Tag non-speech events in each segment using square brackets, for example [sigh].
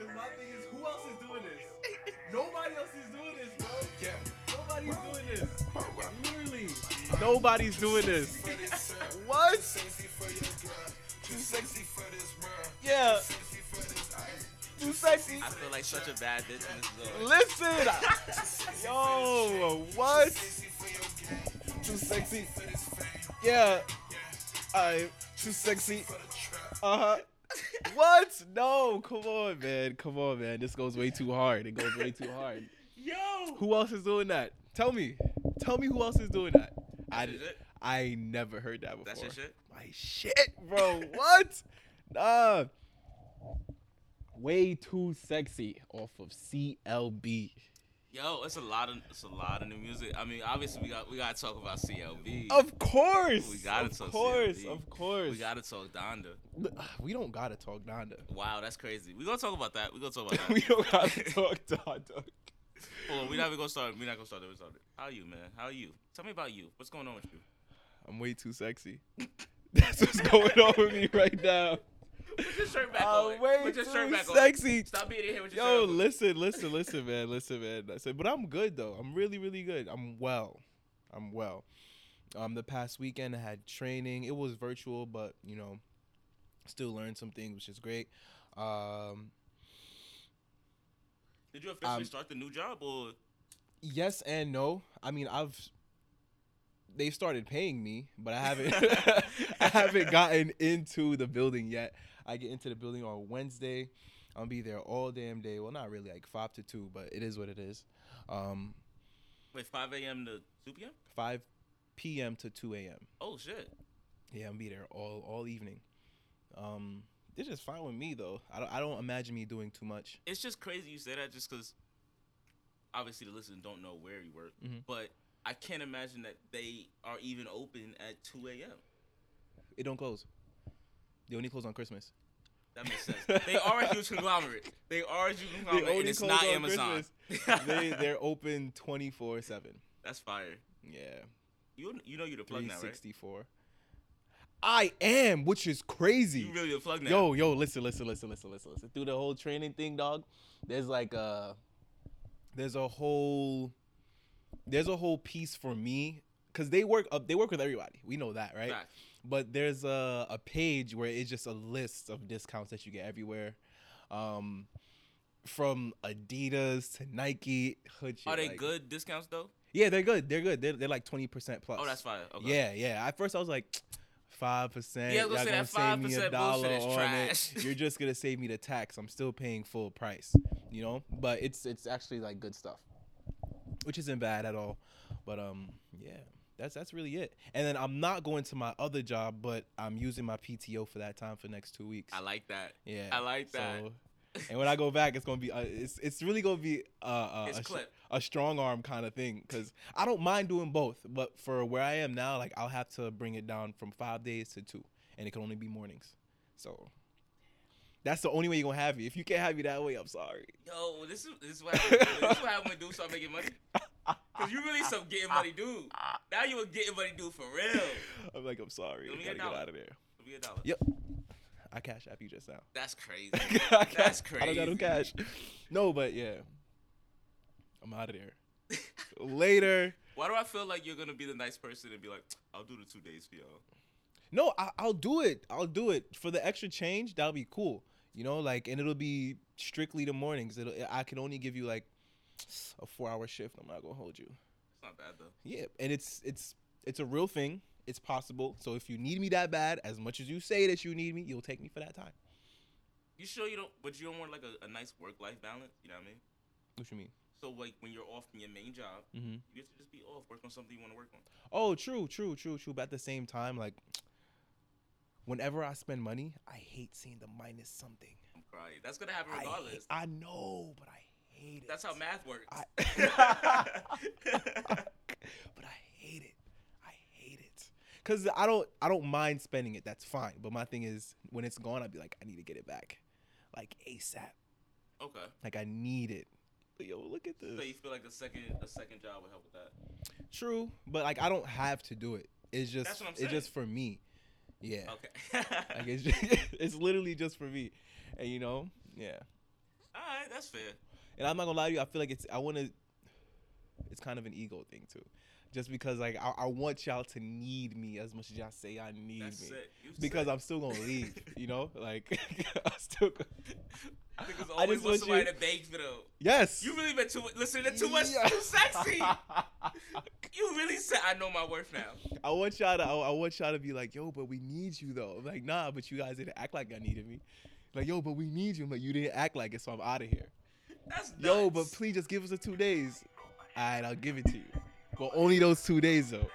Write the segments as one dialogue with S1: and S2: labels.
S1: and my thing is, who else is doing [laughs] this? Nobody else is doing this, bro.
S2: Yeah.
S1: Nobody's doing this.
S2: Bro, bro.
S1: Literally, nobody's doing this. [laughs] What?
S2: Sexy for your girl. Too sexy for this world.
S1: Yeah,
S2: Sexy for this ice.
S1: too sexy.
S3: I feel like such a bad bitch in this vlog.
S1: Listen, yo, what?
S2: Sexy for your game.
S1: Too sexy.
S2: For this fame.
S1: Yeah,
S2: Yeah.
S1: I too sexy.
S2: For the trap.
S1: Uh huh. What? No, come on, man. Come on, man. This goes way too hard. It goes way too hard.
S3: Yo.
S1: Who else is doing that? Tell me. Tell me who else is doing that. I,
S3: That's your shit?
S1: I never heard that before.
S3: That's your shit.
S1: My shit, bro. what? [laughs] Nah. Way too sexy off of CLB.
S3: Yo, it's a lot of it's a lot of new music. I mean, obviously we got we gotta talk about CLB.
S1: Of course.
S3: We gotta
S1: Of
S3: talk
S1: course.
S3: CLB.
S1: Of course. ah,
S3: We gotta talk Donda.
S1: We don't gotta talk Donda. [laughs]
S3: Wow, that's crazy. We gonna talk about that. We gonna talk about that.
S1: we don't
S3: [laughs]
S1: gotta talk Donda.
S3: Hold on, we not even gonna start. We not gonna start. We start. How you, man? How you? Tell me about you. What's going on with you?
S1: I'm way too sexy. [laughs] That's what's going on with me right now.
S3: [laughs] Put your shirt back
S1: I'm
S3: on.
S1: way
S3: Put your shirt
S1: too
S3: back
S1: sexy.
S3: on. Stop being in here with your
S1: Yo,
S3: shirt. on.
S1: listen, listen, listen, man, listen, man. I said, but I'm good though. I'm really, really good. I'm well. I'm well. Um, the past weekend I had training. It was virtual, but you know, still learned some things, which is great. Um,
S3: Did you officially
S1: Um,
S3: start the new job or?
S1: yes and no. I mean, I've they've started paying me, but I haven't. [laughs] I haven't gotten into the building yet. I get into the building on Wednesday. I'll be there all damn day. Well, not really, like five to two, but it is what it is. Um,
S3: Wait, 5 a.m. to 2 p.m.
S1: 5 p.m. to 2 a.m.
S3: Oh shit.
S1: Yeah, I'm be there all all evening. Um, this is fine with me though. I don't, I don't imagine me doing too much.
S3: It's just crazy you say that just because obviously the listeners don't know where you work,
S1: Mhm.
S3: but I can't imagine that they are even open at 2 a.m.
S1: It don't close. They only close on
S3: [laughs]
S1: Christmas.
S3: That makes sense. they are a huge conglomerate. They are a huge conglomerate, and
S1: only
S3: it's
S1: close
S3: not
S1: on
S3: Amazon. [laughs]
S1: they they're open 24 seven.
S3: That's fire.
S1: Yeah,
S3: You you know you're the plug now, right?
S1: 364. I am, which is crazy.
S3: You really the plug now.
S1: Yo, yo, listen, listen, listen, listen, listen, listen. Through the whole training thing, dog, there's like a there's a whole there's a whole piece for me cuz they work up they work with everybody. We know that, right?
S3: Facts.
S1: But there's a a page where it's just a list of discounts that you get everywhere. Um from Adidas to Nike, hood shit,
S3: Are they
S1: like-
S3: good discounts though?
S1: Yeah, they're good. They're good. They're, they're like 20% plus.
S3: Oh, that's fire. Okay.
S1: Yeah, yeah. At first, I was like, five percent.
S3: Yeah, I was gonna say that 5% bullshit is
S1: [laughs]
S3: trash.
S1: You're just gonna save me the tax. I'm still paying full price. You know, but it's it's actually like good stuff, which isn't bad at all. But um, yeah, that's that's really it. And then I'm not going to my other job, but I'm using my PTO for that time for the next two weeks.
S3: I like that.
S1: yeah,
S3: I like that.
S1: So, and when I go back, it's gonna be uh, it's it's really gonna be uh, uh
S3: It's
S1: a sh-
S3: clip.
S1: a strong arm kind of thing because I don't mind doing both, but for where I am now, like I'll have to bring it down from five days to two, and it can only be mornings. So that's the only way you're gonna have me. If you can't have me that way, I'm sorry. [laughs]
S3: Yo, this is this is what happened. this is what happened when dudes start making money. Cause you really some getting money dude. Now you a getting money dude for real.
S1: I'm like, I'm sorry.
S3: Let
S1: I gotta
S3: me get
S1: get
S3: down.
S1: out of there.
S3: Give me a dollar.
S1: Yep. I cash app you just now. [laughs]
S3: That's crazy.
S1: I
S3: That's
S1: cash- I don't got no
S3: crazy.
S1: cash. No, but yeah, I'm out of there.
S3: [laughs]
S1: Later.
S3: Why do I feel like you're gonna be the nice person and be like, I'll do the two days for y'all?
S1: No, I, I'll do it. I'll do it for the extra change. That'll be cool. You know, like, and it'll be strictly the mornings. It'll, I can only give you like a four-hour shift. I'm not gonna hold you.
S3: It's not bad though.
S1: Yeah, and it's it's it's a real thing. It's possible. So if you need me that bad, as much as you say that you need me, you'll take me for that time.
S3: You sure you don't? But you don't want like a, a nice work life balance. You know what I mean?
S1: What you mean?
S3: So like when you're off from your main job,
S1: Mm-hmm.
S3: you have to just be off, work on something you want to work on.
S1: Oh, true, true, true, true. But at the same time, like, whenever I spend money, I hate seeing the minus something.
S3: I'm crying. That's gonna happen
S1: I,
S3: regardless.
S1: hate- I know, but I hate it.
S3: That's how math works.
S1: I- [laughs] but I hate it. I hate it. Cause I don't I don't mind spending it. That's fine. But my thing is when it's gone, I'd be like, I need to get it back. Like ASAP.
S3: [laughs] okay.
S1: Like I need it. But yo, look at this.
S3: So you feel like a second a second job would help with that?
S1: True. But like I don't have to do it. It's just
S3: That's what I'm
S1: it's just
S3: saying.
S1: for me. Yeah.
S3: Okay.
S1: [laughs]
S3: [laughs]
S1: Like it's just, it's literally just for me. And you know, yeah.
S3: All that's fair.
S1: And I'm not gonna lie to you, I feel like it's I wanna it's kind of an ego thing too. Just because like I, I want y'all to need me as much as y'all say I need
S3: That's
S1: me.
S3: sick. You
S1: Because
S3: sick.
S1: I'm still gonna leave, you know? Like [laughs] I'm still go-
S3: Niggas
S1: [laughs] I
S3: always
S1: just
S3: want
S1: want
S3: somebody
S1: you-
S3: to beg for though.
S1: Yes.
S3: You really been too listen to too much
S1: Yeah.
S3: too sexy. You really said I know my worth now.
S1: [laughs] I want y'all to I, I want y'all to be like, yo, but we need you though. I'm like, nah, but you guys didn't act like y'all needed me. Like, yo, but we need you. I'm like, you didn't act like it, so I'm out of here.
S3: That's nuts.
S1: Yo, but please just give us the two days. Alright, I'll give it to you. But only those two days though.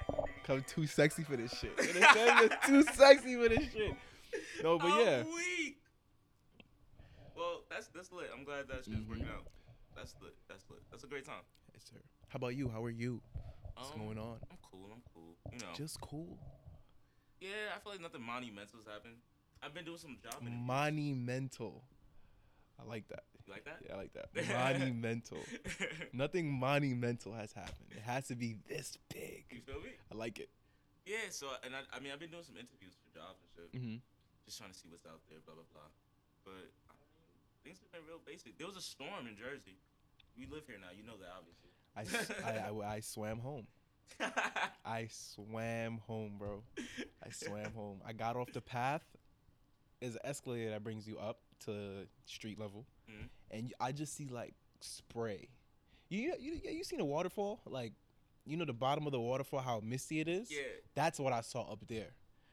S1: Come too sexy for this shit. And it's saying it's
S3: [laughs]
S1: too sexy for this shit. No, but
S3: I'm
S1: yeah.
S3: weak. Well, that's that's lit. I'm glad that shit's
S1: Mm-hmm.
S3: working out. That's lit. That's lit. That's a great time.
S1: Yes, sir. How about you? How are you? What's
S3: Um,
S1: going on?
S3: I'm cool. I'm cool. You know.
S1: Just cool.
S3: yeah, I feel like nothing monumental's happened. I've been doing some job interviews.
S1: Monumental. I like that.
S3: You like that?
S1: Yeah, I like
S3: [laughs]
S1: that. Monumental. Nothing monumental has happened. It has to be this
S3: you
S1: big.
S3: feel me?
S1: I like it.
S3: Yeah. So, and I, I mean, I've been doing some interviews for jobs and shit.
S1: Mm-hmm.
S3: just trying to see what's out there, blah blah blah. But I mean, things have been real basic. There was a storm in Jersey. We live here now, you know that obviously. [laughs]
S1: I, s- I- I- I swam home. I swam home, bro. I
S3: [laughs]
S1: swam home. I got off the path. There's an escalator that brings you up to street level,
S3: Mhm.
S1: and you- I just see like spray. You you you, you seen a waterfall? Like you know the bottom of the waterfall, how misty it is.
S3: yeah.
S1: That's what I saw up there.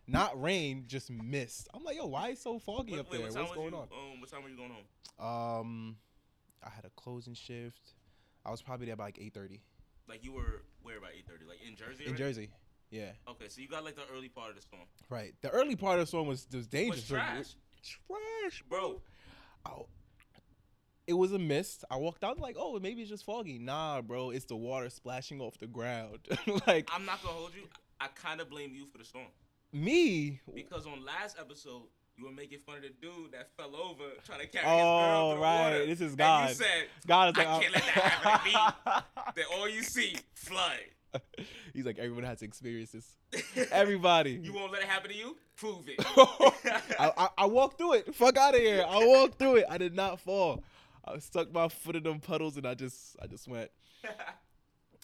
S1: Not rain, just mist. I'm like, yo, why is so foggy
S3: Wait,
S1: up
S3: wait,
S1: there?
S3: what time
S1: What's
S3: was
S1: going
S3: you,
S1: on?
S3: Um, what time were you going home?
S1: Um, I had a closing shift. I was probably there by like 8:30
S3: Like you were where by eight thirty? Like in Jersey?
S1: in
S3: already?
S1: Jersey. Yeah,
S3: Okay, so you got like the early part of the storm.
S1: right. The early part of the storm was was
S3: It
S1: dangerous.
S3: was
S1: Like,
S3: trash,
S1: trash,
S3: bro.
S1: I- it was a mist. I walked out like, oh, maybe it's just foggy. Nah, bro, it's the water splashing off the ground. [laughs] like
S3: I'm not gonna hold you. I kind of blame you for the storm
S1: me.
S3: because on last episode you were making fun of the dude that fell over trying to carry
S1: Oh,
S3: his girl through
S1: right,
S3: the water.
S1: this is
S3: And
S1: God.
S3: you said
S1: God is
S3: I
S1: like, I'm-
S3: can't let that happen that all you see flood.
S1: [laughs] He's like, everyone has to experience this. Everybody.
S3: You won't let it happen to you? Prove it.
S1: [laughs] I, I, I walked through it. Fuck out of here. I walked through it. I did not fall. I stuck my foot in them puddles and I just I just went.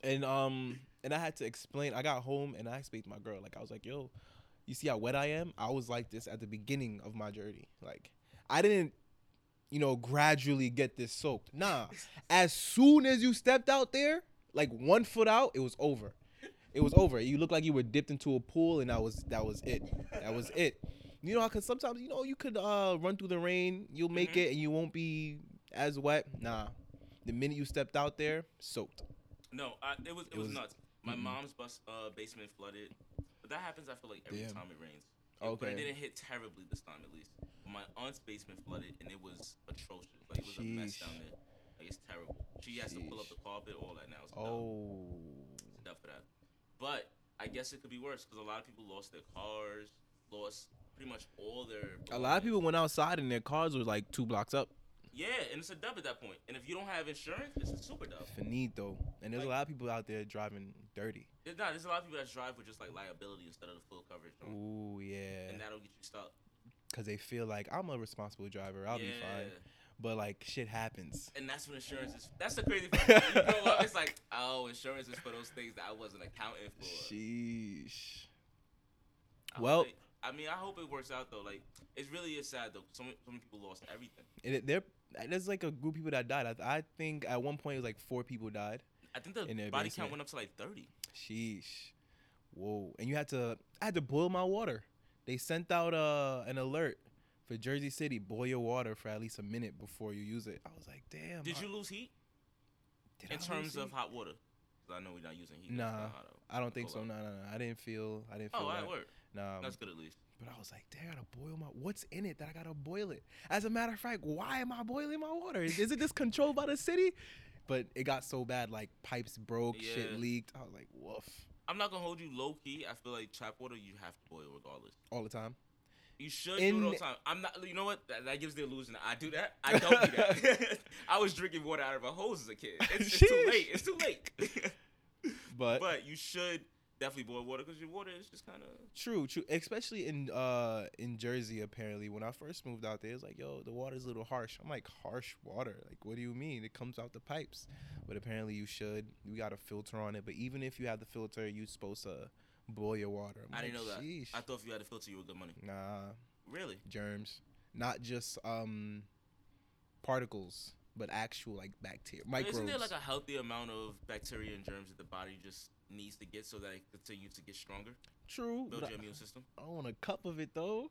S1: And um and I had to explain. I got home and I explained to my girl. Like I was like, yo, you see how wet I am? I was like this at the beginning of my journey. Like I didn't, you know, gradually get this soaked. Nah. As soon as you stepped out there, like one foot out, it was over. It was over. You looked like you were dipped into a pool and that was that was it. That was it. You know, because sometimes you know you could uh, run through the rain, you'll make
S3: Mhm.
S1: it, and you won't be as wet. Nah, the minute you stepped out there, soaked.
S3: [laughs] no, I, it was it,
S1: It
S3: was,
S1: was- mm-hmm.
S3: nuts. My
S1: Mm-mm.
S3: mom's bus uh, basement flooded. But that happens. I feel like every
S1: Damn.
S3: time it rains. It- But
S1: Okay.
S3: it didn't hit terribly this time, at least. But my aunt's basement flooded, and it was atrocious. Like it was a mess
S1: Sheesh.
S3: down there. Like it's terrible. She has to pull up
S1: Sheesh.
S3: the carpet, all that now. It's done.
S1: Oh,
S3: It's done for that. But I guess it could be worse because a lot of people lost their cars, lost pretty much all their.
S1: a lot of
S3: belongings.
S1: people went outside and their cars were like two blocks up.
S3: Yeah, and it's a dub at that point. And if you don't have insurance, it's a super dub.
S1: Finito. And there's a lot of people out there driving dirty.
S3: There's not. There's a lot of people that drive with just like liability instead of the full coverage, on,
S1: Ooh,
S3: Oh. and
S1: yeah.
S3: that'll get you stuck.
S1: Because they feel like I'm a responsible driver. I'll be fine. But like shit happens.
S3: And that's when insurance is. That's the crazy part. you grow up, it's like, oh, insurance is for those things that I wasn't accounting for.
S1: Sheesh.
S3: I hope
S1: well-
S3: it- I mean, I hope it works out though. Like, it really is sad though. So many, so many people lost everything.
S1: And it, there, there's like a group of people that died. I, I think at one point it was like four people died.
S3: I think the
S1: In their
S3: body
S1: basement.
S3: count went up to like thirty.
S1: Sheesh. Whoa. And you had to I had to boil my water. They sent out uh, an alert for Jersey City, boil your water for at least a minute before you use it. I was like, damn.
S3: Did
S1: I-
S3: you lose heat
S1: did I
S3: in
S1: lose
S3: terms of
S1: it?
S3: hot water? 'Cause I know we're not using heat.
S1: Nah,
S3: That's not hot out.
S1: I don't think so.
S3: Hold
S1: No, no, no. I didn't feel I didn't feel
S3: Oh, all
S1: that. Um,
S3: right, word.
S1: Nah,
S3: That's good at least.
S1: but I was like, damn, I gotta boil my what's in it that I gotta boil it. As a matter of fact, why am I boiling my water? Is, is it just controlled by the city? But it got so bad, like pipes broke,
S3: Yeah.
S1: shit leaked. I was like, woof.
S3: I'm not gonna hold you low key. I feel like tap water you have to boil regardless.
S1: All the time.
S3: You should do it all the
S1: In-
S3: time. I'm not. You know what? That, that gives the illusion. that I do that. I don't do
S1: [laughs]
S3: that. [laughs] I was drinking water out of a hose as a kid. It's, it's too
S1: Sheesh. [laughs]
S3: late. It's too late.
S1: But,
S3: [laughs] but you should definitely boil water because your water is just kind of.
S1: True, true. Especially in uh in Jersey, apparently. When I first moved out there, it's like, yo, the water's a little harsh. I'm like, harsh water. Like, what do you mean? It comes out the pipes. But apparently you should. You got a filter on it. But even if you have the filter, you supposed to boil your water. I'm
S3: I didn't
S1: like,
S3: know that.
S1: sheesh.
S3: I thought if you had a filter, you were good money.
S1: nah,
S3: Really?
S1: germs. Not just um particles, but actual like bacteria microbes.
S3: Isn't there like a healthy amount of bacteria and germs that the body just needs to get so that it continues to get stronger,
S1: True.
S3: build
S1: But I,
S3: your immune system?
S1: I don't want a cup of it though.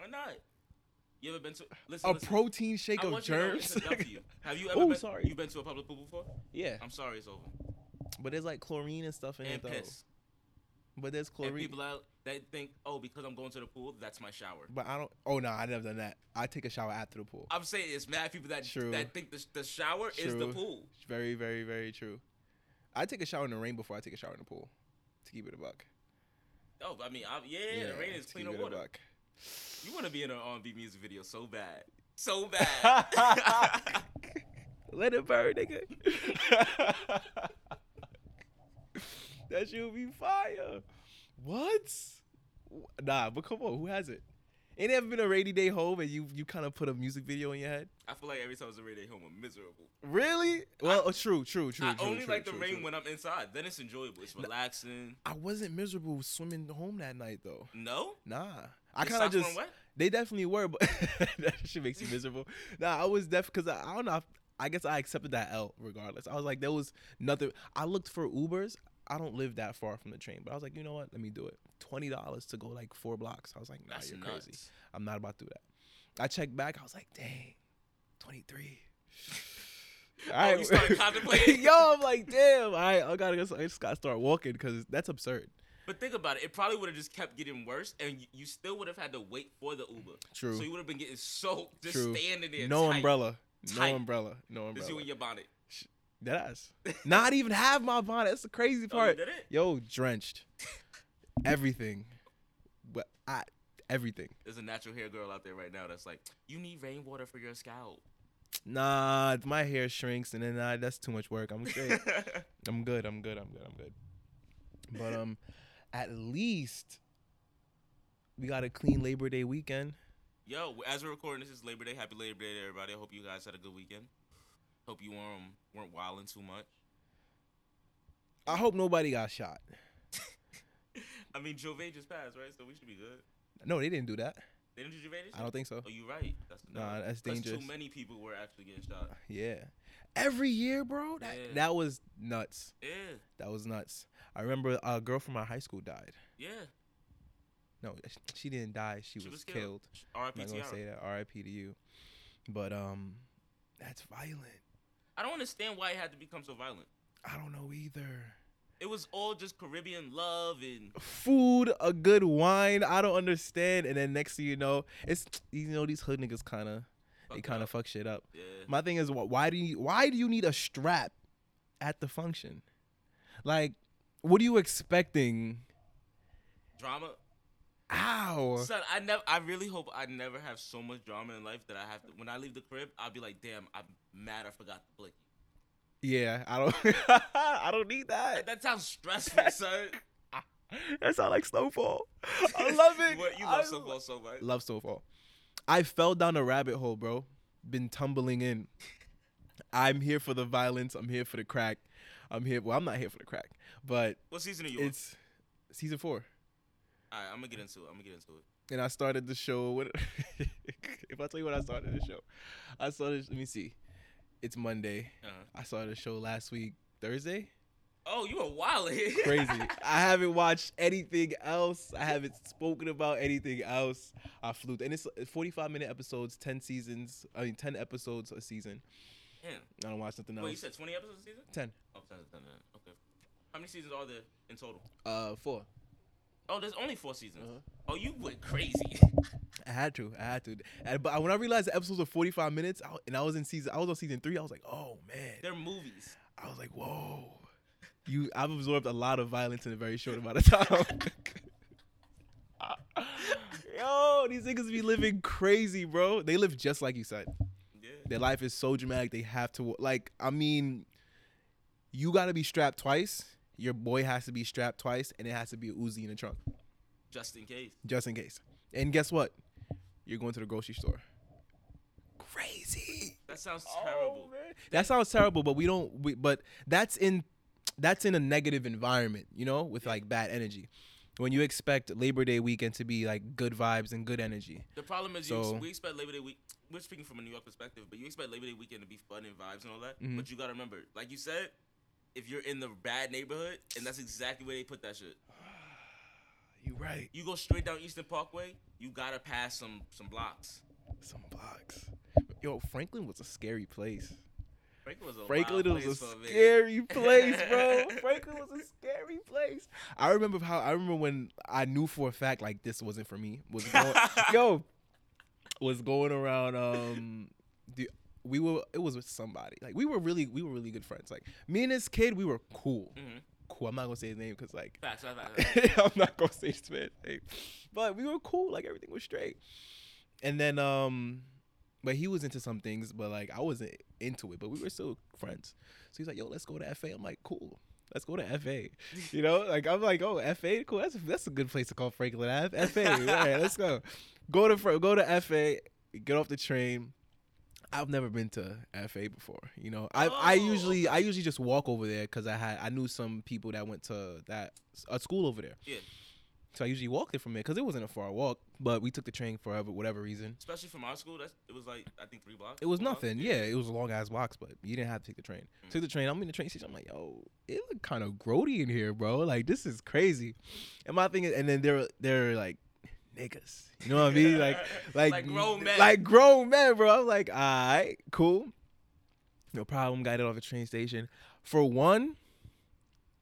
S3: Or not? You ever been to listen?
S1: A
S3: listen.
S1: protein shake
S3: I
S1: of
S3: want you to know
S1: germs.
S3: it's enough for you. Have you ever
S1: Ooh,
S3: been?
S1: sorry.
S3: You been to a public pool before?
S1: [laughs] yeah.
S3: I'm sorry, it's over.
S1: But there's like chlorine and stuff in
S3: And
S1: it though.
S3: piss.
S1: But there's
S3: And
S1: chlorine.
S3: people out that think, oh, because I'm going to the pool, that's my shower.
S1: But I don't. Oh no, I never done that. I take a shower after the pool.
S3: I'm saying it's mad people that
S1: True.
S3: that think the, the shower is the
S1: True.
S3: pool.
S1: It's very, very, very true. I take a shower in the rain before I take a shower in the pool. To keep it a buck.
S3: Oh, I mean, I'm, yeah, the rain is
S1: to
S3: cleaner
S1: keep it a
S3: water.
S1: buck.
S3: You want to be in an R&B music video so bad,
S1: [laughs]
S3: so bad. [laughs]
S1: Let it burn, nigga. [laughs] that should be fire. What? Wh- Nah, but come on, who has it? Ain't ever been a rainy day home and you you kind of put a music video in your head?
S3: I feel like every time it's a rainy day home, I'm miserable.
S1: Really? Well, oh, true, true, true.
S3: I
S1: true,
S3: only
S1: true,
S3: like the
S1: true,
S3: rain
S1: true.
S3: when I'm inside. Then it's enjoyable. It's relaxing.
S1: I wasn't miserable swimming home that night though.
S3: No,
S1: Nah, I
S3: Your
S1: kind of
S3: socks weren't
S1: just
S3: wet?
S1: they definitely were, but [laughs] that shit makes you miserable. Nah, I was def because I, I don't know. I, I guess I accepted that L regardless. I was like, there was nothing. I looked for Ubers. I don't live that far from the train, but I was like, you know what? Let me do it. Twenty dollars to go like four blocks. I was like, nah,
S3: that's
S1: you're
S3: nuts.
S1: crazy. I'm not about to do that. I checked back. I was like, dang, twenty
S3: [laughs]
S1: three. All
S3: Oh,
S1: [laughs]
S3: you started contemplating?
S1: Yo, I'm like, damn. All right, I gotta. go- I just gotta start walking because that's absurd.
S3: But think about it. It probably would have just kept getting worse, and you, you still would have had to wait for the Uber.
S1: True.
S3: So you would have been getting soaked, just
S1: True.
S3: standing there.
S1: No
S3: tight.
S1: umbrella.
S3: Tight.
S1: No umbrella. No
S3: Just
S1: umbrella.
S3: you in your bonnet.
S1: That ass. Not even have my bonnet. That's the crazy
S3: Oh, you
S1: part.
S3: did it?
S1: Yo, drenched. everything. But I everything.
S3: There's a natural hair girl out there right now that's like, you need rainwater for your scalp.
S1: Nah, if my hair shrinks and then I, that's too much work. I'm
S3: [laughs]
S1: good. I'm good. I'm good. I'm good. I'm good. But um at least we got a clean Labor Day weekend.
S3: Yo, as we're recording, this is Labor Day. Happy Labor Day to everybody. I hope you guys had a good weekend. Hope you um, weren't wilding too much. [laughs]
S1: I hope nobody got shot.
S3: I mean, Jove just passed, right? So we should be good.
S1: No, they didn't do that.
S3: They didn't do Jove this
S1: I don't think so.
S3: Oh, you right. That's
S1: Nah, that's
S3: 'Cause
S1: dangerous.
S3: Too many people were actually getting shot.
S1: Yeah. Every year, bro. That,
S3: Yeah.
S1: that was nuts.
S3: Yeah,
S1: That was nuts. I remember a girl from my high school died.
S3: yeah.
S1: No, sh- she didn't die. She, was, killed.
S3: R.I.P.
S1: I'm not gonna
S3: Tiara.
S1: say that. R.I.P. to you. But um, that's violent.
S3: I don't understand why it had to become so violent.
S1: I don't know either.
S3: It was all just Caribbean love and
S1: Food, a good wine. I don't understand. And then next thing you know, it's you know these hood niggas kind of they
S3: Fuck
S1: kind
S3: up.
S1: of fuck shit up.
S3: yeah.
S1: My thing is, wh- why do you why do you need a strap at the function? Like, what are you expecting?
S3: drama.
S1: Ow.
S3: Son, I never. I really hope I never have so much drama in life that I have to. When I leave the crib, I'll be like, damn, I'm mad. I forgot the blicky.
S1: Yeah, I don't. [laughs] I don't need that.
S3: That sounds
S1: [laughs]
S3: stressful, son.
S1: That sound like
S3: [laughs]
S1: Snowfall. I love it.
S3: What, you
S1: I
S3: love softball so much.
S1: Love Snowfall. I fell down a rabbit hole, bro. Been tumbling in. I'm here for the violence. I'm here for the crack. I'm here. Well, I'm not here for the crack, but
S3: What season are you on?
S1: it's season four,
S3: All right, I'm gonna get into it. I'm gonna get into it.
S1: and I started the show. What? [laughs] if I tell you what I started the show, I started. Let me see. It's Monday.
S3: Uh-huh.
S1: I started the show last week, Thursday.
S3: Oh, you a wild [laughs]
S1: crazy. I haven't watched anything else. I haven't spoken about anything else. I flew, and it's 45 minute episodes, 10 seasons. I mean, 10 episodes a season.
S3: Damn.
S1: I don't watch nothing else.
S3: Wait, you said 20 episodes a season?
S1: 10.
S3: Oh, 10, 10, 10, Okay. How many seasons are there in total?
S1: Uh, four.
S3: Oh, there's only four seasons.
S1: Uh-huh.
S3: Oh, you went crazy. [laughs]
S1: I had to. I had to. And, but when I realized the episodes were 45 minutes, I, and I was in season, I was on season three. I was like, oh man.
S3: They're movies.
S1: I was like, whoa. You, I've absorbed a lot of violence in a very short amount of time. [laughs] Yo, these niggas be living crazy, bro. They live just like you said.
S3: Yeah.
S1: their life is so dramatic they have to like i mean you got to be strapped twice your boy has to be strapped twice, and it has to be a Uzi in the trunk
S3: just in case.
S1: just in case. And guess what? You're going to the grocery store. Crazy.
S3: That sounds
S1: Oh,
S3: terrible.
S1: That sounds terrible, but we don't. We, but that's in that's in a negative environment, you know, with like bad energy. When you expect Labor Day weekend to be like good vibes and good energy,
S3: the problem is
S1: So-
S3: you, we expect Labor Day week. We're speaking from a New York perspective, but you expect Labor Day weekend to be fun and vibes and all that.
S1: Mhm.
S3: But you gotta remember, like you said, if you're in the bad neighborhood, and that's exactly where they put that shit.
S1: [sighs] you right.
S3: You go straight down Eastern Parkway, you gotta pass some some blocks.
S1: Some blocks. Yo, Franklin was a scary place.
S3: Franklin was a
S1: Franklin was
S3: wild
S1: a
S3: place for a minute.
S1: scary place, bro.
S3: [laughs]
S1: Franklin was a scary place. I remember how I remember when I knew for a fact like this wasn't for me. Was
S3: [laughs]
S1: going, yo was going around. Um, the, we were it was with somebody. Like we were really we were really good friends. Like me and this kid, we were cool.
S3: Mhm.
S1: Cool. I'm not gonna say his name because like
S3: Facts, facts, facts, facts.
S1: [laughs] I'm not gonna say his man's name, but we were cool. Like everything was straight. And then um, but he was into some things, but like I wasn't into it. But we were still friends. So he's like, "Yo, let's go to FA." I'm like, "Cool." Let's go to FA. You know, like I'm like, oh, FA, cool. That's that's a good place to call Franklin Ave. FA, all right, let's go. Go to Fra- go to FA. Get off the train. I've never been to FA before. You know, I I
S3: Oh,
S1: usually I usually just walk over there because I had I knew some people that went to that a school over there.
S3: Yeah.
S1: So I usually walked it from there because it wasn't a far walk, but we took the train forever, whatever reason.
S3: Especially from our school, that's it was like I think three blocks.
S1: It was
S3: four blocks.
S1: nothing. Yeah, it was long ass walks, but you didn't have to take the train.
S3: Oh, Mm.
S1: Took the train. I'm in the train station. I'm like, yo, it look kind of grody in here, bro. Like this is crazy. And my thing is, and then they're they're like niggas. You know what I
S3: [laughs]
S1: mean? Like like,
S3: Like grown men. [laughs]
S1: Like grown men, bro. I'm like, all right, cool. No problem. Got it off the train station. For one,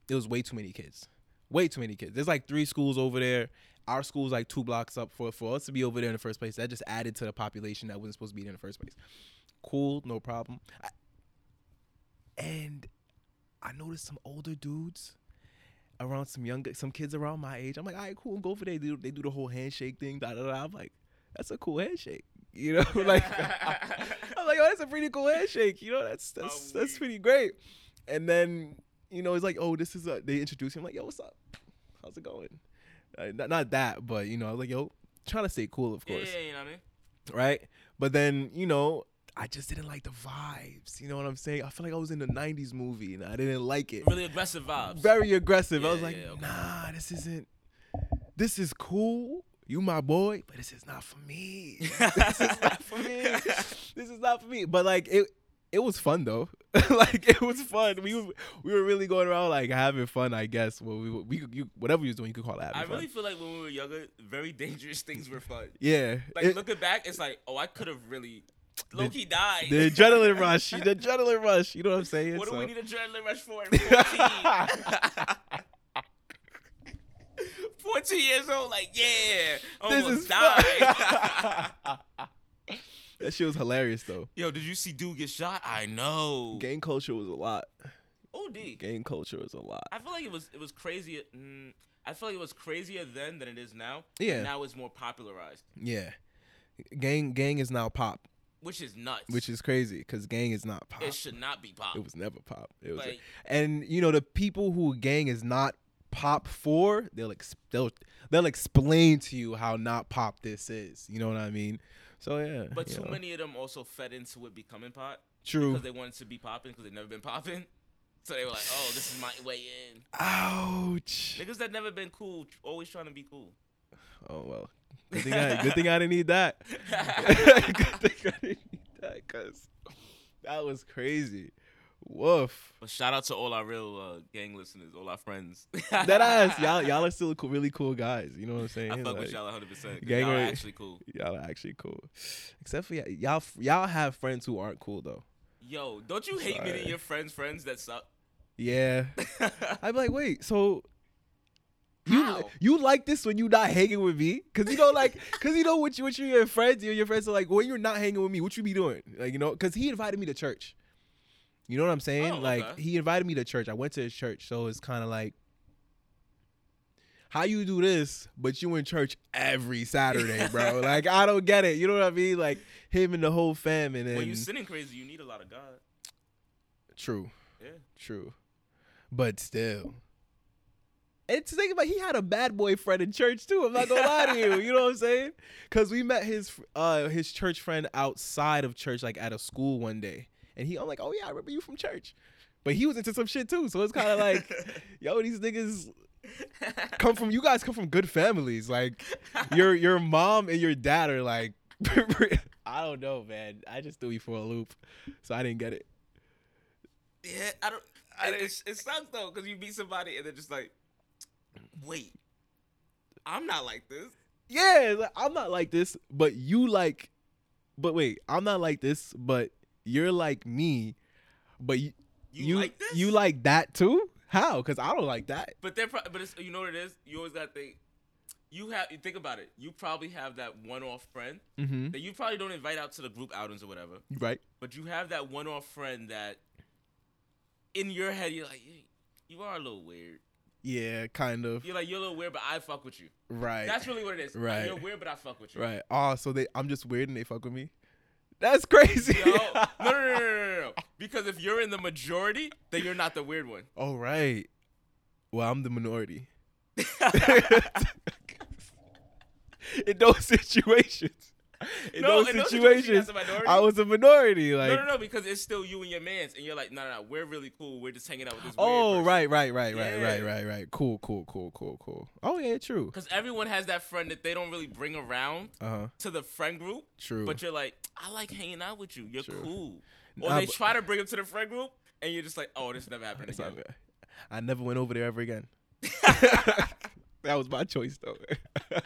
S1: there was way too many kids. Way too many kids. There's like three schools over there. Our school's like two blocks up. For for us to be over there in the first place, that just added to the population that wasn't supposed to be there in the first place. Cool, no problem. I, and I noticed some older dudes around some younger some kids around my age. I'm like, all right, cool, go over there. They do, they do the whole handshake thing. Da, da, da. I'm like, that's a cool handshake. [laughs] You know, like
S3: [laughs]
S1: I'm like, oh, that's a pretty cool handshake. You know, that's that's
S3: Oh,
S1: that's
S3: we-
S1: pretty great. And then you know, it's like, oh, this is a. They introduce him like, yo, what's up? How's it going? Uh, not not that, but you know, I was like, yo, trying to stay cool, of
S3: Yeah,
S1: course,
S3: yeah, you know what I mean.
S1: right? But then you know. I just didn't like the vibes. You know what I'm saying? I feel like I was in the 90s movie and I didn't like it
S3: Really aggressive vibes.
S1: very aggressive. I
S3: Yeah,
S1: was like,
S3: yeah, okay.
S1: nah, this isn't. This is cool. You my boy, but this is not for me. [laughs] this is not for
S3: [laughs]
S1: me. This is not for me. But like it, it was fun though. [laughs] like it was fun. We were- we were really going around like having fun. I guess. Well, we, we you, whatever you was doing, you could call it having
S3: I
S1: fun.
S3: really feel like when we were younger, very dangerous [laughs] things were fun.
S1: yeah.
S3: [laughs]
S1: [laughs]
S3: Like
S1: it-
S3: looking back, it's like, oh, I could have really Loki died.
S1: the adrenaline rush. The adrenaline rush. You know what I'm saying?
S3: [laughs] what do
S1: So-
S3: we need adrenaline rush for?
S1: [laughs]
S3: at 14? 14 years old, like yeah,
S1: This
S3: almost
S1: is
S3: died.
S1: fun. [laughs] that shit was hilarious though.
S3: [laughs] Yo, did you see dude get shot? I know.
S1: Gang culture was a lot.
S3: OD.
S1: Gang culture was a lot.
S3: I feel like it was it was crazier. Mm, I feel like it was crazier then than it is now.
S1: Yeah.
S3: Now it's more popularized,
S1: Yeah, gang gang is now pop,
S3: which is nuts.
S1: which is crazy because gang is not pop.
S3: it should not be pop.
S1: It was never pop. It was,
S3: Like-
S1: and you know the people who gang is not pop for, they'll ex- they'll they'll explain to you how not pop this is. You know what I mean? So yeah, [laughs]
S3: but
S1: you
S3: too
S1: know.
S3: many of them also fed into it becoming pop.
S1: True.
S3: because they wanted to be popping because they've never been popping. [laughs] So they were like, "Oh, this is my way in."
S1: Ouch.
S3: Niggas that never been cool, tr- always trying to be cool.
S1: Oh
S3: [laughs]
S1: well. Good thing I, good thing I didn't need that. [laughs] good thing I didn't need that because that was crazy. Woof.
S3: But shout out to all our real uh, gang listeners, all our friends. [laughs]
S1: That ass, y'all, y'all are still cool, really cool guys. You know what I'm saying?
S3: I fuck
S1: Like,
S3: with y'all 100. percent
S1: gang
S3: Y'all are
S1: rape.
S3: actually cool.
S1: y'all are actually cool. Except for y'all, y'all, f- y'all have friends who aren't cool though.
S3: Yo, don't you hate
S1: Sorry.
S3: meeting your friends' friends that suck? [laughs]
S1: Yeah, I'd be like, wait, so you
S3: How?
S1: you like this when you not hanging with me? Cause you know, like, cause you know what you what you your friends, you and your friends are like, when you're not hanging with me, what you be doing? Like, you know, cause he invited me to church. You know what I'm saying?
S3: Oh,
S1: like,
S3: okay.
S1: he invited me to church. I went to his church, so it's kind of like. How you do this, but you in church every Saturday,
S3: [laughs]
S1: bro? like I don't get it. You know what I mean? Like him and the whole fam, and then
S3: when you sinning crazy, you need a lot of God.
S1: true,
S3: Yeah.
S1: true, but still, And to think about, he had a bad boy friend in church too. I'm not gonna lie to you. You know what I'm [laughs] saying? Because we met his fr- uh his church friend outside of church, like at a school one day, and he I'm like, oh yeah, I remember you from church, but he was into some shit too. So it's kind of like, [laughs] yo, these niggas
S3: [laughs]
S1: come from you guys come from good families. Like your your mom and your dad are like, [laughs] I don't know, man. I just threw you for a loop, so I didn't get it.
S3: yeah, I don't.
S1: I
S3: it, it, it sucks though, because you meet somebody and they're just like, wait, I'm not like this.
S1: yeah, it's like, I'm not like this, but you like, but wait, I'm not like this, but you're like me, but you
S3: You, like this?
S1: you like that too? How? Because I don't like that.
S3: But they're pro- but it's, you know what it is. You always gotta think. You have you think about it. You probably have that one-off friend
S1: Mm-hmm.
S3: that you probably don't invite out to the group outings or whatever.
S1: Right?
S3: But you have that one-off friend that, in your head, you're like, "Yeah, you are a little weird.
S1: Yeah, kind of.
S3: You're like you're a little weird, but I fuck with you.
S1: Right.
S3: That's really what it is. Like,
S1: Right.
S3: you're weird, but I fuck with you.
S1: right. Oh, so they, I'm just weird and they fuck with me. That's crazy. [laughs]
S3: Yo, no, no, no, no, no, no, no. Because if you're in the majority, then you're not the weird one.
S1: All Oh, right. Well, I'm the
S3: [laughs]
S1: minority. in those situations. In
S3: No,
S1: those
S3: in those situations, you're
S1: situations,
S3: the minority.
S1: I was a minority. Like,
S3: no, no, no, because it's still you and your man's, and you're like, no, no, no, we're really cool. We're just hanging out with this.
S1: Oh,
S3: weird
S1: right, right, right, right,
S3: Yeah.
S1: right, right, right. Cool, cool, cool, cool, cool. Oh yeah, true.
S3: Because everyone has that friend that they don't really bring around
S1: Uh huh.
S3: to the friend group,
S1: True.
S3: but you're like, I like hanging out with you. You're
S1: True.
S3: cool. Or
S1: Nah,
S3: they
S1: but-
S3: try to bring him to the friend group, and you're just like, oh, this never
S1: [laughs]
S3: happened
S1: It's not
S3: again.
S1: bad. I never went over there ever again. [laughs] that was my choice though. [laughs]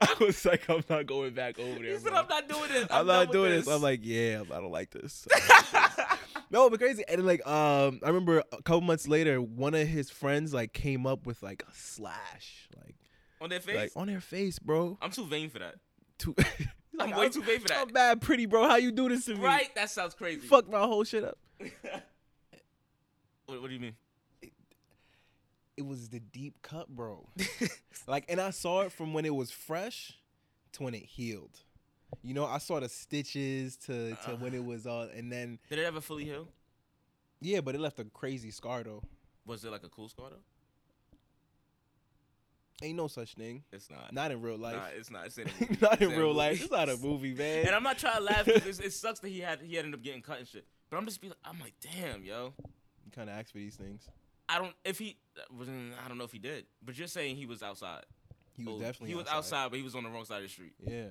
S1: I was like, I'm not going back over there.
S3: He said,
S1: bro.
S3: I'm not doing this.
S1: I'm
S3: done
S1: not
S3: with
S1: doing this. I'm like, [laughs] yeah, I don't like this. [laughs] I don't like this. no, but crazy. And then, like, um, I remember a couple months later, one of his friends like came up with like a slash, like,
S3: on their face.
S1: like on their face, bro. [laughs]
S3: I'm too vain for that.
S1: Too- [laughs]
S3: I'm way too vain for that.
S1: I'm bad, pretty bro. How you do this to me?
S3: Right? That sounds crazy.
S1: Fuck my whole shit up. [laughs]
S3: What, what do you mean?
S1: It was the deep cut, bro. [laughs] like, and I saw it from when it was fresh to when it healed. You know, I saw the stitches to to when it was all, and then
S3: Did it ever fully heal?
S1: yeah, but it left a crazy scar though.
S3: Was it like a cool scar though?
S1: Ain't no such thing.
S3: It's not.
S1: Not in real life.
S3: Nah, it's not. It's
S1: [laughs]
S3: in a movie.
S1: not
S3: It's
S1: in
S3: a
S1: real
S3: movie.
S1: life. It's not a movie, man.
S3: [laughs] And I'm not trying to laugh because it sucks that he had he ended up getting cut and shit. But I'm just be like, I'm like, damn, yo.
S1: you kind of ask for these things.
S3: I don't if he mm, I don't know if he did, but you're saying he was outside.
S1: He was
S3: Oh,
S1: definitely
S3: he was outside, but he was on the wrong side of the street.
S1: Yeah.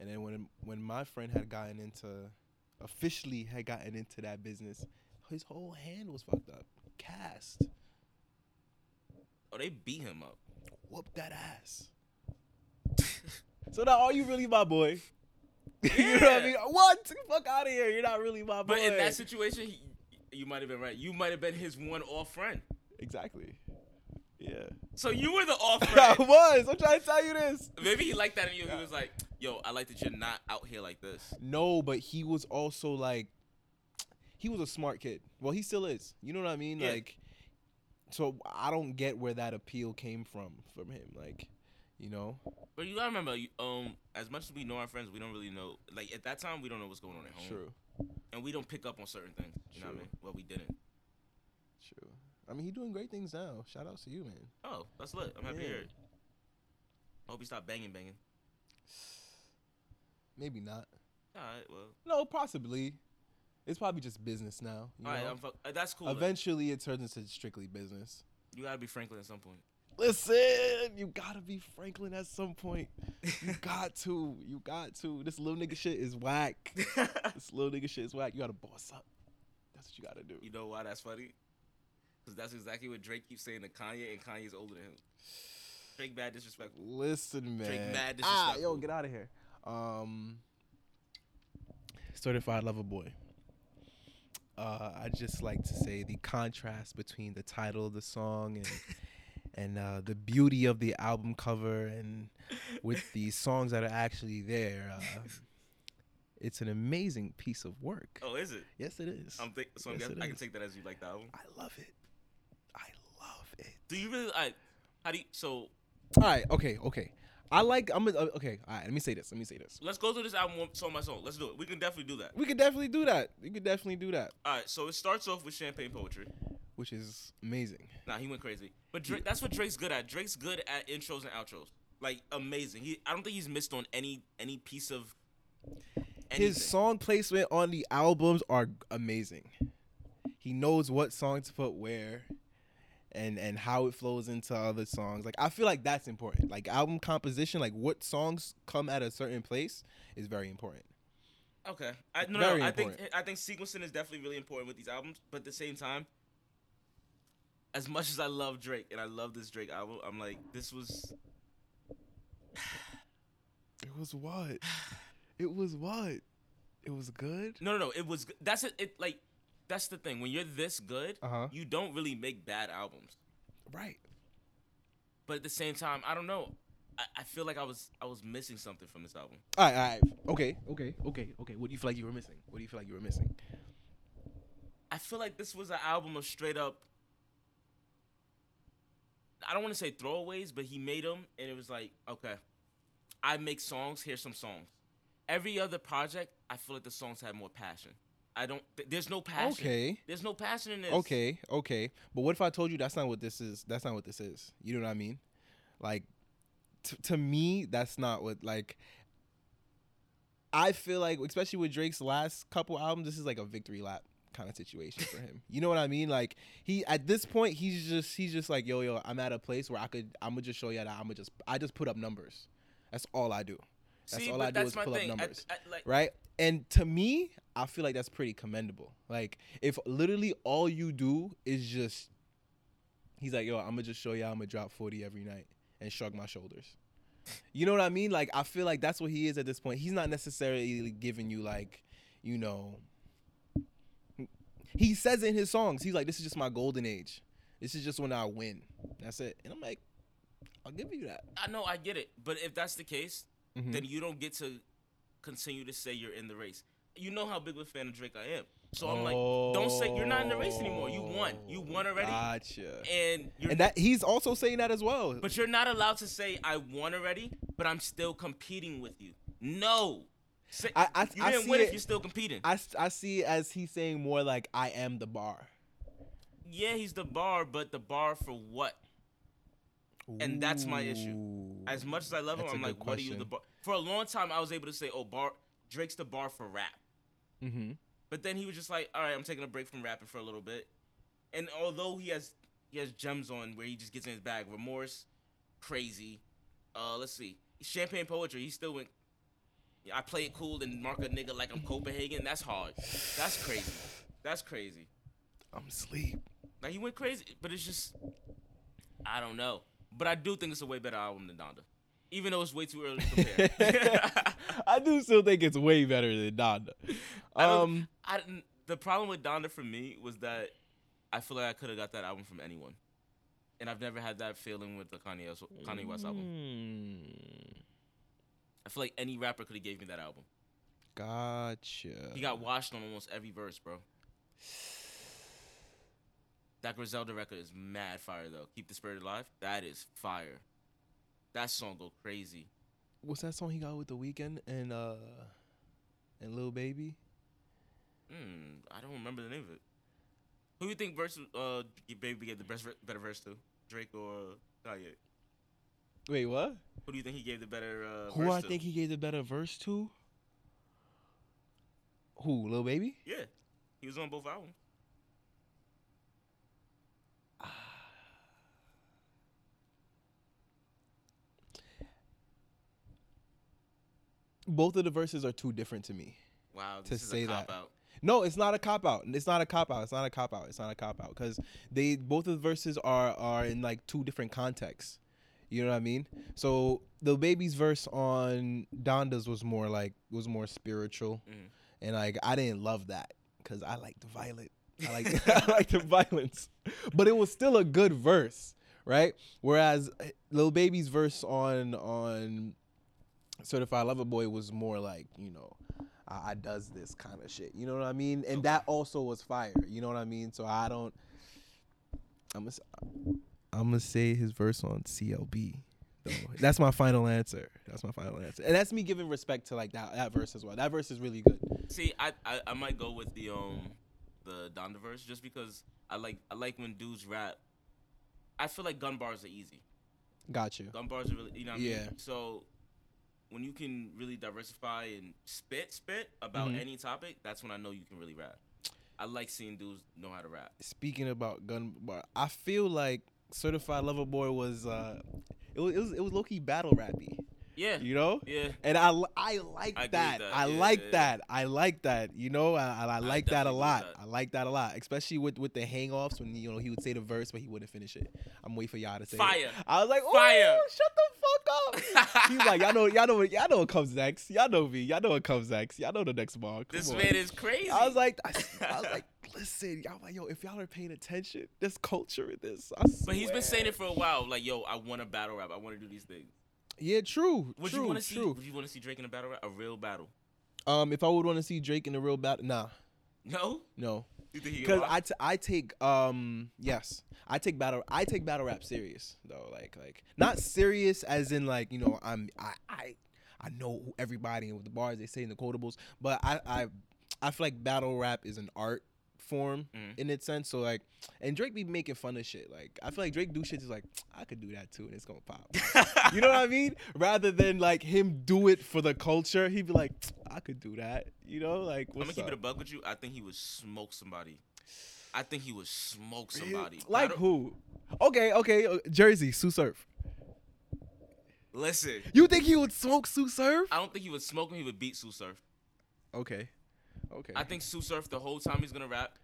S1: And then when when my friend had gotten into officially had gotten into that business, his whole hand was fucked up. Cast.
S3: Oh, they beat him up.
S1: Whoop that ass. [laughs] so now are you really my boy? [laughs] you know what I
S3: Yeah.
S1: mean? What? Fuck out of here. You're not really my boy.
S3: But in that situation, he, you might have been right. You might have been his one off friend.
S1: exactly. Yeah.
S3: So you were the
S1: [laughs]
S3: off
S1: I
S3: friend.
S1: was. I'm trying to tell you this.
S3: Maybe he liked that in you. He was like, yo, I like that you're not out here like this.
S1: No, but he was also like, he was a smart kid. Well, he still is. You know what I mean?
S3: Yeah.
S1: Like, so I don't get where that appeal came from from him. Like, you know,
S3: But you gotta remember, you- um, as much as we know our friends, we don't really know. Like at that time, we don't know what's going on at home,
S1: true,
S3: and we don't pick up on certain things. You know what I
S1: True.
S3: mean? Well, we didn't.
S1: true. I mean, he doing great things now. Shout out to you, man.
S3: Oh, that's lit. I'm happy to
S1: Yeah.
S3: hear it. I hope you stop banging, banging.
S1: Maybe not.
S3: All right, well,
S1: No, possibly. It's probably just business now. You
S3: all right.
S1: know?
S3: I'm fuck- uh, that's cool. though.
S1: Eventually, it turns into strictly business.
S3: you gotta be Franklin at
S1: [laughs]
S3: some point.
S1: Listen, you gotta be Franklin at some point.
S3: [laughs]
S1: You got to. You got to. This little nigga shit is
S3: [laughs]
S1: whack. This little nigga shit is whack. You gotta boss up. That's what you gotta do.
S3: you know why that's funny? Because that's exactly what Drake keeps saying to Kanye, and Kanye's older than him. Drake bad disrespectful.
S1: Listen, man.
S3: Drake mad
S1: ah,
S3: disrespectful.
S1: yo, get out of here. Um, certified lover boy. Uh, I just like to say the contrast between the title of the song [laughs] and and uh, the beauty of the album cover and with the songs that are actually there. Uh, it's an amazing piece of work.
S3: Oh, is it?
S1: Yes, it is.
S3: I'm think so. I'm
S1: Yes,
S3: guess-
S1: it
S3: I can
S1: is.
S3: take that as you like the album.
S1: I love it. I love it.
S3: Do you really? I, how do you? So
S1: All right. Okay. Okay. I like. I'm. gonna- Okay. All right. Let me say this. Let me say this.
S3: let's go through this album one- song by song. Let's do it. We can definitely do that.
S1: We could definitely do that. We could definitely do that.
S3: All right, so it starts off with champagne poetry.
S1: which is amazing.
S3: Nah, he went crazy. But Drake, that's what Drake's good at. Drake's good at intros and outros. Like amazing. He, I don't think he's missed on any any piece of. Anything.
S1: His song placement on the albums are g- amazing. He knows what song to put where and and how it flows into other songs. Like I feel like that's important. Like album composition, like what songs come at a certain place is very important.
S3: Okay. I, no,
S1: Very
S3: no, I think
S1: important.
S3: I think sequencing is definitely really important with these albums. But at the same time, as much as I love Drake and I love this Drake album, I'm like, this was
S1: It was what? [sighs] It was what? It was good?
S3: no, no, no. It was g- that's it. it like that's the thing. When you're this good,
S1: Uh-huh.
S3: you don't really make bad albums.
S1: Right.
S3: But at the same time, I don't know. I, I feel like I was I was missing something from this album.
S1: All right, all right. Okay, okay, okay, okay. What do you feel like you were missing? What do you feel like you were missing?
S3: I feel like this was an album of straight up. I don't want to say throwaways, but he made them, and it was like, okay, I make songs. Here's some songs. Every other project, I feel like the songs have more passion. I don't. th- there's no passion.
S1: Okay.
S3: There's no passion in this.
S1: Okay, okay. But what if I told you that's not what this is? That's not what this is. You know what I mean? Like, t- to me, that's not what, like, I feel like, especially with Drake's last couple albums, this is like a victory lap kind of situation for him. You know what I mean? Like, he, at this point, he's just, he's just like, yo, yo, I'm at a place where I could, I'm gonna just show you that I'm gonna just, I just put up numbers. That's all I do. That's
S3: See,
S1: all
S3: but
S1: I do
S3: that's
S1: is
S3: my
S1: pull up
S3: thing. I-
S1: numbers
S3: I- like,
S1: right? And to me, I feel like that's pretty commendable. Like if literally all you do is just he's like, "Yo, I'm gonna just show y'all I'm gonna drop 40 every night and shrug my shoulders." You know what I mean? Like I feel like that's what he is at this point. He's not necessarily giving you like, you know, he says in his songs, he's like, "This is just my golden age. This is just when I win." That's it. And I'm like, "I'll give you that."
S3: I know I get it, but if that's the case,
S1: Mhm.
S3: then you don't get to continue to say you're in the race. You know how big of a fan of Drake I am. So I'm like, don't say you're not in the race anymore. You won. You won already.
S1: Gotcha.
S3: and you're
S1: Ah. and that he's also saying that as well.
S3: but you're not allowed to say I won already, but I'm still competing with you. No. Say,
S1: I- I-
S3: you
S1: I
S3: didn't
S1: see
S3: win if
S1: it-
S3: you're still competing.
S1: I, s- I see it as he's saying more like I am the bar.
S3: yeah, he's the bar, but the bar for what? And that's my issue.
S1: Ooh.
S3: As much as I love him,
S1: That's a
S3: I'm like,
S1: good
S3: what are you the
S1: question.
S3: bar? For a long time, I was able to say, oh, bar Drake's the bar for rap.
S1: Mhm.
S3: But then he was just like, all right, I'm taking a break from rapping for a little bit. And although he has he has gems on where he just gets in his bag, remorse, crazy. Uh, let's see, champagne poetry. He still went. I play it cool and mark a nigga like I'm Copenhagen. That's hard. That's crazy. That's crazy.
S1: I'm asleep.
S3: Like he went crazy, but it's just I don't know. But I do think it's a way better album than Donda, even though it's way too early to
S1: [laughs]
S3: compare. [laughs]
S1: I do still think it's way better than Donda.
S3: I don't-
S1: Um,
S3: I didn't- the problem with Donda for me was that I feel like I could have got that album from anyone, and I've never had that feeling with the Kanye West, Kanye West album.
S1: mm,
S3: I feel like any rapper could have gave me that album.
S1: Gotcha.
S3: He got washed on almost every verse, bro. That Griselda record is mad fire though. Keep the spirit alive. That is fire. That song go crazy.
S1: what's that song he got with the weekend and uh and Lil Baby?
S3: Hmm, I don't remember the name of it. Who you think verse uh baby gave the best ver- better verse to? Drake or Kanye?
S1: Wait, what?
S3: Who do you think he gave the better uh,
S1: Who
S3: verse
S1: I
S3: to?
S1: think he gave the better verse to? Who, Lil Baby?
S3: Yeah, he was on both albums.
S1: Both of the verses are too different to me.
S3: Wow,
S1: To
S3: this is
S1: say
S3: a
S1: that.
S3: cop out.
S1: No, it's not a cop out. It's not a cop out. It's not a cop out. It's not a cop out because they both of the verses are are in like two different contexts. You know what I mean? So the baby's verse on Donda's was more like was more spiritual,
S3: Mhm.
S1: and like I didn't love that because I like the violent. I like [laughs] I like the violence, but it was still a good verse, right? Whereas Lil Baby's verse on on Certified Lover Boy was more like you know I, I does this kind of shit. You know what I mean? And that also was fire. You know what I mean? So I don't. I'm gonna. I'm gonna say his verse on CLB. Though. That's my final answer. That's my final answer, and that's me giving respect to like that that verse as well. That verse is really good.
S3: See, I, I I might go with the um the Donda verse just because I like I like when dudes rap. I feel like gun bars are easy.
S1: Got you.
S3: Gun bars are really, you know what I
S1: Yeah.
S3: mean? So when you can really diversify and spit, spit about
S1: Mhm.
S3: any topic, that's when I know you can really rap. I like seeing dudes know how to rap.
S1: Speaking about gun bar, I feel like Certified Lover Boy was uh, it was it was, it was low key battle rappy.
S3: Yeah.
S1: You know.
S3: Yeah.
S1: And I, li- I like
S3: I agree with
S1: that.
S3: that,
S1: I
S3: yeah,
S1: like
S3: yeah.
S1: that. I like that. You know, I, I, I like that
S3: definitely
S1: a
S3: agree with
S1: lot.
S3: that.
S1: I like that a lot, especially with with the hang offs when you know he would say the verse but he wouldn't finish it. I'm waiting for y'all to say it.
S3: Fire.
S1: [laughs] I was like,
S3: Fire.
S1: Fire. shut the
S3: [laughs]
S1: fuck up. He's like, y'all know, y'all know, what- y'all know what comes next. Y'all know me. Y'all know what comes next. Y'all know the next bar. Come
S3: This
S1: on.
S3: man is crazy.
S1: I was like, I, I was [laughs] like, listen, y'all like, yo, if y'all are paying attention, there's culture in this. I
S3: but he's
S1: swear.
S3: been saying it for a while. Like, yo, I want to battle rap. I want to do these things.
S1: yeah, true,
S3: Would you
S1: true,
S3: want to see?
S1: true.
S3: Would you want to see Drake in a battle rap? A real battle?
S1: Um, if I would want to see Drake in the real battle, nah,
S3: No.
S1: no,
S3: You think he?
S1: because I, t- I take um yes I take battle I take battle rap serious though like like not serious as in like you know I'm I I, I know who everybody and what the bars they say in the quotables but I I I feel like battle rap is an art form
S3: Mhm.
S1: in its sense so like and Drake be making fun of shit like I feel like Drake do shit is like I could do that too and it's gonna pop
S3: [laughs]
S1: you know what I mean [laughs] rather than like him do it for the culture he'd be like I could do that you know like
S3: I'm
S1: what's
S3: gonna keep it
S1: up?
S3: a bug with you. I think he would smoke somebody. I think he would smoke
S1: Really?
S3: somebody. But I
S1: Like
S3: don't-
S1: who? Okay, okay. uh, Jersey, Sue Surf.
S3: Listen,
S1: You think he would smoke Sue Surf?
S3: I don't think he would smoke him. He would beat Sue Surf.
S1: Okay. Okay.
S3: I think Sue Surf the whole time he's gonna rap,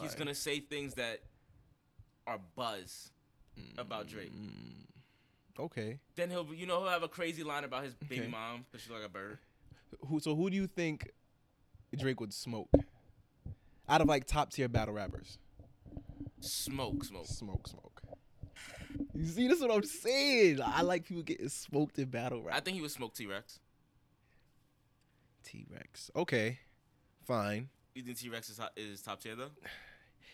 S3: he's
S1: Fine.
S3: gonna say things that are buzz
S1: Mm-hmm.
S3: about Drake.
S1: Mm. Okay.
S3: Then he'll, be- you know, he'll have a crazy line about his baby
S1: Okay.
S3: mom because she's like a bird.
S1: Who? So who do you think Drake would smoke? Out of like top tier battle rappers,
S3: Smoke, smoke.
S1: smoke, smoke. You see, this is what I'm saying. I like people getting smoked in battle
S3: I
S1: rap.
S3: think he would smoke T Rex.
S1: T Rex. Okay. Fine.
S3: You think T Rex is, hot- is top tier though?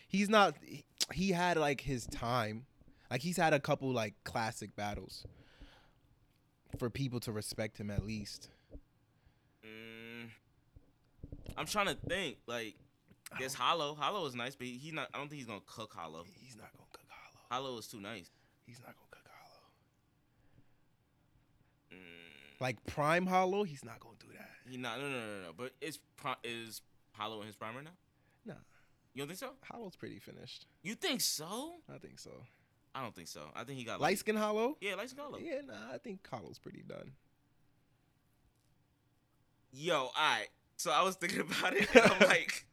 S1: He's not. he- He had like his time. Like he's had a couple like classic battles for people to respect him at least.
S3: Mm, I'm trying to think. Like, there's Hollow. Hollow is nice, but he- he not. I don't think he's gonna cook Hollow.
S1: He's not gonna cook hollow.
S3: Hollow is too nice.
S1: He's not gonna cook hollow.
S3: Mm,
S1: Like prime hollow, he's not gonna do that.
S3: he not. No, no, no, no. But is Pro- is Hollow in his prime right now?
S1: Nah.
S3: You don't think so?
S1: Hollow's pretty finished.
S3: You think so?
S1: I think so.
S3: I don't think so. I think he got
S1: Light skin hollow.
S3: Yeah, light skin Hollow.
S1: Yeah, nah, I think hollow's pretty done.
S3: Yo, all right. So I was thinking about it. And
S1: [laughs]
S3: I'm like,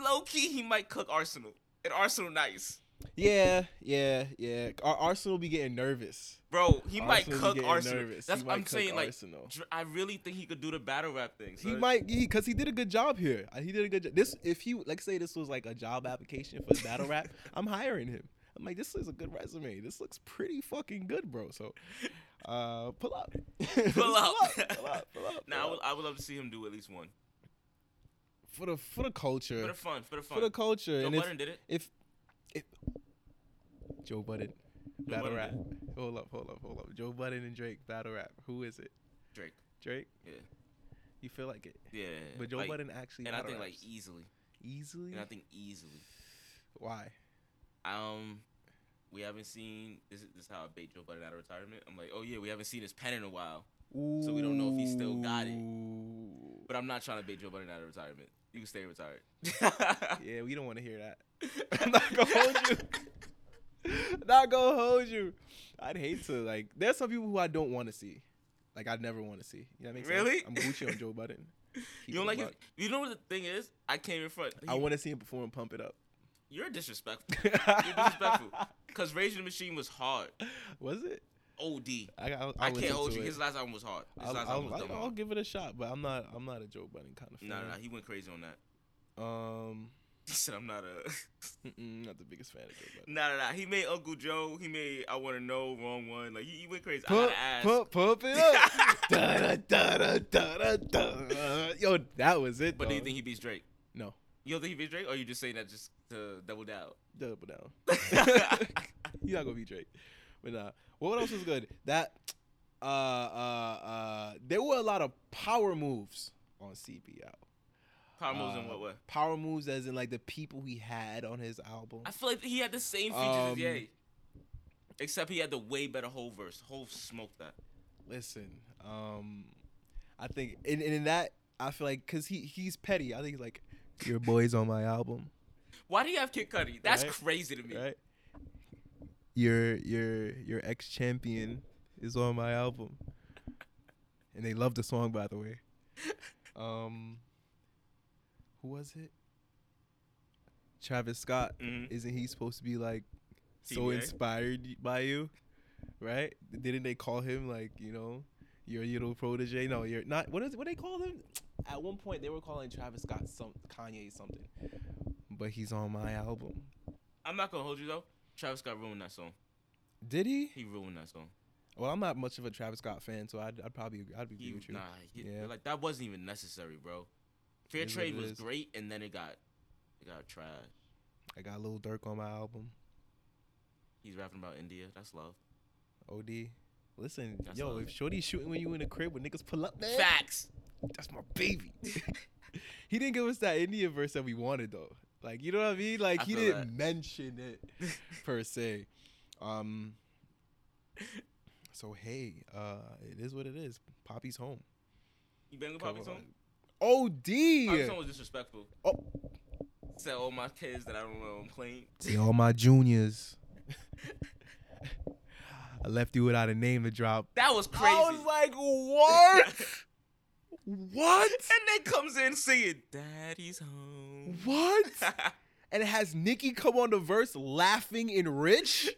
S3: low key, he might cook Arsenal. And Arsenal, nice,
S1: Yeah, yeah, yeah. Our Arsenal be getting nervous.
S3: bro. He might
S1: Arsenal be
S3: cook
S1: getting
S3: Arsenal.
S1: nervous.
S3: That's
S1: He
S3: what
S1: might
S3: I'm
S1: cook
S3: saying. Like,
S1: Arsenal.
S3: dr- I really think he could do the battle rap
S1: He
S3: thing. son.
S1: might, he because he did a good job here. Uh, He did a good job. This, if he, like, say this was like a job application for battle
S3: [laughs]
S1: rap, I'm hiring him. I'm like, this is a good resume. This looks pretty fucking good, bro. So, uh, pull up, [laughs]
S3: pull up.
S1: pull up, pull up.
S3: Now I [laughs]
S1: pull
S3: would,
S1: up.
S3: I would love to see him do at least one
S1: for the for the culture,
S3: for the fun, for the fun.
S1: for the culture,
S3: Joe
S1: and if,
S3: Budden did it.
S1: if if Joe Budden battle
S3: Budden
S1: rap,
S3: did
S1: hold up, hold up, hold up. Joe Budden and Drake battle rap. Who is it?
S3: Drake.
S1: Drake.
S3: Yeah.
S1: You feel like it,
S3: Yeah.
S1: but Joe
S3: like-
S1: Budden actually.
S3: And I
S1: battle
S3: think like
S1: raps.
S3: easily.
S1: easily.
S3: And I think easily.
S1: Why?
S3: Um, we haven't seen. This is, this is how I bait Joe Budden out of retirement. I'm like, oh yeah, we haven't seen his pen in a while. we don't know if he still got it.
S1: Ooh.
S3: But I'm not trying to bait Joe Budden out of retirement. You can stay retired. [laughs] I'm
S1: Yeah, we don't want to hear that. [laughs] I'm not gonna hold you. [laughs] not gonna hold you. I'd hate to like. There's some people who I don't want to see. Like I'd never want to see. You know what I mean?
S3: Really?
S1: I'm Gucci on Joe
S3: [laughs]
S1: Budden. Keep
S3: You don't
S1: it
S3: like
S1: a
S3: his,
S1: buck.
S3: [laughs] You know what the thing is? I came in front.
S1: I want to see him perform Pump It Up.
S3: You're disrespectful. You're disrespectful. Cause Rage in the Machine was hard.
S1: [laughs] Was it?
S3: Od.
S1: I got.
S3: I can't hold you.
S1: It.
S3: His last album was hard. His
S1: I'll,
S3: last
S1: I'll,
S3: album was
S1: I'll,
S3: dumb.
S1: I'll
S3: hard.
S1: give it a shot, but I'm not. I'm not a Joe Budden kind of fan.
S3: No, no, no, he went crazy on that. [laughs]
S1: Um,
S3: He said, "I'm not a." [laughs]
S1: mm-mm, not the biggest fan of Joe Budden.
S3: Nah, nah, nah. He made Uncle Joe. He made I Want to Know. Wrong one. Like he, he went crazy. I
S1: Pump,
S3: gotta ask. [laughs]
S1: pump, pump it up. da, da, da, da, da, da. Yo, that was it.
S3: but do you
S1: dog.
S3: think he beats Drake?
S1: No,
S3: You don't think he beats Drake, or you just saying that just to double down? [laughs]
S1: double down. He's not gonna be Drake. But nah. Well, what else was good? That uh uh uh there were a lot of power moves on CBL.
S3: Power moves in
S1: Uh,
S3: what way?
S1: Power moves, as in like the people he had on his album.
S3: I feel like he had the same features as
S1: Um,
S3: Ye, except he had the way better whole verse. Whole smoked that.
S1: Listen, um, I think in in that I feel like because he he's petty. I think he's like your boy's on my album,
S3: Why do you have Kid Cudi? That's
S1: Right?
S3: crazy to me.
S1: right? Your your your ex champion is on my album, and they love the song by the way. Um, who was it? Travis Scott.
S3: Mhm.
S1: Isn't he supposed to be like so
S3: TBA?
S1: inspired y- by you, right? Didn't they call him like you know your little protege? No, you're not. What is what they call him? At one point they were calling Travis Scott some Kanye something, but he's on my album.
S3: I'm not gonna hold you though. Travis Scott ruined that song.
S1: Did he?
S3: He ruined that song.
S1: Well, I'm not much of a Travis Scott fan, so I'd, I'd probably I'd be
S3: He,
S1: agree with you.
S3: nah, he-
S1: Yeah.
S3: like that wasn't even necessary, bro. Fair
S1: It is what
S3: trade
S1: it
S3: was
S1: is.
S3: great, and then it got it got trash.
S1: I got Lil Durk on my album.
S3: He's rapping about India. That's love.
S1: Od. Listen,
S3: That's
S1: yo,
S3: all.
S1: if Shorty's shooting when you in the crib, when niggas pull up, man,
S3: Facts.
S1: that's my baby. [laughs] he didn't give us that Indian verse that we wanted though. Like you know what I mean? Like
S3: I
S1: he
S3: feel
S1: didn't mention it
S3: [laughs]
S1: per se. Um. So hey, uh, it is what it is. Poppy's home.
S3: You been with Poppy song?
S1: Od.
S3: Poppy song was disrespectful.
S1: Oh.
S3: Said all my kids that I don't know I'm playing.
S1: They all my juniors. [laughs] I left you without a name to drop.
S3: That was crazy.
S1: I
S3: [laughs]
S1: was like, what? what?
S3: and then comes in singing, "Daddy's home." [laughs]
S1: What? [laughs] and it has Nikki come on the verse laughing in Rich?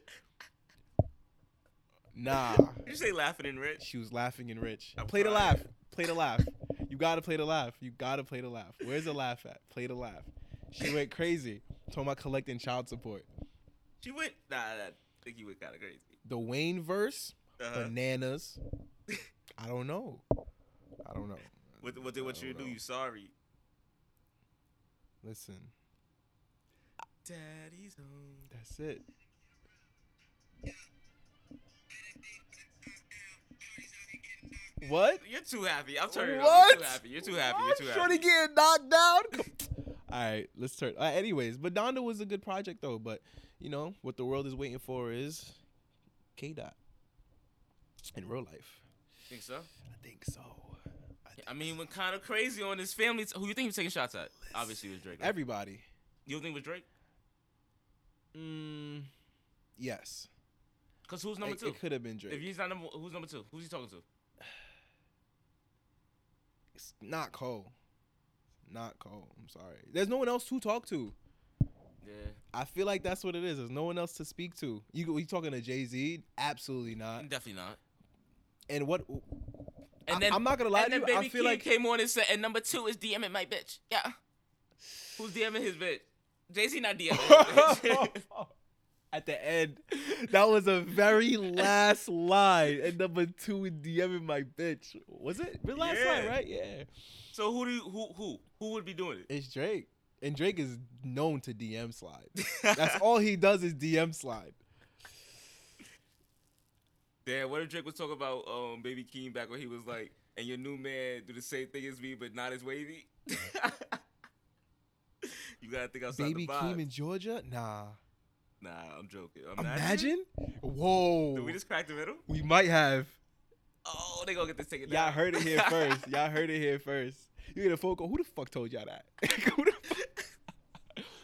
S1: Nah.
S3: you say laughing and rich.
S1: She was laughing in Rich.
S3: I'm
S1: Play the
S3: crying.
S1: laugh. Play the laugh. You gotta play the laugh. You gotta play the laugh. Where's the laugh at? Play the laugh. She went crazy. Talking about collecting child support.
S3: She went. Nah, nah, I think you went kind of crazy.
S1: The Wayne verse,
S3: Uh-huh.
S1: bananas. I don't know. I don't know.
S3: What what what
S1: I
S3: you
S1: don't
S3: do?
S1: know.
S3: You sorry?
S1: Listen,
S3: Daddy's home.
S1: that's it. What?
S3: You're too happy. I'm turning
S1: What?
S3: it up. You're too happy. You're too happy. You're too
S1: Shorty
S3: happy.
S1: getting knocked down. [laughs] All right, let's turn. Uh, anyways, but Donda was a good project though. But you know what the world is waiting for is K dot in real life.
S3: Think so?
S1: I think so. I think
S3: I mean, he went kind of crazy on his family. Who you think he was taking shots at? Obviously, it was Drake. right?
S1: everybody.
S3: you don't think it was Drake?
S1: Mm, yes.
S3: Because who's number
S1: It-
S3: two?
S1: It could have been Drake.
S3: if he's not number, who's number two? Who's he talking to?
S1: It's not Cole. Not Cole. I'm sorry. There's no one else to talk to.
S3: Yeah.
S1: I feel like that's what it is. There's no one else to speak to. You go- you talking to Jay Z? Absolutely not.
S3: Definitely not.
S1: And what?
S3: And
S1: I,
S3: then
S1: I'm not gonna lie
S3: and
S1: to
S3: then
S1: you.
S3: Baby
S1: I feel
S3: Keem
S1: like
S3: came on and said, and number two is DMing my bitch. Yeah. Who's DMing his bitch? Jay Z not DMing.
S1: [laughs]
S3: His bitch. [laughs]
S1: at the end, that was a very last line. And number two, DMing my bitch. Was it the last line?
S3: Yeah.
S1: Right? Yeah.
S3: so who do you, who who who would be doing it?
S1: It's Drake, and Drake is known to DM slide. That's all he does is DM
S3: [laughs]
S1: slide.
S3: Damn, what if Drake was talking about um, Baby Keem back when he was like, and your new man do the same thing as me, but not as wavy? [laughs] you gotta think outside
S1: Baby
S3: the box.
S1: Keem in Georgia? Nah.
S3: nah, I'm joking.
S1: Imagine? Whoa.
S3: Did we just crack the middle?
S1: We might have.
S3: Oh, they gonna get this ticket.
S1: Y'all heard it [laughs]
S3: [laughs]
S1: here first. Y'all heard it here first. You get a phone call. Who the fuck told y'all that? [laughs] Who the fuck?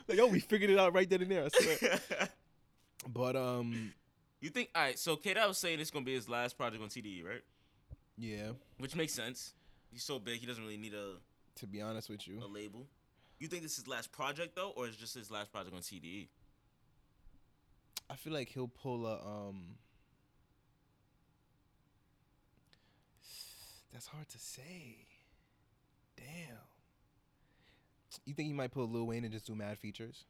S1: Like, oh, we figured it out right then and there. I swear. [laughs] but um,
S3: you think? All right, so K. Dot was saying it's gonna be his last project on TDE, right?
S1: yeah.
S3: Which makes sense. He's so big, he doesn't really need a,
S1: To be honest with
S3: a
S1: you,
S3: label. You think this is his last project though, or is just his last project on E? TDE?
S1: I feel like he'll pull a um. That's hard to say. Damn. You think he might pull Lil Wayne and just do mad features?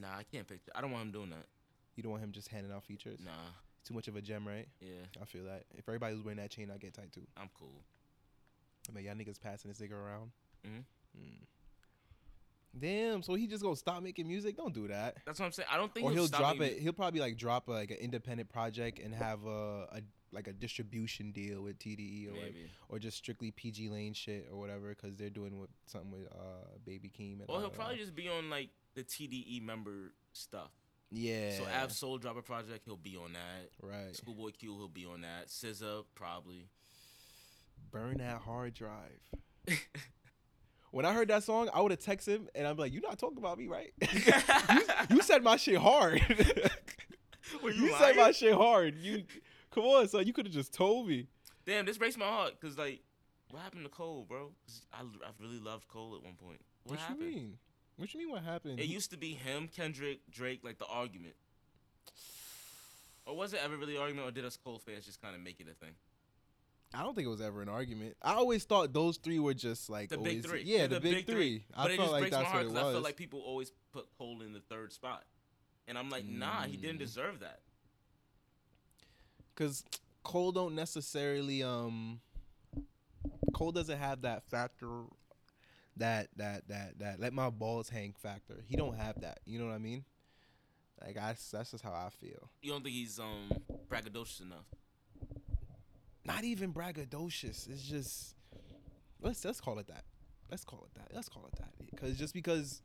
S3: Nah, I can't picture. I don't want him doing that.
S1: You don't want him just handing out features?
S3: Nah,
S1: Too much of a gem, right?
S3: yeah,
S1: I feel that. If everybody was wearing that chain, I'd get tight too.
S3: I'm cool.
S1: I mean, y'all niggas passing this nigga around.
S3: Mhm.
S1: Mm. Damn, so he just gonna stop making music? Don't do that.
S3: That's what I'm saying. I don't think
S1: Or
S3: he'll,
S1: he'll
S3: stop
S1: drop
S3: making
S1: it. He'll probably like drop like an independent project and have a, a like a distribution deal with TDE or like,
S3: Maybe.
S1: or just strictly PG Lane shit or whatever because they're doing with something with uh Baby Keem. And
S3: Or
S1: all
S3: he'll
S1: that.
S3: probably just be on like the TDE member stuff.
S1: yeah.
S3: So Av Soul Dropper Project, he'll be on that.
S1: right.
S3: Schoolboy Q, he'll be on that. SZA, probably.
S1: Burn that hard drive.
S3: [laughs]
S1: When I heard that song, I would have texted him and I'm like, "You not talking about me, right? [laughs] [laughs] you,
S3: [laughs]
S1: you said my shit hard. [laughs]
S3: Were
S1: you
S3: lying?
S1: said my shit hard. You come on, son. You could have just told me.
S3: Damn, this breaks my heart because like, what happened to Cole, bro? 'Cause I, I really loved Cole at one point. What,
S1: What,
S3: happened?
S1: you mean? What you mean? What happened?
S3: It used to be him, Kendrick, Drake, like the argument. Or was it ever really argument, or did us Cole fans just kind of make it a thing?
S1: I don't think it was ever an argument. I always thought those three were just like
S3: The
S1: always,
S3: big three,
S1: Yeah, the, big, three. I
S3: but it
S1: felt
S3: just
S1: like
S3: breaks my
S1: that's what
S3: heart
S1: it was.
S3: I feel like people always put Cole in the third spot, and I'm like, nah, he didn't
S1: Mm.
S3: deserve that.
S1: because Cole don't necessarily um Cole doesn't have that factor that that that that let my balls hang factor. He don't have that. You know what I mean? Like I that's just how I feel.
S3: You don't think he's um braggadocious enough?
S1: Not even braggadocious. It's just let's let's call it that. Let's call it that. Let's call it that. Because just because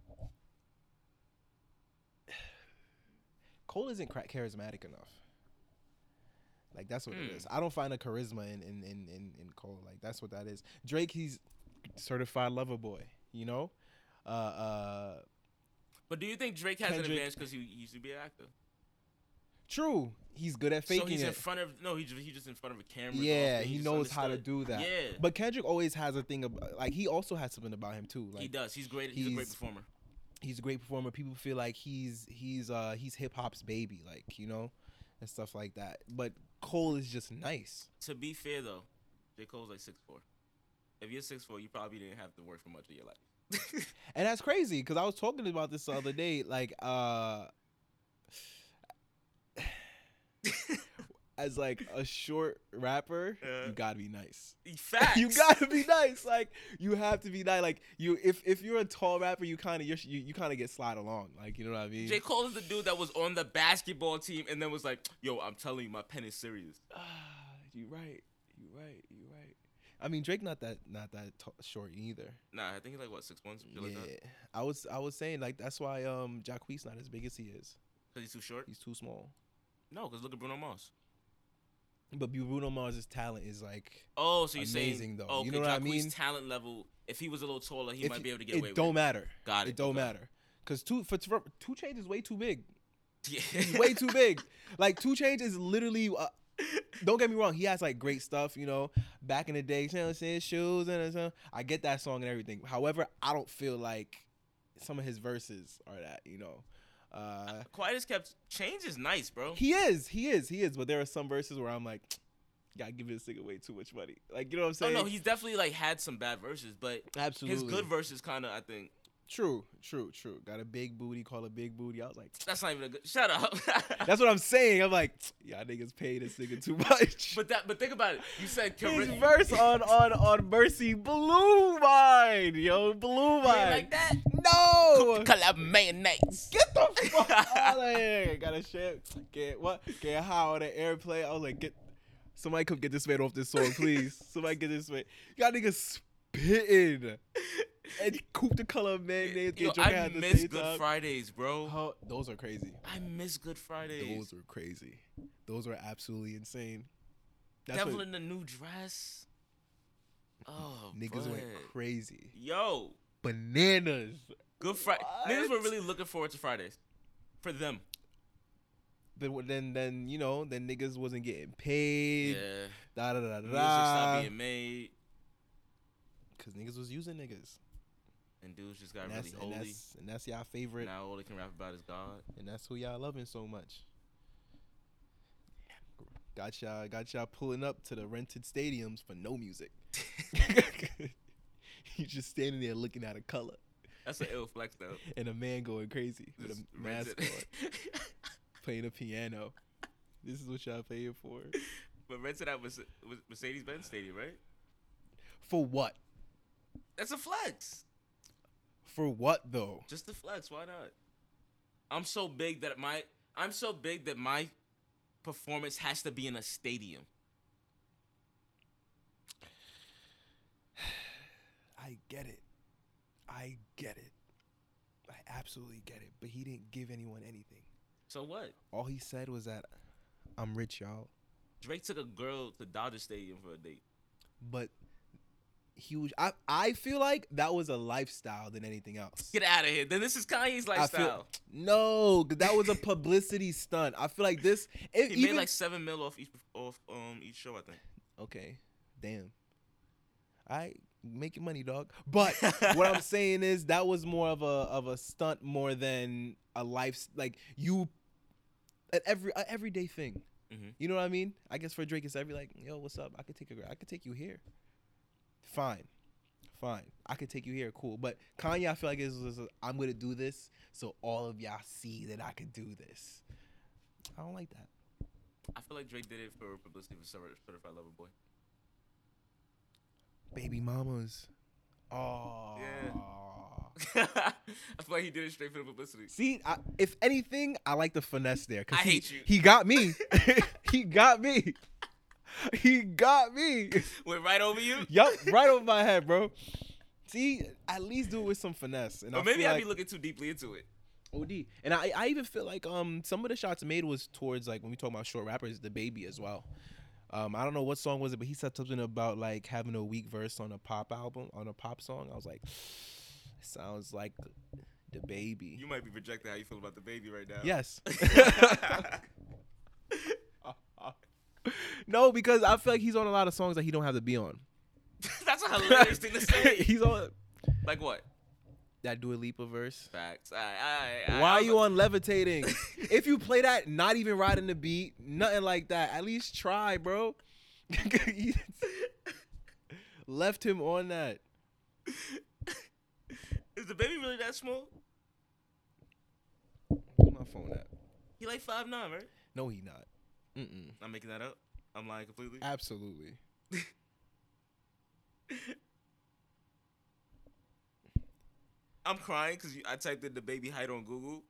S1: [sighs] Cole isn't cra- charismatic enough. Like that's what it
S3: Hmm.
S1: is. I don't find a charisma in in, in in in Cole. Like that's what that is. Drake, he's certified lover boy. You know, uh, uh,
S3: But do you think Drake has an
S1: Kendrick-
S3: advantage because he used to be an actor?
S1: true. He's good at faking
S3: so he's
S1: it.
S3: in front of no, he's he's just in front of a camera. and
S1: yeah,
S3: all,
S1: he
S3: just
S1: knows how to
S3: understood.
S1: do that.
S3: Yeah,
S1: But Kendrick always has a thing about like he also has something about him too. Like
S3: he does. He's great. He's, a great
S1: he's-
S3: performer.
S1: he's a great performer. People feel like he's he's uh he's hip hop's baby, like you know, and stuff like that. But Cole is just nice.
S3: To be fair though, J Cole's like six four. If you're six four, you probably didn't have to work for much of your life. [laughs]
S1: And that's crazy because I was talking about this the other day. Like, uh, [sighs] as like a short rapper,
S3: Yeah.
S1: you gotta be nice.
S3: Facts.
S1: You gotta be nice. Like, you have to be nice. Like, you if if you're a tall rapper, you kind of you you kind of get slide along. Like, you know what I mean?
S3: J Cole is the dude that was on the basketball team and then was like, "Yo, I'm telling you, my pen is serious."
S1: Ah, [sighs] you right. You right. You right. I mean, Drake not that not that t- short either.
S3: Nah, I think he's like what six one,
S1: Yeah,
S3: something like that. Cause
S1: I was I was saying like that's why um Jacquees not as big as he is.
S3: he's too short.
S1: He's too small.
S3: No, cause look at Bruno Mars.
S1: But Bu- Bruno Mars's talent is like
S3: Oh, so you're
S1: Amazing,
S3: saying
S1: though.
S3: Okay,
S1: You know what I
S3: Jacquees'
S1: mean?
S3: Talent level. If he was a little taller, he
S1: if
S3: might
S1: you-
S3: be able to get
S1: it
S3: away with
S1: don't
S3: it.
S1: matter.
S3: Got
S1: It
S3: it.
S1: don't
S3: Got
S1: matter because two for, for two change is way too big. He's
S3: [laughs] Yeah. [laughs]
S1: way too big. Like two change is literally. Uh, don't get me wrong. He has like great stuff, you know. Back in the day, you know what I'm saying shoes and uh, I get that song and everything. However, I don't feel like some of his verses are that, you know. Uh,
S3: Quiet as kept. Change is nice, bro.
S1: he is, he is, he is. But there are some verses where I'm like, gotta give this nigga way too much money. Like you know what I'm
S3: oh
S1: saying?
S3: no, he's definitely like had some bad verses, but
S1: absolutely
S3: his good verses kind of I think
S1: True, true, true. Got a big booty, call a big booty. I was like,
S3: that's not even a good. Shut up. [laughs]
S1: that's what I'm saying. I'm like, y'all niggas pay this nigga too [laughs] much.
S3: but that. But think about it. You said
S1: His
S3: charisma. [laughs]
S1: verse oh on on on Mercy blew mine, yo, blew mine.
S3: like that.
S1: No, [laughs]
S3: Color mayonnaise.
S1: get
S3: [laughs]
S1: the fuck out of here. Got a shit. Get what? Get high on an airplane. I was like, get somebody come get this man off this song,
S3: [laughs]
S1: please. somebody get this man. Y'all niggas spitting and coop the color of mayonnaise.
S3: Yo,
S1: Get drunk
S3: I
S1: at the
S3: miss
S1: same
S3: Good
S1: time.
S3: Fridays, bro.
S1: How- those are crazy.
S3: I miss Good Fridays.
S1: Those were crazy. Those were absolutely insane. That's
S3: Devil
S1: what
S3: in the new dress. Oh,
S1: niggas went
S3: bruh.
S1: crazy.
S3: Yo,
S1: Bananas.
S3: Good Friday. Niggas were
S1: What?
S3: really looking forward to Fridays. For them.
S1: Then then then you know then niggas wasn't getting paid.
S3: yeah.
S1: Da da da
S3: Music stopped
S1: da.
S3: being made,
S1: Because niggas was using niggas.
S3: and dudes just got
S1: and
S3: really
S1: that's, and
S3: holy.
S1: that's and that's y'all favorite,
S3: Now all they can rap about is God.
S1: and that's who y'all loving so much. Got y'all, got y'all pulling up to the rented stadiums for no
S3: [laughs]
S1: music. you just standing there looking at a color,
S3: That's an ill flex though.
S1: and a man going crazy [laughs] with
S3: Just
S1: a
S3: rent
S1: mask on,
S3: it.
S1: playing a piano. This is what y'all paying for.
S3: [laughs] but rented out was Mercedes Benz Stadium, right?
S1: For what?
S3: That's a flex.
S1: For what though?
S3: Just a flex. Why not? I'm so big that my I'm so big that my performance has to be in a stadium.
S1: I get it. I get it. I absolutely get it. But he didn't give anyone anything.
S3: So what?
S1: All he said was that I'm rich, y'all.
S3: Drake took a girl to Dodger Stadium for a date.
S1: But he was. I I feel like that was a lifestyle than anything else.
S3: Get out of here. Then this is Kanye's
S1: I
S3: lifestyle.
S1: feel- No, 'cause that was a publicity stunt. I feel like this. If
S3: He
S1: even,
S3: made like seven mil off each off um each show, I think.
S1: okay, damn. I make your money, dog. But what I'm saying is that was more of a of a stunt more than a life like you an every a everyday thing.
S3: Mhm.
S1: You know what I mean? I guess for Drake it's every like, yo, what's up? I could take a girl. I could take you here. Fine. Fine. I could take you here, cool. But Kanye, I feel like is is- I'm gonna do this so all of y'all see that I could do this. I don't like that.
S3: I feel like Drake did it for publicity for Certi- Certified Lover Boy. [laughs]
S1: Baby mamas. Oh.
S3: I feel like he did it straight for the publicity.
S1: See, I, if anything, I like the finesse there. 'cause
S3: I
S1: he,
S3: hate you.
S1: He got
S3: [laughs]
S1: me. [laughs] he got me. He got me.
S3: Went right over you.
S1: yup, right over my head, bro. See, at least do it with some finesse. And I
S3: Or maybe
S1: feel
S3: I'd
S1: like
S3: be looking too deeply into it.
S1: OD. And I, I even feel like um some of the shots made was towards like when we talk about short rappers, the baby as well. Um, I don't know what song was it, but he said something about like having a weak verse on a pop album on a pop song. I was like, sounds like the baby.
S3: You might be projecting how you feel about the baby right now.
S1: Yes. [laughs] no, because I feel like he's on a lot of songs that he don't have to be on.
S3: [laughs] That's a hilarious thing
S1: [laughs]
S3: to say.
S1: he's on
S3: Like what?
S1: that Dua Lipa verse.
S3: Facts. All right, all right, all right.
S1: Why
S3: I
S1: are
S3: was
S1: you
S3: like-
S1: on levitating?
S3: [laughs]
S1: if you play that, not even riding the beat, nothing like that. At least try, bro. [laughs] Left him on that.
S3: Is the baby really that small?
S1: Where my phone at?
S3: He like five nine, right?
S1: No, he not. Mm-mm.
S3: I'm making that up. I'm lying completely.
S1: Absolutely.
S3: I'm crying because I typed in the baby height on Google,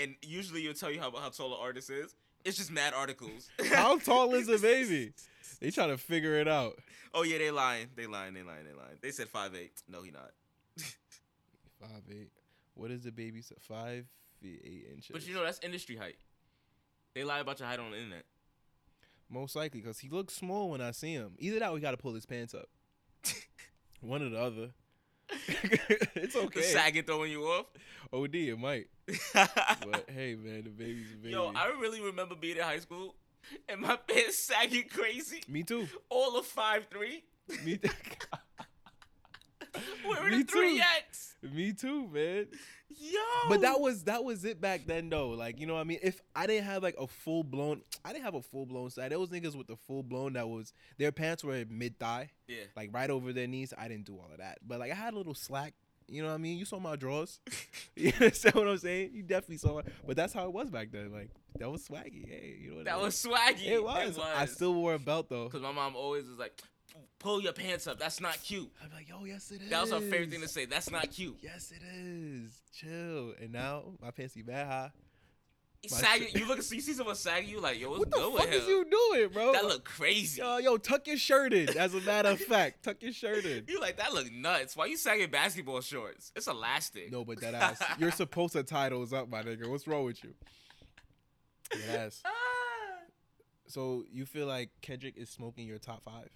S3: and usually it'll tell you how, how tall an artist is. It's just mad articles.
S1: How
S3: [laughs]
S1: tall is the baby? They trying to figure it out.
S3: Oh yeah, they lying. They lying. They lying. They lying. They said five eight. No, he not.
S1: Five eight. What is the baby? s- Five feet eight inches.
S3: But you know that's industry height. They lie about your height on the internet.
S1: most likely because he looks small when I see him. Either that, or we got to pull his pants
S3: [laughs]
S1: up. One or the other. it's [laughs] okay.
S3: The sag it throwing you off.
S1: Od, it might. But hey, man, the baby's a baby.
S3: [laughs] Yo, I really remember being in high school and my pants sagging crazy.
S1: me too.
S3: All of five three. [laughs]
S1: Me, [laughs]
S3: Where are
S1: Me
S3: the three
S1: too.
S3: X?
S1: me too, man.
S3: Yo.
S1: But that was that was it back then though. Like, you know what I mean? If I didn't have like a full blown I didn't have a full blown side. There was niggas with the full blown that was their pants were mid thigh.
S3: Yeah.
S1: Like right over their knees. I didn't do all of that. But like I had a little slack. You know what I mean? You saw my
S3: [laughs]
S1: drawers. [laughs] you understand what I'm saying? You definitely saw it. But that's how it was back then. Like that was swaggy. Hey, you know what I
S3: That
S1: mean?
S3: was swaggy.
S1: it was. I still wore a belt though.
S3: Because my mom always was like, pull your pants up. That's not cute.
S1: I'm like, yo, yes it is.
S3: That was her favorite thing to say. That's not cute.
S1: Yes it is. Chill. And now my pants be mad high. My
S3: Sagging,
S1: shit-
S3: you look, you see someone sagging, you like, yo, what's
S1: What the
S3: good
S1: fuck
S3: with him?
S1: is you doing, bro?
S3: That look crazy.
S1: Yo, yo, tuck your shirt in. As a matter of fact, tuck your shirt
S3: [laughs]
S1: in.
S3: You like that look nuts. Why you sagging basketball shorts? It's elastic.
S1: No, but that ass. You're supposed to tie those up, my nigga. What's wrong with you? That ass.
S3: Ah.
S1: So you feel like Kendrick is smoking your top five?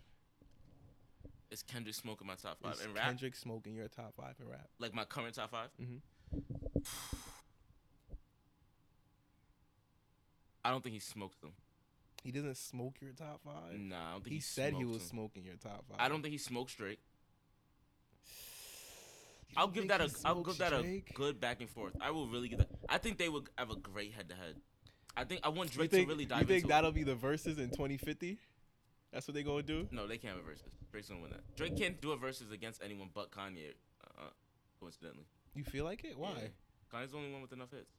S3: It's Kendrick smoking my top five
S1: Is
S3: and rap,
S1: Kendrick smoking your top five in rap?
S3: like my current top 5
S1: Mhm.
S3: I don't think he smoked them.
S1: He doesn't smoke your top five.
S3: Nah, I don't think
S1: he,
S3: he,
S1: said he
S3: smoked
S1: was
S3: them.
S1: smoking your top five.
S3: I don't think he smoked straight.
S1: You
S3: I'll
S1: don't
S3: give
S1: think
S3: that
S1: he
S3: a I'll
S1: smokes
S3: give that a
S1: Drake?
S3: good back and forth. I will really give that. I think they would have a great head to head. I think I want
S1: You
S3: Drake
S1: think,
S3: to really
S1: you
S3: dive
S1: think
S3: into
S1: that'll be the verses in 2050? That's what they gonna do?
S3: it. No, they can't have a versus. Drake's gonna win that. Drake can't do a versus against anyone but Kanye. Uh, coincidentally,
S1: You feel like it? Why?
S3: Yeah. Kanye's the only one with enough hits.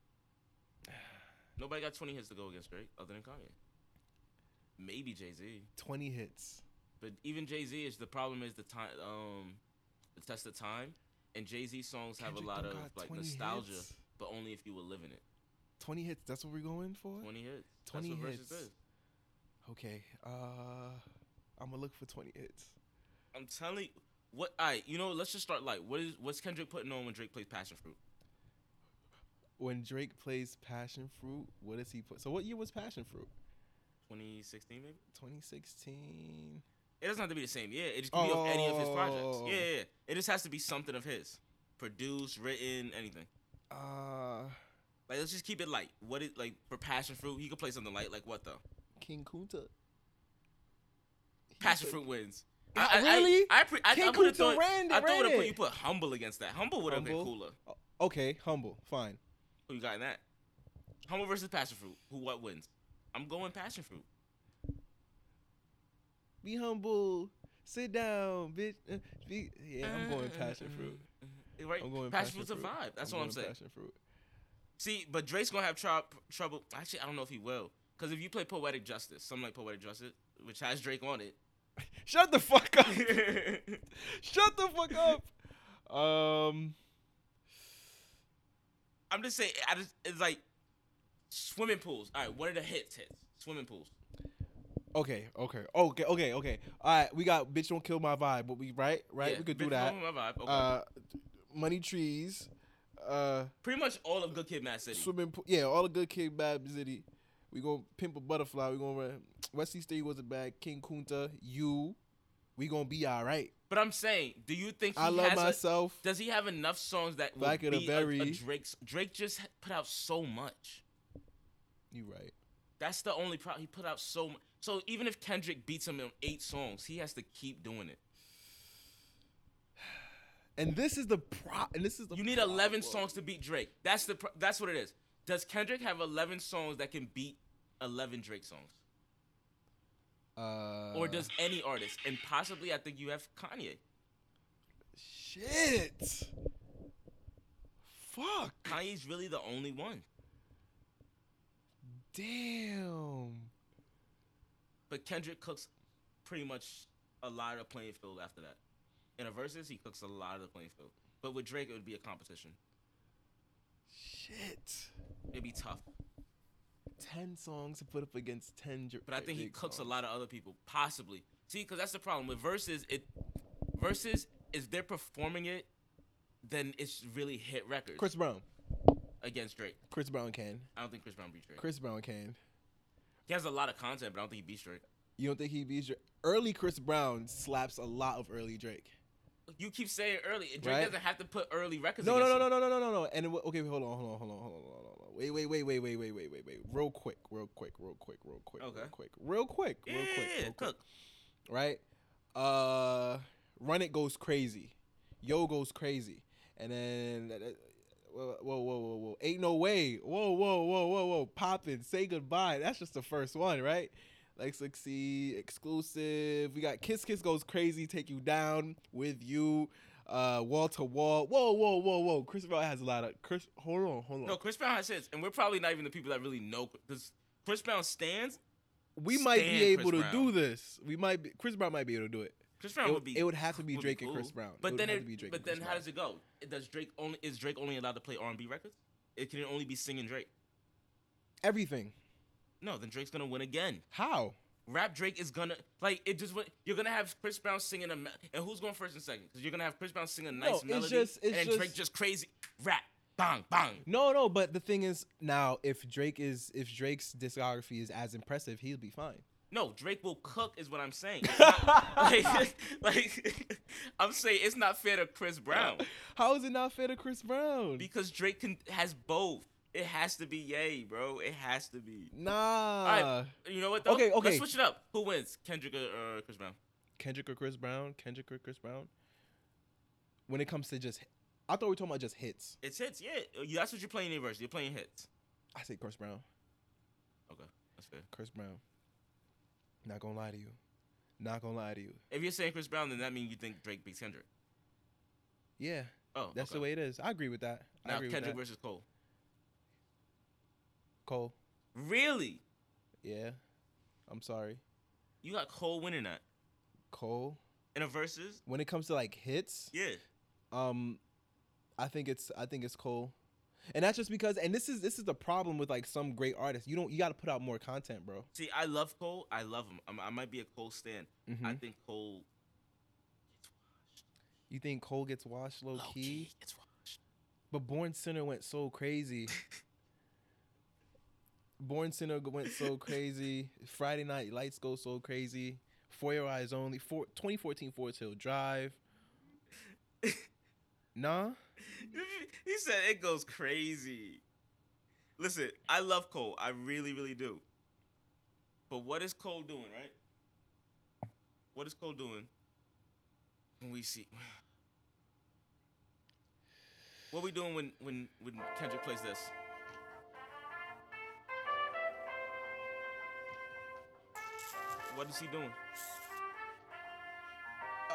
S3: [sighs] Nobody got 20 hits to go against Drake other than Kanye. Maybe Jay Z,
S1: 20 hits.
S3: but even Jay Z is the problem is the time um the test of time, and Jay Z songs have
S1: Kendrick
S3: a lot
S1: don't
S3: of
S1: got
S3: like
S1: 20
S3: nostalgia,
S1: hits?
S3: but only if you were living it.
S1: Twenty hits. That's what we're going for.
S3: Twenty hits.
S1: 20
S3: That's what Versus
S1: hits.
S3: is.
S1: Okay. Uh, I'm gonna look for twenty hits.
S3: I'm telling you, what I you know. Let's just start light. What is what's Kendrick putting on when Drake plays Passion Fruit?
S1: When Drake plays Passion Fruit, what does he put? So what year was Passion Fruit?
S3: 2016 maybe.
S1: 2016.
S3: It doesn't have to be the same year. It just could be of any of his projects.
S1: Oh.
S3: Yeah, yeah, yeah. It just has to be something of his, produced, written, anything.
S1: Uh,
S3: Like let's just keep it light. What is like for Passion Fruit? He could play something light. Like what though?
S1: King Kunta. He
S3: Passion
S1: put-
S3: Fruit wins.
S1: Ah,
S3: I, I- I-
S1: really?
S3: I, pre- I, I,
S1: King
S3: would have
S1: Kunta
S3: thought.
S1: ran it,
S3: I
S1: ran
S3: thought would've put
S1: it.
S3: you put humble against that. Humble would have been
S1: Humble.
S3: cooler.
S1: Okay, humble. Fine.
S3: Who you got in that? Humble versus Passion Fruit. Who what wins? I'm going Passion Fruit.
S1: Be humble. Sit down, bitch. Uh, Be, yeah, I'm going Passion Fruit.
S3: Mm-hmm. Right?
S1: I'm going
S3: Passion, Fruit's
S1: Fruit.
S3: a vibe. That's
S1: I'm
S3: what I'm
S1: going
S3: saying.
S1: Passion Fruit.
S3: See, but Drake's gonna have trou- trouble. Actually, I don't know if he will, because if you play Poetic Justice, something like Poetic Justice, which has Drake on it,
S1: Shut the fuck up.
S3: [laughs]
S1: Shut the fuck up. Um,
S3: I'm just saying, I just it's like swimming pools. All right, what are the hits? Hits swimming pools.
S1: Okay, okay, okay, okay, okay. All right, we got bitch don't kill my vibe, but we right, right,
S3: Yeah,
S1: we could do
S3: Bitch,
S1: that.
S3: Don't Ruin My Vibe. Okay.
S1: Uh, money trees, uh,
S3: Pretty much all of Good Kid, Mad City.
S1: swimming pool. Yeah, all the good kid bad city. We gonna pimp a butterfly. We gonna run. Wesley State was a bad King Kunta. You, we gonna be all right.
S3: but I'm saying, do you think he
S1: I love
S3: has a-
S1: myself.
S3: does he have enough songs that will
S1: Black of the
S3: be a- a,
S1: Berry.
S3: Drake's? Drake just ha- put out so much.
S1: you right.
S3: That's the only problem. He put out so much. So even if Kendrick beats him in eight songs, he has to keep doing it.
S1: And this is the pro. And this is the.
S3: You need 11
S1: problem.
S3: songs to beat Drake. That's the pro- that's what it is. Does Kendrick have 11 songs that can beat 11 Drake songs?
S1: Uh,
S3: Or does any artist? And possibly I think you have Kanye.
S1: shit? Fuck.
S3: Kanye's really the only one.
S1: Damn.
S3: But Kendrick cooks pretty much a lot of playing field after that. In a versus, he cooks a lot of the playing field. But with Drake, it would be a competition.
S1: Shit.
S3: It'd be tough.
S1: 10 songs to put up against 10 Dra-
S3: But I think he
S1: Drake
S3: cooks a
S1: songs.
S3: lot of other people, possibly. See, because that's the problem with verses. It verses is they're performing it, then it's really hit records
S1: Chris Brown.
S3: against Drake.
S1: Chris Brown can.
S3: I don't think Chris Brown beats Drake.
S1: Chris Brown can.
S3: He has a lot of content, but I don't think he beats Drake.
S1: You don't think he beats Drake? Early Chris Brown slaps a lot of early Drake.
S3: You keep saying early. Drake
S1: Right?
S3: doesn't have to put early records.
S1: No, no,
S3: against
S1: no,
S3: him.
S1: no, no, no, no, no, no. And it, wa- okay, hold on, hold on, hold on, hold on, hold on, hold on. Wait, wait, wait, wait, wait, wait, wait, wait, wait. Real quick, real quick, real quick, real quick, real
S3: Okay.
S1: quick, real quick, real
S3: Yeah,
S1: quick,
S3: yeah,
S1: real quick.
S3: cook.
S1: Right? Uh, Run It goes crazy. Yo goes crazy. And then, uh, whoa, whoa, whoa, whoa, whoa. Ain't No Way. Whoa, whoa, whoa, whoa, whoa. Poppin', Say Goodbye. That's just the first one, right? Like Succeed, Exclusive. We got Kiss Kiss Goes Crazy, Take You Down, With You, uh, Wall to Wall. Whoa, whoa, whoa, whoa. Chris Brown has a lot of, Chris, hold on, hold on.
S3: No, Chris Brown has hits, and we're probably not even the people that really know because Chris Brown stands.
S1: we might
S3: Stan
S1: be able
S3: Chris
S1: to
S3: Brown.
S1: do this. We might be, Chris Brown might be able to do it.
S3: Chris Brown
S1: It
S3: would
S1: would-
S3: be.
S1: it would have to be
S3: would
S1: Drake and Chris Brown.
S3: But
S1: It would
S3: then,
S1: have
S3: it,
S1: to be Drake
S3: but
S1: and
S3: then,
S1: Chris
S3: how
S1: Brown.
S3: does it go? Does Drake only is Drake only allowed to play R and B records? It can only be singing Drake.
S1: Everything.
S3: No, then Drake's gonna win again.
S1: How?
S3: Rap Drake is gonna like it. Just went- you're gonna have Chris Brown singing a me- and who's going first and second? Because you're gonna have Chris Brown sing a nice
S1: it's
S3: melody
S1: just- it's
S3: and then Drake
S1: just-
S3: just crazy rap bang bang.
S1: No, no, but the thing is now if Drake is if Drake's discography is as impressive, he'll be fine.
S3: No, Drake will cook is what I'm saying.
S1: [laughs]
S3: It's not- like, [laughs] like, I'm saying it's not fair to Chris Brown
S1: How is it not fair to Chris Brown?
S3: because Drake can has both. It has to be yay, bro. It has to be. All
S1: nah.
S3: right, you know what? Though?
S1: okay, okay.
S3: Let's switch it up. Who wins, Kendrick or uh, Chris Brown?
S1: Kendrick or Chris Brown? Kendrick or Chris Brown? When it comes to just I thought we were talking about just hits.
S3: It's hits, yeah. You- That's what you're playing in verse. You're playing hits.
S1: I say Chris Brown.
S3: Okay, that's fair.
S1: Chris Brown. Not gonna lie to you. Not gonna lie to you.
S3: If you're saying Chris Brown, then that means you think Drake beats Kendrick.
S1: Yeah.
S3: Oh,
S1: That's
S3: okay.
S1: the way it is. I agree with that. I
S3: Now
S1: agree
S3: Kendrick
S1: with that.
S3: versus Cole.
S1: Cole.
S3: Really?
S1: Yeah. I'm sorry.
S3: You got Cole winning that
S1: Cole.
S3: in a versus?
S1: When it comes to like hits,
S3: Yeah.
S1: Um, I think it's I think it's Cole. and that's just because. And this is this is the problem with like some great artists. You don't you got to put out more content, bro.
S3: See, I love Cole. I love him. I'm, I might be a Cole stan. I
S1: Mhm.
S3: think Cole
S1: You think Cole gets washed low,
S3: low
S1: key?
S3: key. It's washed.
S1: but Born Sinner went so crazy. Born Sinner go- went so crazy. Friday Night Lights go so crazy. For Your Eyes Only. For, 2014 Forest Hill Drive. nah.
S3: [laughs] he said it goes crazy. Listen, I love Cole. I really, really do. But what is Cole doing, right? What is Cole doing? When we see, [sighs] what we doing when when when Kendrick plays this? What is he doing?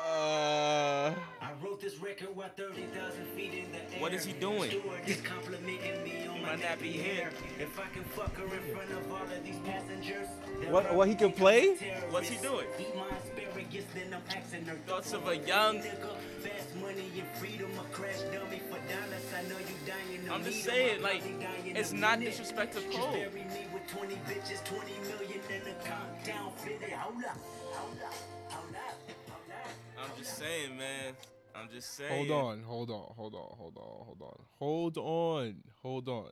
S1: Uh,
S4: I wrote this record while 30,000 feet in the air.
S3: What is he doing?
S4: Steward is complimenting me on
S3: My
S4: my
S3: nappy
S4: nappy hair.
S3: hair.
S4: If I can fuck her in front of all of these passengers. they'll
S1: What- what he can
S4: probably
S1: play?
S4: think I'm a
S3: What's he
S4: terrorist.
S3: doing?
S4: Eat my asparagus, then I'm axing her.
S3: Thoughts of a young-
S4: Nigga, Fast money and freedom, a crash dummy for dollars. I know you dying to
S3: I'm just
S4: meet 'em.
S3: saying,
S4: I'm
S3: like,
S4: probably dying
S3: it's
S4: to
S3: not
S4: meet it.
S3: disrespect to
S4: Just
S3: Cole.
S4: bury me with 20 bitches, 20 million in the countdown. Fit it. Hold up, hold up, hold up, hold up.
S3: I'm just saying, man. I'm just saying.
S1: hold on, hold on, hold on, hold on, hold on, hold on, hold on.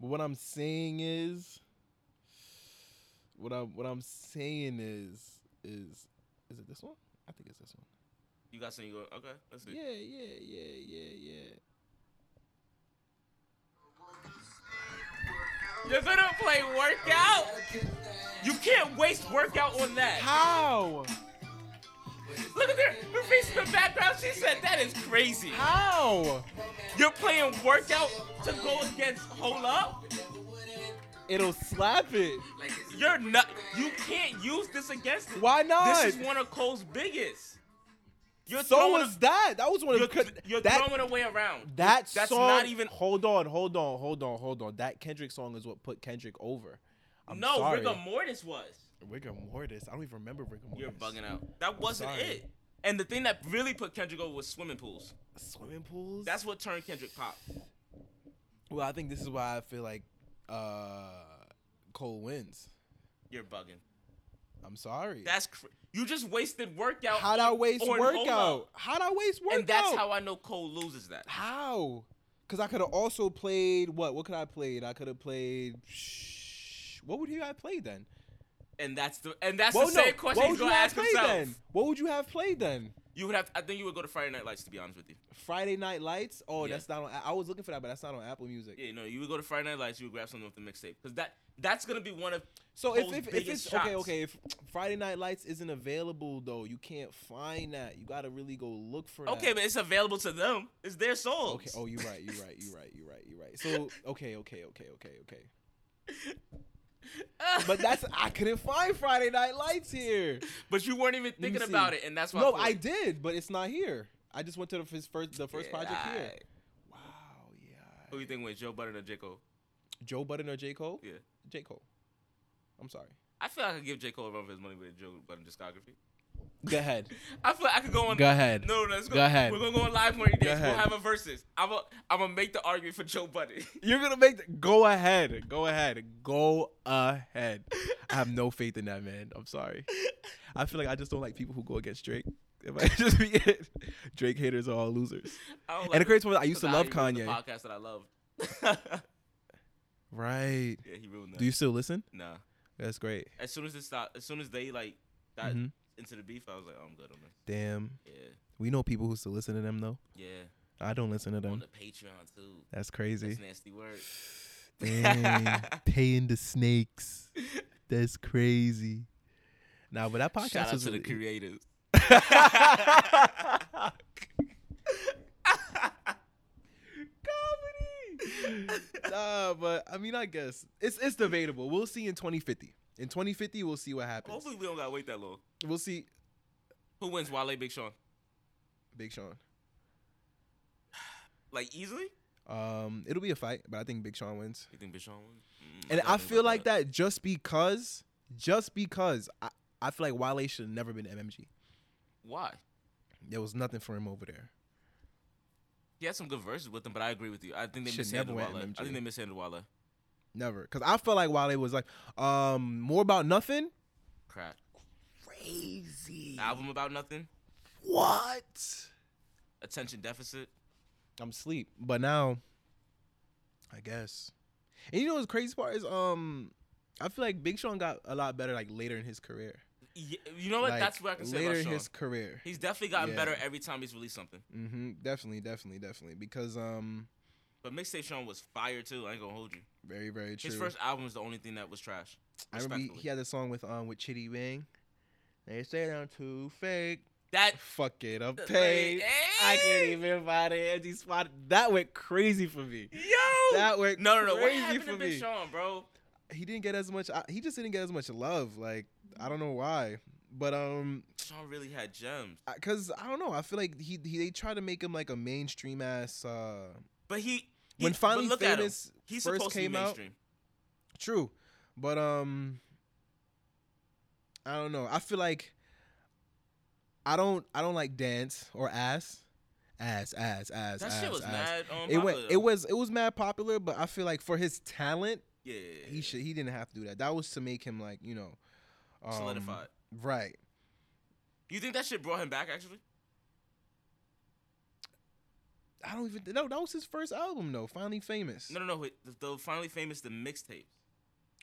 S1: But what I'm saying is, what I'm what I'm saying is is is it this one? I think it's this one.
S3: You got something going? Okay, let's do. it.
S1: Yeah, yeah, yeah, yeah, yeah.
S3: You're gonna play workout? You can't waste workout on that.
S1: How?
S3: Look at her. Her face in the background. She said that is crazy.
S1: How?
S3: You're playing workout to go against hold up?
S1: It'll slap it.
S3: You're not. You can't use this against it.
S1: Why not?
S3: This is one of Cole's biggest. You're
S1: so
S3: throwing.
S1: was that. That was one
S3: you're
S1: of
S3: th- you're
S1: that,
S3: throwing away around.
S1: that
S3: That's
S1: song.
S3: not even.
S1: Hold on, hold on, hold on, hold on. That Kendrick song is what put Kendrick over. I'm
S3: no,
S1: sorry.
S3: rigor mortis was.
S1: Rigor mortis. I don't even remember rigor mortis.
S3: You're bugging out. That wasn't
S1: sorry.
S3: it. And the thing that really put Kendrick over was swimming pools.
S1: Swimming pools.
S3: That's what turned Kendrick pop.
S1: well. I think this is why I feel like uh, Cole wins.
S3: You're bugging.
S1: I'm sorry.
S3: That's cr- you just wasted workout.
S1: how'd I waste
S3: on Hold
S1: workout?
S3: Up.
S1: How'd I waste workout?
S3: And that's how I know Cole loses that.
S1: How? Because I could have also played what? What could I played? I could have played. Shh, what would you have played then?
S3: And that's the and that's
S1: Well,
S3: the
S1: no,
S3: same question he's gonna ask
S1: played
S3: himself.
S1: then? What would you have played then?
S3: You would have. I think you would go to Friday Night Lights to be honest with you.
S1: Friday Night Lights. Oh,
S3: Yeah.
S1: that's not on. I- I was looking for that, but that's not on Apple Music.
S3: Yeah, no, you would go to Friday Night Lights. You would grab something off the mixtape because that that's gonna be one of.
S1: So if,
S3: Cole's
S1: if, if
S3: biggest
S1: it's
S3: shots.
S1: okay, okay, if Friday Night Lights isn't available though, you can't find that. You gotta really go look for.
S3: Okay,
S1: that.
S3: but it's available to them. It's their soul.
S1: Okay.
S3: [laughs]
S1: Oh, you're right. You're right. You're right. You're right. You're right. So okay, okay, okay, okay, okay. But that's I couldn't find Friday Night Lights here.
S3: but you weren't even
S1: me
S3: thinking
S1: see.
S3: about it, and that's why.
S1: No,
S3: put
S1: I
S3: it-
S1: did, but it's not here. I just went to the first, first the first
S3: Yeah,
S1: project here.
S3: aight.
S1: Wow, yeah.
S3: Who you think wins, Joe Budden or J Cole?
S1: Joe Budden or J Cole?
S3: Yeah,
S1: J Cole. I'm sorry.
S3: I feel like I could give J Cole a run for his money with a Joe Budden discography.
S1: Go ahead.
S3: I feel like I could go on.
S1: Go ahead.
S3: No, no, let's go.
S1: Go ahead.
S3: We're gonna go on live one of these
S1: Go
S3: days. We'll
S1: ahead.
S3: have a versus. I'm gonna I'm gonna make the argument for Joe Budden. [laughs]
S1: You're gonna make. The, go ahead. Go ahead. Go ahead. I have no faith in that man. I'm sorry. I feel like I just don't like people who go against Drake. It might [laughs] just be it. Drake haters are all losers.
S3: I don't
S1: And the
S3: like
S1: crazy part, is I used to
S3: Because
S1: love
S3: already ruined
S1: Kanye.
S3: The podcast that I loved.
S1: [laughs]
S3: yeah,
S1: Right.
S3: he ruined that.
S1: Do you still listen?
S3: nah.
S1: That's great.
S3: As soon as it stopped, as soon as they like got
S1: Mhm.
S3: into the beef, I was like, oh, I'm good on this.
S1: Damn.
S3: Yeah,
S1: We know people who still listen to them though.
S3: yeah.
S1: I don't listen to
S3: On
S1: them.
S3: the Patreon too.
S1: That's crazy.
S3: That's nasty word. [laughs]
S1: Dang, paying the snakes. That's crazy. Nah, but that podcast
S3: Shout out
S1: was
S3: to the
S1: really- [laughs]
S3: creators.
S1: comedy. nah, but I mean, I guess it's it's debatable. We'll see in 2050. In 2050, we'll see what happens.
S3: Hopefully, we don't gotta wait that long.
S1: We'll see.
S3: Who wins, Wale, Big Sean?
S1: Big Sean.
S3: Like easily?
S1: Um, it'll be a fight, but I think Big Sean wins.
S3: You think Big Sean wins? Mm,
S1: And I
S3: don't think
S1: feel
S3: about
S1: like that just because, just because I, I feel like Wale should have never been MMG.
S3: Why?
S1: There was nothing for him over there.
S3: He had some good verses with him, but I agree with you. I think they
S1: Should
S3: mishandled
S1: never went
S3: Wale. I
S1: MMG.
S3: think they mishandled Wale.
S1: Never, because I felt like Wale was like, um, more about nothing.
S3: Crap.
S1: Crazy.
S3: Album about nothing.
S1: What?
S3: Attention deficit.
S1: I'm sleep, but now, I guess. And you know what's crazy part is, um, I feel like Big Sean got a lot better like later in his career.
S3: Y- You know what?
S1: Like,
S3: That's what I can say
S1: later
S3: about
S1: in
S3: Sean.
S1: his career.
S3: He's definitely gotten
S1: Yeah.
S3: better every time he's released something.
S1: Mm-hmm. Definitely, definitely, definitely. Because um,
S3: But mixtape Sean was fire too. I ain't gonna hold you.
S1: very, very true.
S3: His first album is the only thing that was trash.
S1: I remember he,
S3: respectfully.
S1: he had a song with um with Chitty Bang. They say I'm too fake.
S3: That
S1: Fuck it, I'm [laughs] paid. I can't even find an empty spot. That went crazy for me.
S3: Yo.
S1: That went
S3: no, no, no. What
S1: crazy
S3: happened
S1: for
S3: to Big
S1: me.
S3: Sean, bro?
S1: He didn't get as much. I- He just didn't get as much love. Like I don't know why, but um,
S3: Sean really had gems,
S1: I- cause I don't know. I feel like he, he they tried to make him like a mainstream ass. uh
S3: but he, he
S1: When
S3: but
S1: finally
S3: look at him.
S1: famous,
S3: He's
S1: first
S3: supposed to
S1: came
S3: be
S1: out-
S3: mainstream.
S1: True, but um, I don't know. I feel like I don't I don't like dance or ass, ass, ass, ass.
S3: That
S1: ass,
S3: shit was
S1: ass.
S3: mad. Um,
S1: It went.
S3: popular,
S1: It
S3: though.
S1: was. It was mad popular, but I feel like for his talent,
S3: Yeah.
S1: he should. He didn't have to do that. That was to make him like you know, um,
S3: solidified.
S1: Right.
S3: You think that shit brought him back? Actually,
S1: I don't even. No, that was his first album though. Finally famous.
S3: no, no, no. wait, The, the finally famous, the mixtape.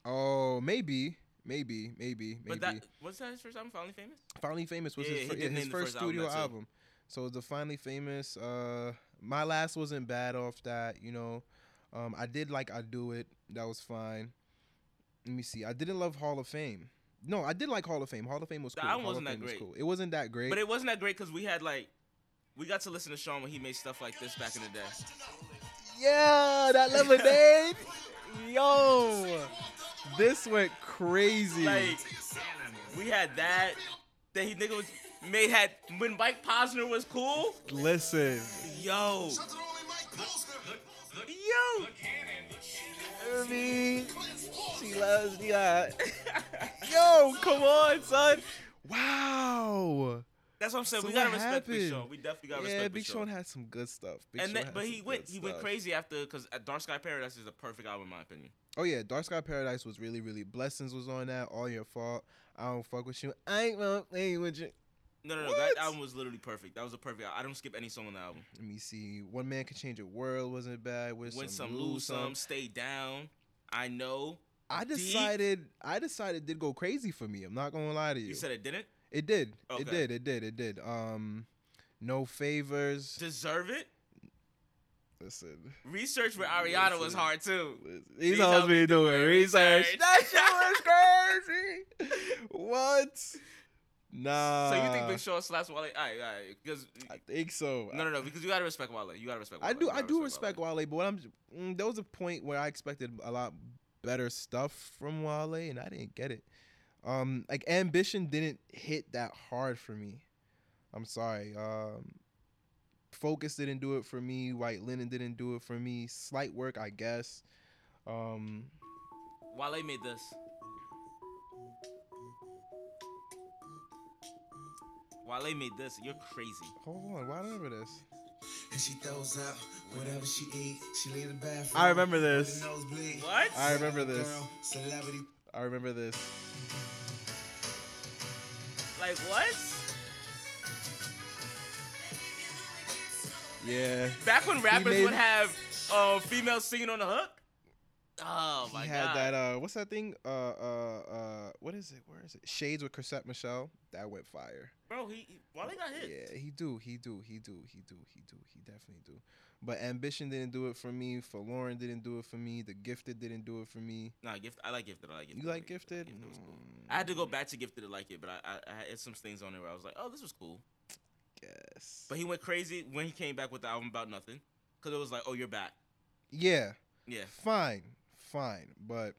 S1: Oh, maybe, maybe, maybe, maybe.
S3: But that was that his first album, finally famous.
S1: Finally Famous was
S3: Yeah,
S1: his,
S3: he
S1: fir-
S3: did
S1: yeah,
S3: name
S1: his
S3: the
S1: first
S3: first album
S1: studio
S3: that,
S1: album.
S3: too.
S1: So it was the Finally Famous. Uh, my last wasn't bad off that, you know. Um, I did like I Do It. That was fine. Let me see. I didn't love Hall of Fame. No, I did like Hall of Fame. Hall of Fame was
S3: The
S1: cool.
S3: album
S1: Hall
S3: wasn't
S1: of
S3: that
S1: Fame
S3: great.
S1: Was cool. It wasn't that great.
S3: But it wasn't that great because we had like, we got to listen to Sean when he made stuff like this back in the day.
S1: yeah,
S3: [laughs]
S1: that lemonade. Yo, this went crazy.
S3: Like, we had that. That he nigga was made had when Mike Posner was cool.
S1: Listen,
S3: Yo, yo.
S1: me, she loves me. Yo, come on, son. Wow.
S3: That's what I'm saying.
S1: So
S3: we gotta
S1: what
S3: respect Big Sean.
S1: happened?
S3: We definitely gotta
S1: Yeah,
S3: respect
S1: Big Sean had some good stuff. Big
S3: and
S1: Sean
S3: then,
S1: had
S3: but
S1: some
S3: he went
S1: good
S3: he went
S1: stuff.
S3: crazy after because Dark Sky Paradise is the perfect album in my opinion.
S1: Oh yeah, Dark Sky Paradise was really, really blessings was on that. All your fault. I don't fuck with you. I ain't well, I ain't with you.
S3: No, no, no. That
S1: What?
S3: album was literally perfect. That was a perfect. al- I don't skip any song on the album.
S1: Let me see. One man can change a world wasn't bad. Win,
S3: Win some, lose some, stay down. I know.
S1: I
S3: Deep.
S1: decided. I decided it did go crazy for me. I'm not gonna lie to you.
S3: You said it didn't
S1: it did.
S3: Okay.
S1: It did. It did. It did. Um, no favors.
S3: deserve it.
S1: Listen.
S3: Research with Ariana was
S1: Listen.
S3: hard too.
S1: He's
S3: He's
S1: always
S3: helped me
S1: been doing research.
S3: research.
S1: That
S3: [laughs]
S1: shit was crazy. what? Nah.
S3: So you think Big Sean slaps Wale? All right, all right. Because
S1: Uh, I think so.
S3: no, no, no. Because you gotta respect Wale. You gotta respect. Wale.
S1: I do.
S3: You
S1: I
S3: gotta
S1: do respect
S3: Wale.
S1: Wale, but what I'm mm, there was a point where I expected a lot better stuff from Wale, and I didn't get it. Um, like ambition didn't hit that hard for me. I'm sorry. Um, focus didn't do it for me. White linen didn't do it for me. Slight work, I guess. Um,
S3: Wale made this. Wale made this. You're crazy.
S1: hold on. Why do I remember this?
S2: And she throws up whatever she eat. She leave the bathroom.
S1: I remember this.
S2: Nosebleed.
S3: What?
S1: I remember this.
S2: Girl, celebrity.
S1: I remember this.
S3: Like what?
S1: Yeah.
S3: Back when rappers
S1: made-
S3: would have uh, females singing on the hook. Oh my
S1: he had
S3: god.
S1: that uh what's that thing? Uh uh uh what is it? Where is it? Shades with Chrisette Michelle. That went fire.
S3: Bro, he he- Wale got hit.
S1: Yeah, he do, he do, he do, he do, he do, he definitely do. But ambition didn't do it for me. For Lauren didn't do it for me. The gifted didn't do it for me.
S3: Nah, gift. I like gifted. I like gifted.
S1: You
S3: I
S1: like gifted?
S3: Gifted was cool.
S1: Mm,
S3: I had to go back to gifted to like it, but I, I, I had some things on it where I was like, oh, this was cool.
S1: Yes.
S3: But he went crazy when he came back with the album about nothing, cause it was like, oh, you're back.
S1: yeah,
S3: Yeah.
S1: fine, fine. But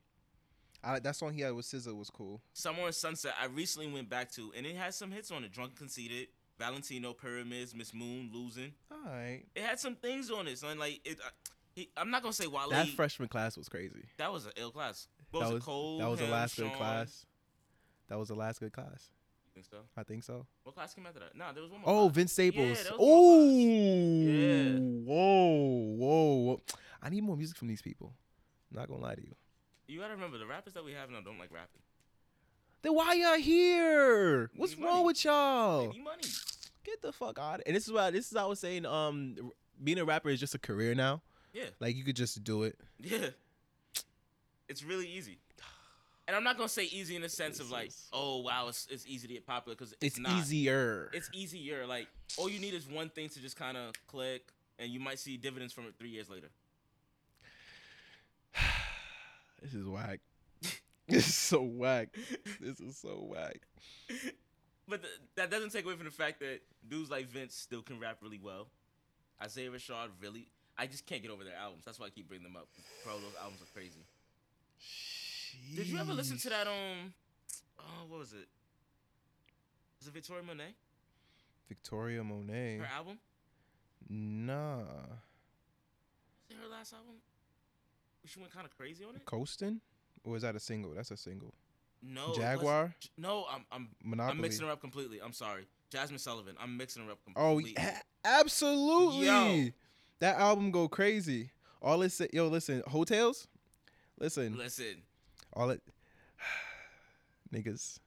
S1: I, that song he had with SZA was cool.
S3: Summer and Sunset. I recently went back to, and it has some hits on it. Drunk Conceited, Valentino, Pyramids, Miss Moon, Losing.
S1: All right.
S3: It had some things on it, son. Like it. I, he, I'm not gonna say Wale.
S1: That freshman class was crazy.
S3: that was an ill class. What
S1: that
S3: was,
S1: was
S3: it? Cole.
S1: that was the
S3: him,
S1: last good
S3: Sean,
S1: class. That was the last good class.
S3: Think so?
S1: I think so.
S3: What class came after that? No, there was one more.
S1: Oh,
S3: class.
S1: Vince Staples.
S3: that was
S1: oh,
S3: Yeah.
S1: whoa, whoa, whoa. I need more music from these people. not gonna lie to you.
S3: you gotta remember the rappers that we have now don't like rapping.
S1: Then why y'all here?
S3: We
S1: What's
S3: need
S1: wrong
S3: money.
S1: with
S3: They
S1: y'all?
S3: need money. [laughs]
S1: Get the fuck out. And this is why this is how I was saying. Um, r- being a rapper is just a career now.
S3: Yeah.
S1: Like you could just do it.
S3: Yeah. It's really easy. And I'm not gonna say easy in the sense of like, oh wow, it's, it's easy to get popular because
S1: It's,
S3: not.
S1: easier.
S3: It's easier. Like all you need is one thing to just kind of click, and you might see dividends from it three years later. [laughs]
S1: this is whack. [laughs] this is so whack. This is so whack.
S3: But th- that doesn't take away from the fact that dudes like Vince still can rap really well. Isaiah Rashad really. I just can't get over their albums. That's why I keep bringing them up. Bro, those albums are crazy. Did you ever listen to that? Um, oh, what was it? Was it Victoria Monet?
S1: Victoria Monet?
S3: Her album?
S1: Nah,
S3: Was it her last album? She went kind of crazy on it.
S1: Coastin, or is that a single? That's a single.
S3: No, it wasn't-
S1: Jaguar?
S3: J- No, I'm I'm
S1: Monopoly.
S3: I'm mixing her up completely. I'm sorry, Jasmine Sullivan. I'm mixing her up
S1: Oh,
S3: completely.
S1: yeah, absolutely.
S3: Yo.
S1: That album go crazy. All it say, yo, listen, hotels. Listen,
S3: Listen,
S1: all it, [sighs] niggas.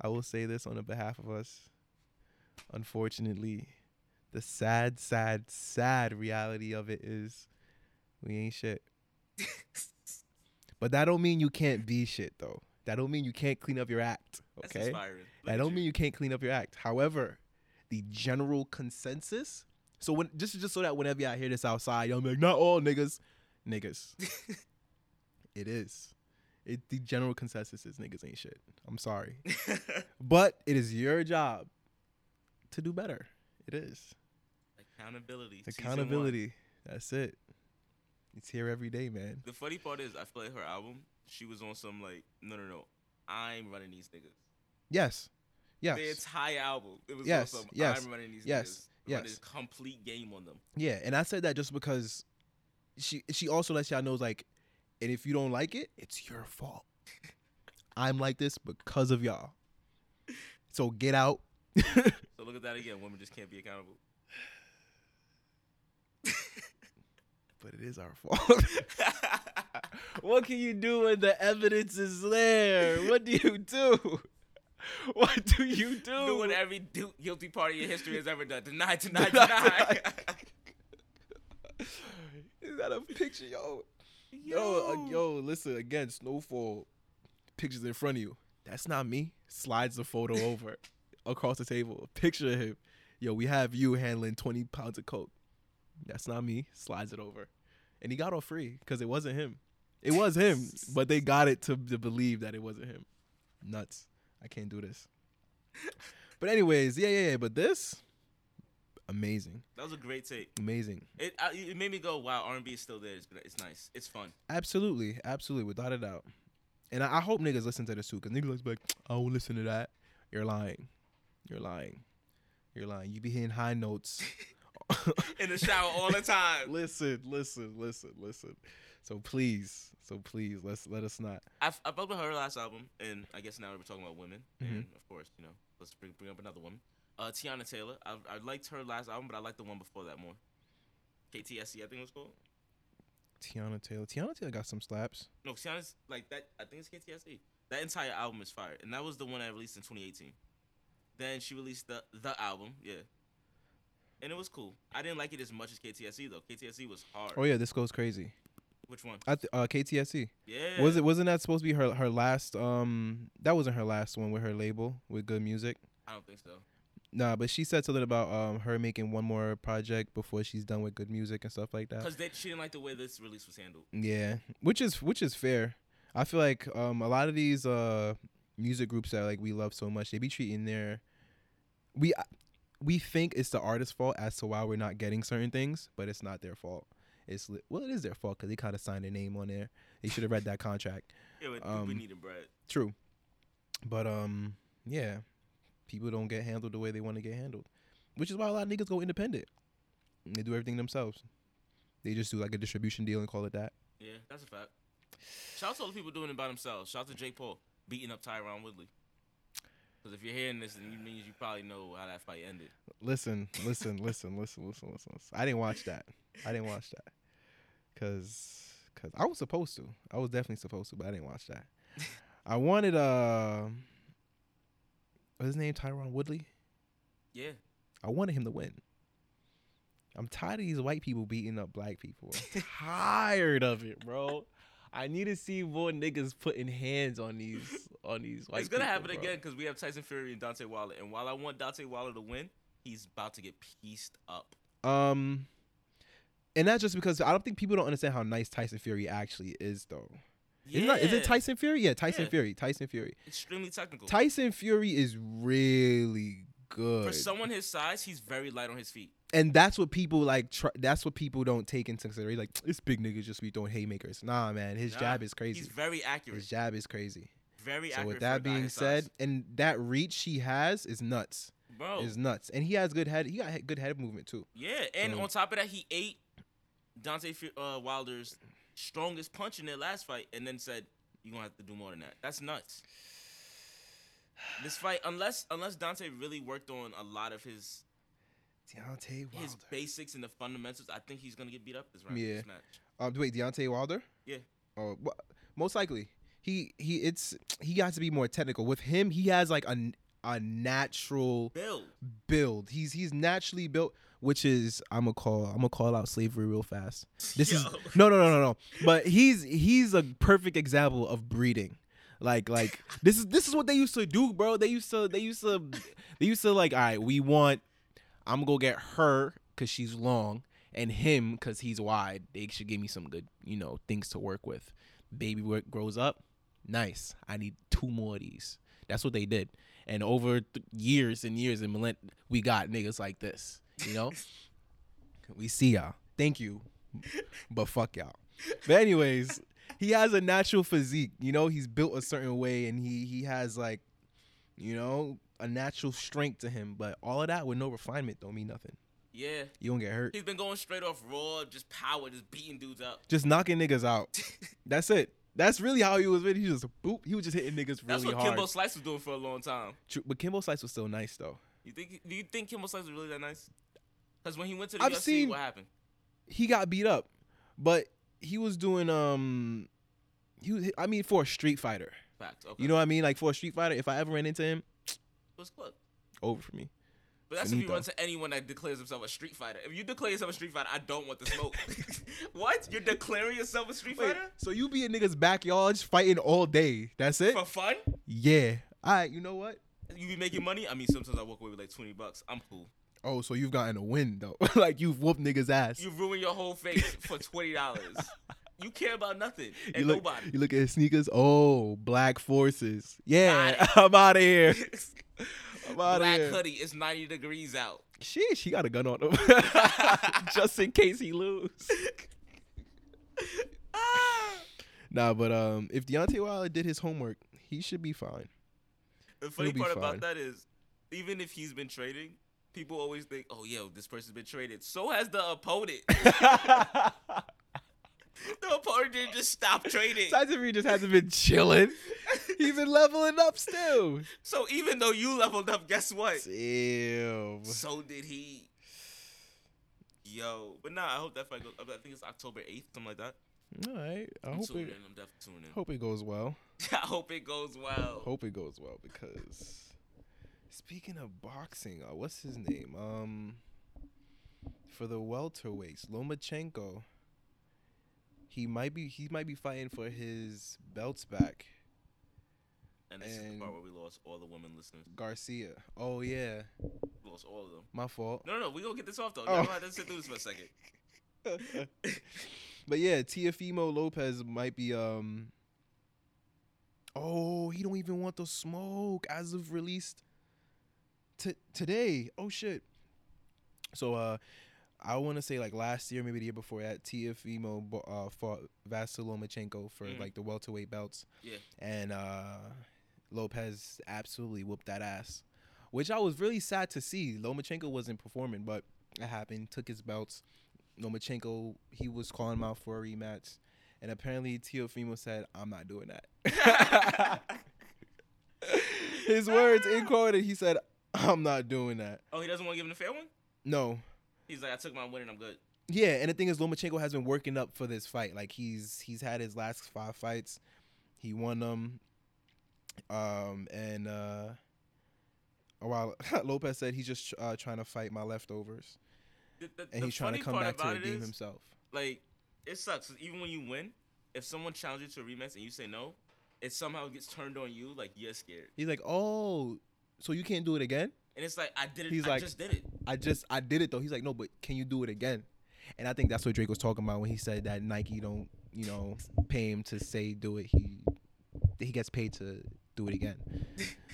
S1: I will say this on the behalf of us. Unfortunately, the sad, sad, sad reality of it is, we ain't shit. but that don't mean you can't be shit though. That don't mean you can't clean up your act. Okay.
S3: that's inspiring. Look
S1: I
S3: at
S1: don't
S3: you.
S1: mean you can't clean up your act. However, the general consensus. So when just just so that whenever y'all hear this outside, y'all be like, not all niggas,
S3: [laughs]
S1: niggas. it is. It the general consensus is niggas ain't shit. I'm
S3: [laughs]
S1: sorry, but it is your job to do better. It is
S3: accountability.
S1: it's
S3: season one.
S1: accountability. That's it. It's here every day, man.
S3: The funny part is, I feel like her album. She was on some like, no, no, no. I'm running these niggas.
S1: Yes, yes,
S3: The entire album. It was
S1: Yes,
S3: on some.
S1: yes,
S3: I'm running these
S1: yes,
S3: niggas. Running
S1: yes.
S3: Complete game on them.
S1: yeah. And I said that just because she she also lets y'all know like, and if you don't like it, it's your fault. I'm like this because of y'all. So get out.
S3: So look at that again. Women just can't be accountable.
S1: But it is our fault. [laughs] what can you do when the evidence is there? What do you do? [laughs] What do you do?
S3: Do what every du- guilty party in history has ever done.
S1: [laughs]
S3: Deny,
S1: Deny,
S3: deny, deny.
S1: Is that a picture, yo? Yo, uh, yo, listen again. Snowfall pictures in front of you. That's not me. Slides the photo over across the table. Picture of him. Yo, we have you handling twenty pounds of coke. That's not me. Slides it over, and he got off free because it wasn't him. It was him, but they got it to, to believe that it wasn't him. Nuts. I can't do this. But anyways, yeah, yeah, yeah. But this, amazing,
S3: [laughs] That was a great take.
S1: amazing.
S3: It I, it made me go, wow, R and B is still there. It's, it's nice. It's fun.
S1: Absolutely, absolutely, without a doubt. And I, I hope niggas listen to this too, because niggas be like, I won't listen to that. You're lying. You're lying. You're lying. You be hitting high notes.
S3: In the shower all the time.
S1: [laughs] listen, listen, listen, listen. So please, so please, let's let us not.
S3: I I fucked with her last album, and I guess now we're talking about women,
S1: Mm-hmm.
S3: and of course, you know, let's bring bring up another woman, uh, Tiana Taylor. I I liked her last album, but I liked the one before that more. KTSC, E, I think it was called.
S1: Tiana Taylor. Tiana Taylor got some slaps.
S3: No, Tiana's like that. I think it's KTSC. E. That entire album is fire, and that was the one I released in 2018. Then she released the the album, yeah, and it was cool. I didn't like it as much as KTSC E, though. KTSC was hard.
S1: Oh yeah, this goes crazy.
S3: Which one?
S1: I th- uh, KTSC
S3: Yeah.
S1: was it? Wasn't that supposed to be her her last? Um, that wasn't her last one with her label with Good Music.
S3: I don't think so.
S1: Nah, but she said something about um her making one more project before she's done with good music and stuff like that.
S3: Cause they, she didn't like the way this release was handled.
S1: Yeah, which is which is fair. I feel like um a lot of these uh music groups that like we love so much, they be treating their we uh, we think it's the artist's fault as to why we're not getting certain things, but it's not their fault. It's li- well, it is their fault because they kind of signed their name on there. They should have read that contract.
S3: Yeah, but we
S1: Um,
S3: needed bread.
S1: True, but um, yeah, people don't get handled the way they want to get handled, which is why a lot of niggas go independent. They do everything themselves. They just do like a distribution deal and call it that.
S3: Yeah, that's a fact. Shout out to all the people doing it by themselves. Shout out to Jake Paul beating up Tyron Woodley. Because if you're hearing this, then you means you probably know how that fight ended.
S1: Listen, listen, listen, listen, listen, listen, listen. I didn't watch that. I didn't watch that. Cause, cause I was supposed to. I was definitely supposed to, but I didn't watch that. I wanted uh, was his name Tyron Woodley?
S3: Yeah.
S1: I wanted him to win. I'm tired of these white people beating up black people. I'm tired of it, bro. I need to see more niggas putting hands on these on these white.
S3: it's going
S1: people,
S3: to happen
S1: bro.
S3: again because we have Tyson Fury and Dante Wilder. And while I want Dante Wilder to win, he's about to get pieced up.
S1: Um, and that's just because I don't think people don't understand how nice Tyson Fury actually is, though. Isn't that, is it
S3: Yeah,
S1: Tyson Fury? Yeah, Tyson
S3: Yeah.
S1: Fury. Tyson Fury.
S3: Extremely technical.
S1: Tyson Fury is really good,
S3: For someone his size, he's very light on his feet.
S1: and that's what people like. Tr- that's what people don't take into consideration. Like this big nigga just be throwing haymakers. Nah, man, his
S3: Nah,
S1: jab is crazy.
S3: He's very accurate.
S1: His jab is crazy.
S3: Very accurate.
S1: So with
S3: for a
S1: that
S3: guy
S1: being
S3: his
S1: said,
S3: size.
S1: and that reach he has is nuts.
S3: bro,
S1: Is nuts, and he has good head. He got he- good head movement too.
S3: yeah. And
S1: so-
S3: on top of that, he ate Dante Fu- uh, Wilder's strongest punch in their last fight, and then said, "You're gonna have to do more than that." That's nuts. [sighs] This fight, unless unless Dante really worked on a lot of his
S1: Deontay Wilder.
S3: his basics and the fundamentals, I think he's gonna get beat up this round.
S1: Yeah.
S3: This match.
S1: Um, wait, Deontay Wilder.
S3: Yeah.
S1: Oh, well, most likely he he it's he got to be more technical. With him, he has like a n- a natural
S3: Bill,
S1: build. He's he's naturally built, which is I'm gonna call I'm gonna call out slavery real fast. This is
S3: Yo.
S1: no no no no no. But he's he's a perfect example of breeding. Like like this is this is what they used to do, bro. They used to they used to they used to like all right, we want I'm gonna go get her because she's long and him because he's wide. They should give me some good you know things to work with. Baby wo- grows up, nice. I need two more of these. That's what they did. And over th- years and years and millenn- we got niggas like this. You
S3: [laughs]
S1: know, we see y'all. Thank you, but fuck y'all. But anyways, he has a natural physique. You know, he's built a certain way, and he he has like, you know, a natural strength to him. But all of that with no refinement don't mean nothing.
S3: yeah,
S1: You don't get hurt.
S3: he's been going straight off raw, just power, just beating dudes up.
S1: Just knocking niggas
S3: [laughs]
S1: out. That's it. That's really how he was. Really, he just boop. He was just hitting niggas
S3: That's
S1: really
S3: what
S1: hard.
S3: Kimbo Slice was doing for a long time.
S1: True- but Kimbo Slice was still nice though.
S3: You think? Do you think Kimbo Slice was really that nice? Because when he went to the
S1: I've
S3: UFC,
S1: seen-
S3: what happened?
S1: he got beat up, but he was doing um, he was I mean for a street fighter,
S3: Facts. Okay.
S1: you know what I mean? Like for a street fighter, if I ever ran into him,
S3: it was close.
S1: over for me.
S3: But that's if you
S1: Finito.
S3: run to anyone that declares himself a street fighter. If you declare yourself a street fighter, I don't want the
S1: [laughs]
S3: smoke. [laughs] what? You're declaring yourself a street fighter
S1: so you be in niggas' backyards fighting all day? That's it?
S3: for fun?
S1: Yeah. All right. You know what?
S3: You be making money? I mean, sometimes I walk away with like twenty bucks. I'm cool.
S1: Oh, so you've gotten a win though. [laughs] like you've whooped niggas' ass.
S3: You ruin your whole face for twenty
S1: [laughs]
S3: dollars. You care about nothing and
S1: You look,
S3: nobody.
S1: you look at his sneakers. Oh, black forces. Yeah, [laughs]
S3: Got
S1: I'm out of here.
S3: [laughs]
S1: I'm out of
S3: Black
S1: here.
S3: hoodie. It's ninety degrees out.
S1: Sheesh, he got a gun on him, just in case he lose.
S3: Ah.
S1: Nah, but um, if Deontay Wilder did his homework, he should be fine.
S3: The funny
S1: be
S3: part
S1: fine.
S3: about that is, even if he's been trading, people always think, "Oh, yo, this person's been traded." So has the opponent. [laughs] the opponent didn't just
S1: [laughs]
S3: stop trading.
S1: Tyson Fury just hasn't been chilling. He's been leveling up still.
S3: So even though you leveled up, guess what?
S1: Ew.
S3: So did he. Yo, but nah, I hope that fight goes. I think it's October eighth, something like that.
S1: All right. I
S3: I'm
S1: hope
S3: tuning
S1: it,
S3: in. I'm definitely tuning in.
S1: hope it goes well.
S3: [laughs] I hope it goes well.
S1: Hope it goes well because speaking of boxing, uh, what's his name? Um, for the welterweights, Lomachenko. He might be he might be fighting for his belts back.
S3: and this is the
S1: and-
S3: part where we lost all the women listeners.
S1: Garcia. Oh yeah,
S3: We lost all of them.
S1: my fault.
S3: No, no, no. We gonna get this off though.
S1: Oh.
S3: Y'all gonna have to sit through this for
S1: [laughs]
S3: a second. [laughs]
S1: But yeah, Tiafimo Lopez might be um Oh, he don't even want the smoke as of released t- today. Oh shit. So uh I want to say like last year, maybe the year before that, Tiafimo bo- uh, fought Vasyl Lomachenko for
S3: Mm.
S1: like the welterweight belts.
S3: Yeah.
S1: And uh Lopez absolutely whooped that ass, which I was really sad to see. Lomachenko wasn't performing, but it happened. Took his belts. Lomachenko, he was calling him out for a rematch, and apparently Teofimo said, "I'm not doing that." [laughs] his words
S3: Ah.
S1: in quote, and he said, "I'm not doing that."
S3: Oh, he doesn't want to give him a fair one.
S1: No.
S3: He's like, I took my win and I'm good.
S1: Yeah, and the thing is, Lomachenko has been working up for this fight. Like he's he's had his last five fights, he won them. Um, and uh, a while [laughs] Lopez said he's just uh, trying to fight my leftovers,
S3: The, the,
S1: and
S3: the
S1: he's trying to
S3: funny
S1: come
S3: part
S1: back to
S3: about it
S1: redeem
S3: is,
S1: himself.
S3: Like, it sucks. Even when you win, if someone challenges you to a rematch and you say no, it somehow gets turned on you. Like you're scared,
S1: He's like, "Oh, so you can't do it again?"
S3: and it's like I did it.
S1: He's
S3: I
S1: like-
S3: just did it.
S1: I just I did it though. He's like, no, but can you do it again? And I think that's what Drake was talking about when he said that Nike don't, you know, pay him to say do it. He he gets paid to do it
S3: [laughs]
S1: again.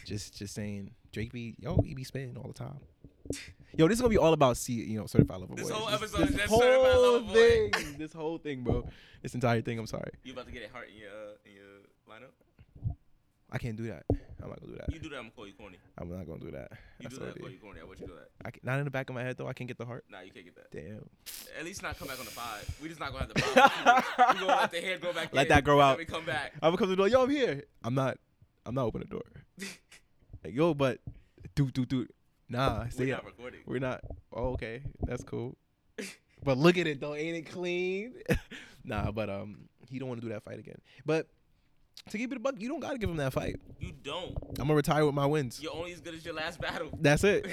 S1: just just saying, Drake be yo, he be spinning all the time. Yo, this is gonna be all about see you know certified level
S3: This
S1: boy.
S3: whole
S1: this,
S3: episode is
S1: this
S3: just
S1: whole
S3: Certified Lover Boy.
S1: thing, this whole thing, bro. This entire thing. I'm sorry,
S3: You about to get a heart in your uh, in your lineup?
S1: I can't do that. I'm not gonna do that.
S3: You do that, I'm gonna call you corny.
S1: I'm not gonna do that.
S3: You
S1: That's
S3: do that,
S1: OD.
S3: I'm call you corny. I want you to do that.
S1: I can, not in the back of my head though. I can't get the heart.
S3: Nah, you can't get that.
S1: Damn.
S3: At least not come back on the pod. We just not gonna
S1: [laughs]
S3: have the pod. We gonna let the hair grow back.
S1: Let
S3: in,
S1: that grow
S3: and
S1: out.
S3: then We
S1: [laughs]
S3: come back.
S1: I would come to the door, yo, I'm here. I'm not I'm not opening the door.
S3: [laughs]
S1: like, yo, but dude, dude, dude. Nah, stay
S3: We're
S1: we
S3: not recording.
S1: We're not oh, okay. That's
S3: [laughs]
S1: cool. but look at it though, ain't it clean? [laughs] nah, but um he don't want to do that fight again. But to keep it a buck, you don't gotta give him that fight.
S3: You don't.
S1: I'm gonna retire with my wins.
S3: You're only as good as your last battle. [laughs]
S1: That's it.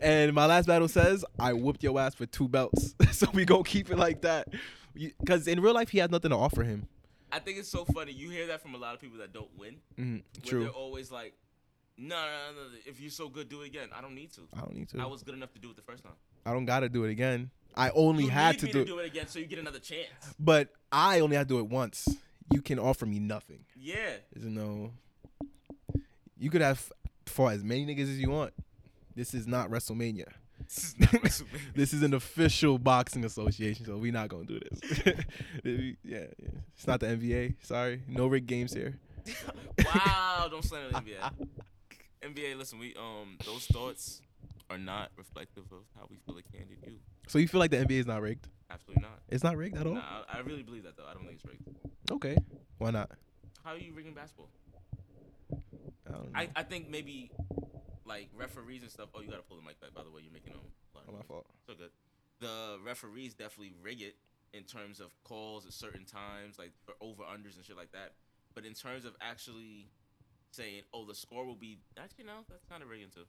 S1: And my last battle says, I whooped your ass for two belts. [laughs] so we gonna keep it like that. Because in real life, he has nothing to offer him.
S3: I think it's so funny. You hear that from a lot of people that don't win.
S1: Mhm,
S3: Where
S1: True.
S3: They're always like, no, no, no, no. If you're so good, do it again. I don't need to.
S1: I don't need to.
S3: I was good enough to do it the first time.
S1: I don't gotta do it again. I only
S3: you
S1: had
S3: need
S1: to
S3: me
S1: do,
S3: to
S1: it,
S3: do it again, so you get another chance.
S1: but I only had to do it once. You can offer me nothing.
S3: Yeah.
S1: There's no. You could have fought as many niggas as you want. This is not WrestleMania.
S3: This is
S1: [laughs]
S3: not WrestleMania.
S1: This is an official boxing association, so we're not gonna do this. [laughs] yeah, yeah, it's not the NBA. Sorry, no rigged games here.
S3: wow, don't slander the NBA.
S1: [laughs]
S3: NBA, listen, we um those thoughts are not reflective of how we feel like candid you.
S1: So you feel like the NBA is not rigged?
S3: Absolutely not.
S1: It's not rigged at all.
S3: Nah, I, I really believe that though. I don't think it's rigged.
S1: Okay, why not?
S3: How are you rigging basketball?
S1: I don't know.
S3: I, I think maybe like referees and stuff. Oh, you gotta pull the mic back. By the way, you're making um, a lot of
S1: Oh, my
S3: noise.
S1: fault. [laughs]
S3: So good. The referees definitely rig it in terms of calls at certain times, like for over unders and shit like that. But in terms of actually saying, oh, the score will be actually no, that's kind of rigging too.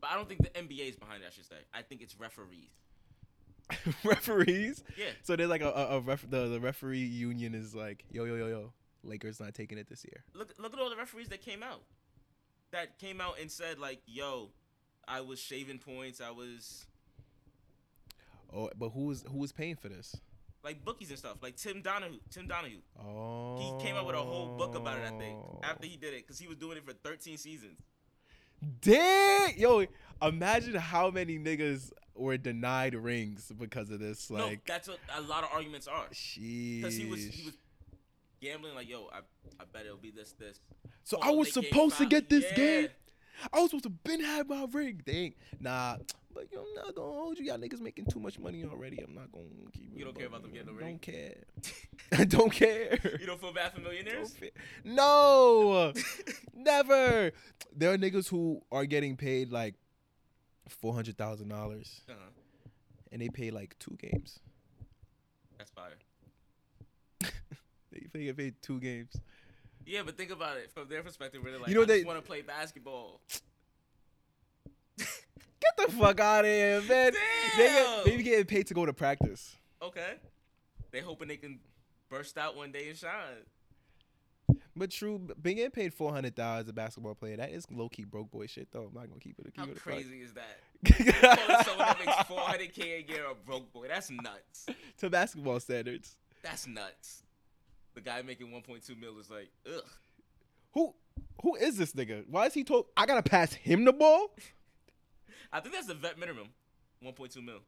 S3: But I don't think the NBA is behind it. I should say. I think it's referees.
S1: Referees.
S3: Yeah.
S1: So there's like a, a, a ref, the the referee union is like yo yo yo yo Lakers not taking it this year.
S3: Look look at all the referees that came out. That came out and said like, yo, I was shaving points. I was
S1: Oh, but who was who was paying for this?
S3: like bookies and stuff. Like Tim Donahue. Tim Donahue.
S1: Oh,
S3: He came up with a whole book about it, I think, after he did it, because he was doing it for 13 seasons.
S1: Dang, yo, imagine how many niggas were denied rings because of this.
S3: no,
S1: Like,
S3: that's what a lot of arguments are. Because he was
S1: sheesh.
S3: he was gambling like, yo, I, I bet it'll be this this.
S1: so
S3: Oh,
S1: I was
S3: they gave
S1: supposed to
S3: five-
S1: get this
S3: yeah.
S1: game. I was supposed to been had my ring. Dang, nah. But yo, I'm not gonna hold you. Y'all niggas making too much money already. I'm not gonna keep. it
S3: You don't care about them
S1: bugging.
S3: getting a ring?
S1: Don't care.
S3: [laughs]
S1: I don't care. [laughs]
S3: You don't feel bad for millionaires? Uh-huh.
S1: Don't fi- No, never. There are niggas who are getting paid like four hundred thousand dollars,
S3: Uh-huh.
S1: and they pay like two games.
S3: That's fire.
S1: They they get paid two games.
S3: Yeah, but think about it from their perspective. Really, like,
S1: You know
S3: I
S1: they-
S3: just want to play basketball.
S1: Get the fuck out of here, man. They get, they
S3: Damn.
S1: be getting paid to go to practice.
S3: Okay. They hoping they can burst out one day and shine.
S1: But true, b- being getting paid four hundred thousand as a basketball player, that is low key broke boy shit though. I'm not gonna keep it. Keep
S3: How
S1: it a buck.
S3: crazy is that? [laughs] Calling someone that
S1: [laughs]
S3: makes
S1: to
S3: 400k a year a broke boy. That's nuts.
S1: basketball standards.
S3: That's nuts. The guy making 1.2 mil is like, ugh.
S1: Who who is this nigga? Why is he told I gotta pass him the ball?
S3: I think that's the vet minimum. 1.2 mil.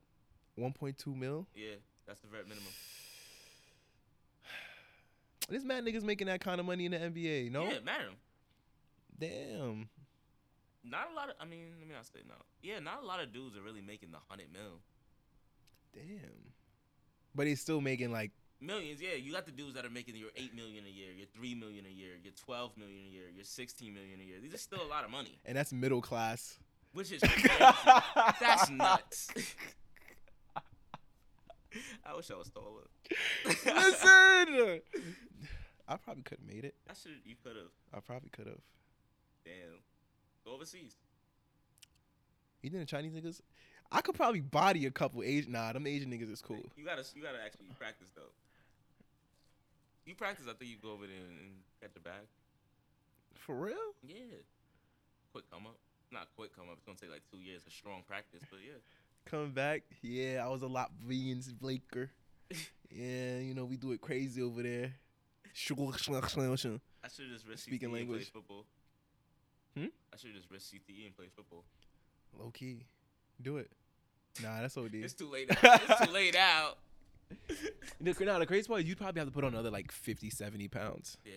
S1: One point two mil.
S3: Yeah, that's the vet minimum.
S1: This mad nigga's making that kind of money in the NBA. No,
S3: Yeah, madam.
S1: damn.
S3: Not a lot of. I mean, let me not say no. Yeah, not a lot of dudes are really making the hundred mil.
S1: Damn. But he's still making like
S3: Millions, yeah. You got the dudes that are making your eight million a year, your three million a year, your twelve million a year, your sixteen million a year. These are still a lot of money,
S1: and that's middle class.
S3: which is crazy. that's nuts. I wish I was taller.
S1: [laughs] Listen, I probably could have made it.
S3: I should. You could have.
S1: I probably could have.
S3: Damn. Go overseas.
S1: You think the Chinese niggas? I could probably body a couple Asian. Nah, them Asian niggas is cool.
S3: You gotta. You gotta actually practice though. You practice. I think you go over there and, and get the bag.
S1: For real?
S3: Yeah. Quick come up. Not quick come up. It's gonna take like two years of strong practice, but yeah.
S1: Coming back? Yeah, I was a Latvians [laughs] Blaker. yeah, you know we do it crazy over there.
S3: I should just risk
S1: Speaking
S3: CTE E and play
S1: language.
S3: football.
S1: Hmm?
S3: I should just risk CTE E and play football.
S1: Low key, do it. Nah, that's OD.
S3: It's too
S1: [laughs]
S3: late. Out. it's too late out.
S1: No, now the crazy part is you probably have to put on another like 50, 70 pounds
S3: Yeah,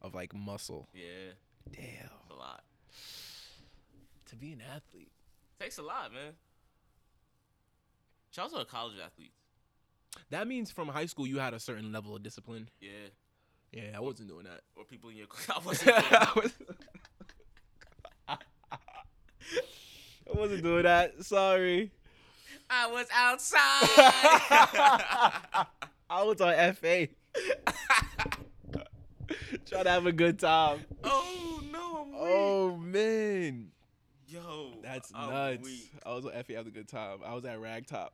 S1: of like muscle.
S3: yeah,
S1: Damn.
S3: a lot.
S1: To be an athlete.
S3: Takes a lot, man. Charles are college athletes.
S1: That means from high school you had a certain level of discipline.
S3: Yeah,
S1: Yeah, I wasn't doing that.
S3: or people in your. [laughs] I wasn't doing-
S1: I wasn't doing that. [laughs] Sorry.
S3: I was outside. [laughs]
S1: I was on FA. Trying to have a good time.
S3: oh no! I'm weak.
S1: Oh man.
S3: yo,
S1: That's
S3: I'm
S1: nuts.
S3: weak.
S1: I was on FA having a good time. I was at Ragtop.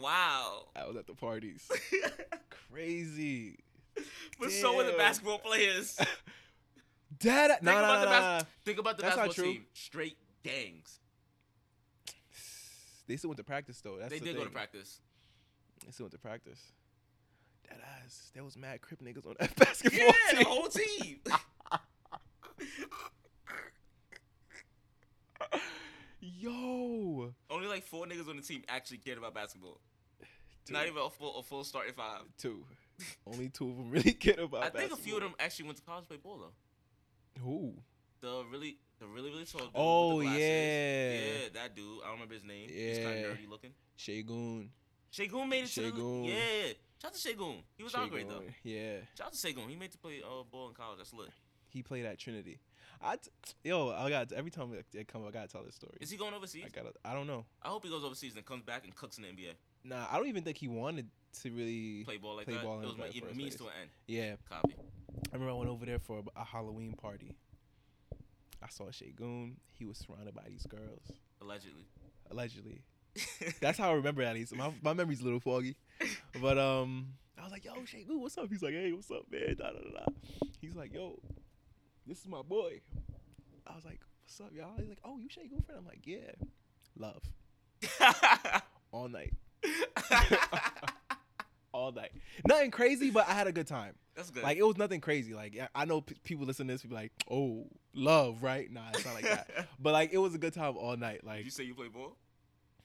S3: Wow.
S1: I was at the [laughs] parties. Crazy.
S3: but so were the
S1: Damn.
S3: basketball players.
S1: Dad,
S3: Think
S1: nah,
S3: about
S1: nah,
S3: the
S1: nah,
S3: bas-
S1: nah.
S3: Think about the
S1: That's not
S3: basketball
S1: true.
S3: team. Straight gangs.
S1: They still went to practice though. That's
S3: they
S1: the
S3: did go to
S1: thing. [laughs]
S3: practice.
S1: They still went to practice. That ass. There was mad crip niggas on that [laughs] basketball
S3: Yeah, the
S1: team.
S3: whole team.
S1: [laughs]
S3: [laughs]
S1: Yo,
S3: Only like four niggas on the team actually cared about basketball.
S1: Dude.
S3: Not even a full a full starting five.
S1: two. [laughs] Only two of them really [laughs] get about.
S3: I think a few
S1: basketball.
S3: of them actually went to college to play ball though.
S1: Who?
S3: The really, the really, really tall dude. with the
S1: Oh,
S3: glasses.
S1: yeah.
S3: yeah, that dude. I don't remember his name. He's kind
S1: Yeah.
S3: of nerdy looking.
S1: Shagun.
S3: Shagun made it to
S1: Shagun.
S3: the yeah. Shout out to Shagun. He was our grade though.
S1: Shagun. Yeah,
S3: Shout out to Shagun. He made to play uh, ball in college. That's lit.
S1: he played at Trinity. I t- yo, I got every time I come, I gotta tell this story.
S3: Is he going overseas?
S1: I gotta. I don't know.
S3: I hope he goes overseas and comes back and cooks in the NBA.
S1: Nah, I don't even think he wanted to really.
S3: Play ball like
S1: Play
S3: that.
S1: ball in
S3: it was my
S1: the first
S3: it means to
S1: place.
S3: an end.
S1: Yeah,
S3: Copy.
S1: I remember I went over there for a, a Halloween party. I saw Shagun. He was surrounded by these girls,
S3: Allegedly. [laughs]
S1: allegedly. That's how I remember at least. My, my memory's a little foggy. But um I was like, yo, Shay Goo, what's up? He's like, hey, what's up, man? Da, da, da, da. He's like, yo, this is my boy. I was like, what's up, y'all? He's like, oh, you Shay Goo friend? I'm like, yeah. Love. All night. [laughs] All night. Nothing crazy, but I had a good time.
S3: That's good.
S1: Like, it was nothing crazy. Like, I- I know p- people listen to this, people like, oh, love, right? Nah, it's not like
S3: [laughs]
S1: that. But, like, it was a good time all night.
S3: Did
S1: Like,
S3: you say you play ball?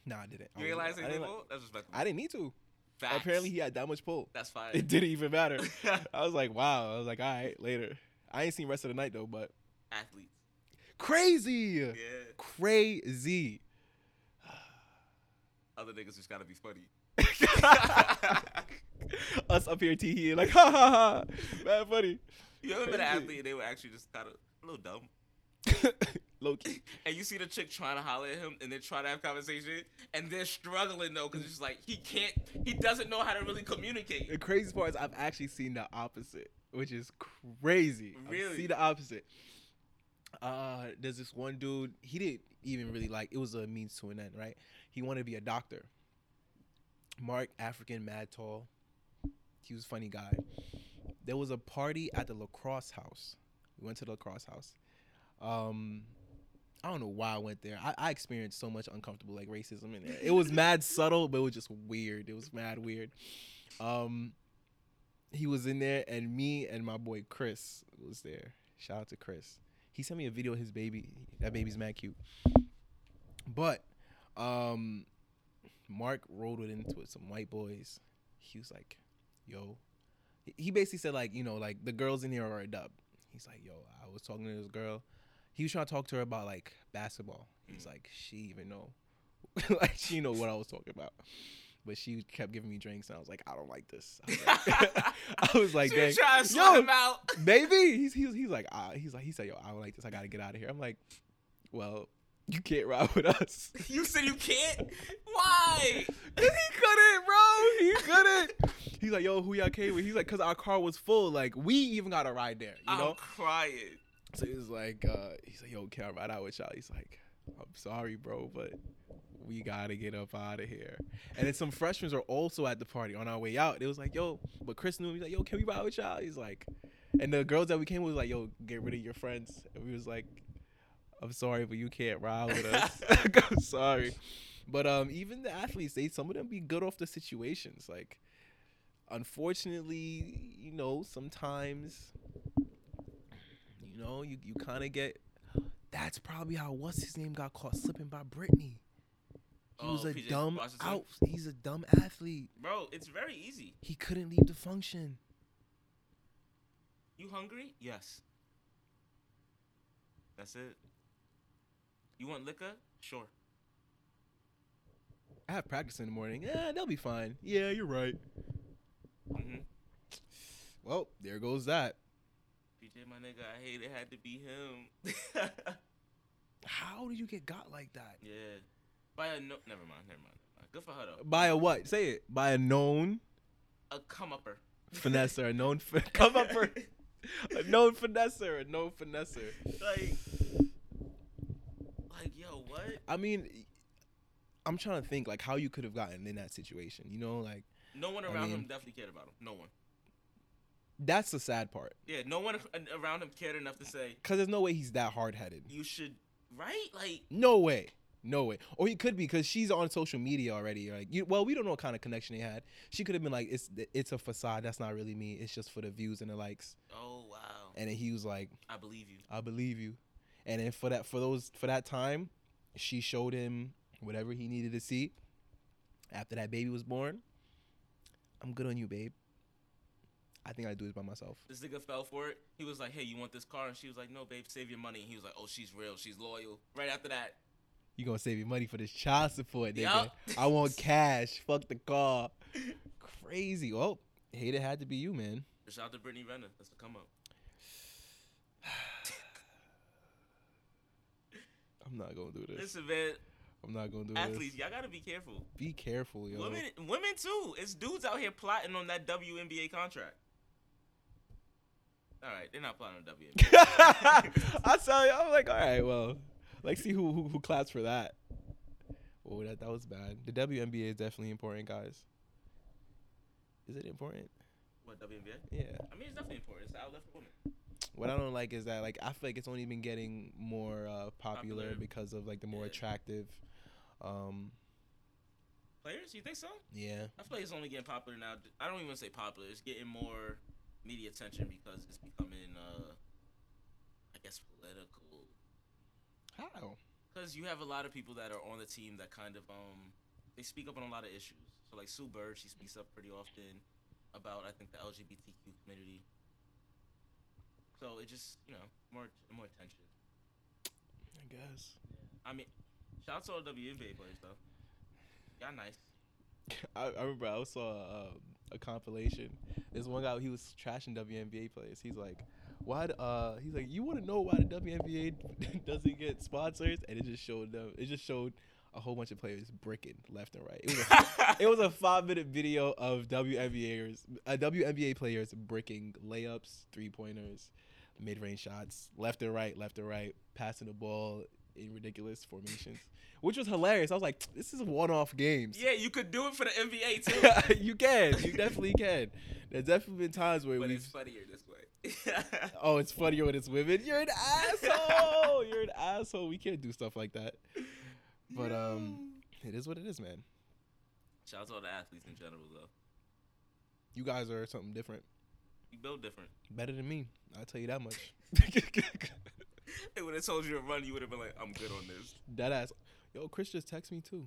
S1: nah, I didn't. I wasn't-
S3: You realize
S1: I
S3: they play
S1: didn't, like-
S3: ball? That's respectable.
S1: I didn't need to.
S3: Facts.
S1: Apparently, he had that much pull.
S3: That's fire.
S1: It didn't [laughs] even matter. I was like, wow. I was like, all right, later. I ain't seen rest of the night though, but
S3: [laughs] Athletes.
S1: crazy,
S3: Yeah.
S1: crazy.
S3: Other niggas just gotta
S1: [laughs]
S3: be funny.
S1: Us up here teeing like, ha ha ha, bad
S3: [laughs]
S1: funny.
S3: You ever been an
S1: Crazy.
S3: athlete and they were actually just kind of a little dumb?
S1: Loki.
S3: And you see the chick trying to holler at him and then try to have conversation and they're struggling though because it's just like he can't, he doesn't know how to really communicate.
S1: The craziest part is I've actually seen the opposite, which is crazy.
S3: Really?
S1: I've seen the opposite. Uh, there's this one dude. He didn't even really like. It was a means to an end, right? He wanted to be a doctor. Mark African, mad tall. He was a funny guy. There was a party at the lacrosse house. We went to the lacrosse house. Um, I don't know why I went there. I, I experienced so much uncomfortable like racism in there. It was mad [laughs] subtle, but it was just weird. It was mad weird. Um, he was in there, and me and my boy Chris was there. Shout out to Chris. He sent me a video of his baby. That baby's mad cute. But um, Mark rolled it into it, some white boys. He was like, "Yo," He- he basically said like, you know, like the girls in here are a dub. He's like, "Yo, I was talking to this girl. He was trying to talk to her about like [laughs] basketball. He's like, she even know, like she know what I was talking about." But she kept giving me drinks, and I was like, I don't like this. I was like- [laughs] I was like,
S3: She
S1: dang,
S3: was trying to
S1: yo,
S3: sort him out.
S1: maybe he's he's he's like ah, he's like he said yo I don't like this I gotta get out of here I'm like well you can't ride with us [laughs]
S3: [laughs] You said you can't. Why?
S1: Cause he couldn't bro he
S3: [laughs]
S1: couldn't he's like yo who y'all came with he's like cause our car was full like we even got a ride there you know
S3: I'm crying.
S1: so he's like uh he's like yo can I ride out with y'all he's like I'm sorry bro but we gotta get up out of here and then some freshmen are also at the party on our way out it was like yo but Chris knew him. he's like yo can we ride with y'all he's like and the girls that we came with was like, yo, get rid of your friends. And we was like, I'm sorry, but you can't ride with us. [laughs] I'm sorry. But um, even the athletes, they some of them be good off the situations. Like, unfortunately, you know, sometimes, you know, you, you kind of get. That's probably how what's his name got caught slipping by Brittany. He was
S3: Oh,
S1: a
S3: PJ
S1: dumb
S3: Washington.
S1: out. He's a dumb athlete.
S3: Bro, it's very easy.
S1: He couldn't leave the function.
S3: You hungry? Yes. That's it. You want liquor? Sure.
S1: I have practice in the morning. Yeah, they'll be fine. Yeah, you're right.
S3: hmm
S1: Well, there goes that.
S3: PJ, my nigga, I hate it had to be him. [laughs]
S1: How did you get got like that?
S3: yeah. By a no, never mind, never mind. Good for her though.
S1: By a what? Say it. By a known
S3: A come upper.
S1: finesser, a known fin- [laughs] come upper, a known finesser, a known finesser.
S3: like, like yo, what?
S1: I mean, I'm trying to think like how you could have gotten in that situation. You know, like
S3: No one
S1: I
S3: around him
S1: mean-
S3: definitely cared about him. No one.
S1: that's the sad part
S3: Yeah, no one [laughs] a- around him cared enough to say
S1: because there's no way he's that hard headed.
S3: you should. Right? Like,
S1: No way. No way. Or he could be because she's on social media already. Like, you, well, we don't know what kind of connection they had. She could have been like, "It's it's a facade. That's not really me. It's just for the views and the likes."
S3: oh wow,
S1: And then he was like,
S3: I believe you.
S1: I believe you. And then for that for those for that time, she showed him whatever he needed to see. After that baby was born, I'm good on you, babe. I think I do this by myself.
S3: This nigga fell for it. He was like, "Hey, you want this car?" And she was like, "No, babe, save your money." And he was like, "Oh, she's real. She's loyal." Right after that,
S1: You gonna save me money for this child support, nigga.
S3: Yup.
S1: I want cash. Fuck the car. Crazy. Oh, hate it had to be you, man.
S3: shout out to Brittany Renner. That's the come up.
S1: I'm not gonna do this.
S3: Listen, man,
S1: I'm not gonna do this.
S3: athletes, y'all gotta be careful.
S1: Be careful, yo.
S3: Women, [laughs] women too. It's dudes out here plotting on that WNBA contract. All right, they're not plotting on WNBA.
S1: [laughs] I saw you. I'm like, all right, well, let's see who who, who claps for that. Oh, that that was bad. The WNBA is definitely important, guys. Is it important?
S3: what WNBA?
S1: Yeah.
S3: I mean, it's definitely important. It's the outlet for women.
S1: What I don't like is that like I feel like it's only been getting more uh, popular,
S3: Popular.
S1: because of like the more
S3: Yeah.
S1: attractive. Um.
S3: Players, you think so?
S1: Yeah.
S3: I feel like it's only getting popular now. I don't even say popular. It's getting more media attention because it's becoming, uh, I guess, political.
S1: How?
S3: Because you have a lot of people that are on the team that kind of um they speak up on a lot of issues. So like Sue Bird, she speaks up pretty often about I think the LGBTQ community. So it just you know more more attention.
S1: I guess.
S3: I mean, shout out to all the WNBA players though. Y'all nice.
S1: [laughs] I, I remember I saw a, a compilation. This one guy, he was trashing WNBA players. He's like, "Why?" d- Uh, he's like, "You want to know why the WNBA [laughs] doesn't get sponsors?" And it just showed them. It just showed a whole bunch of players bricking left and right. It was a, it was a five minute video of WNBAers, uh, WNBA players bricking layups, three pointers, mid range shots, left and right, left and right, passing the ball in ridiculous formations, which was hilarious. I was like, "This is one off games."
S3: yeah, you could do it for the NBA
S1: [laughs]
S3: [laughs] too.
S1: you can. You definitely can. There's definitely been times where
S3: but
S1: we.
S3: [laughs] it's funnier this way. [laughs]
S1: Oh, it's funnier when it's women. You're an asshole. You're an asshole. We can't do stuff like that. But um, it is what it is, man.
S3: shout out to all the athletes in general though.
S1: You guys are something different,
S3: You
S1: [laughs]
S3: build different.
S1: better than me. I'll tell you that
S3: [laughs]
S1: much.
S3: They would have told you to run. You would have been like, I'm good on this.
S1: that ass. Yo, Chris just texted me too.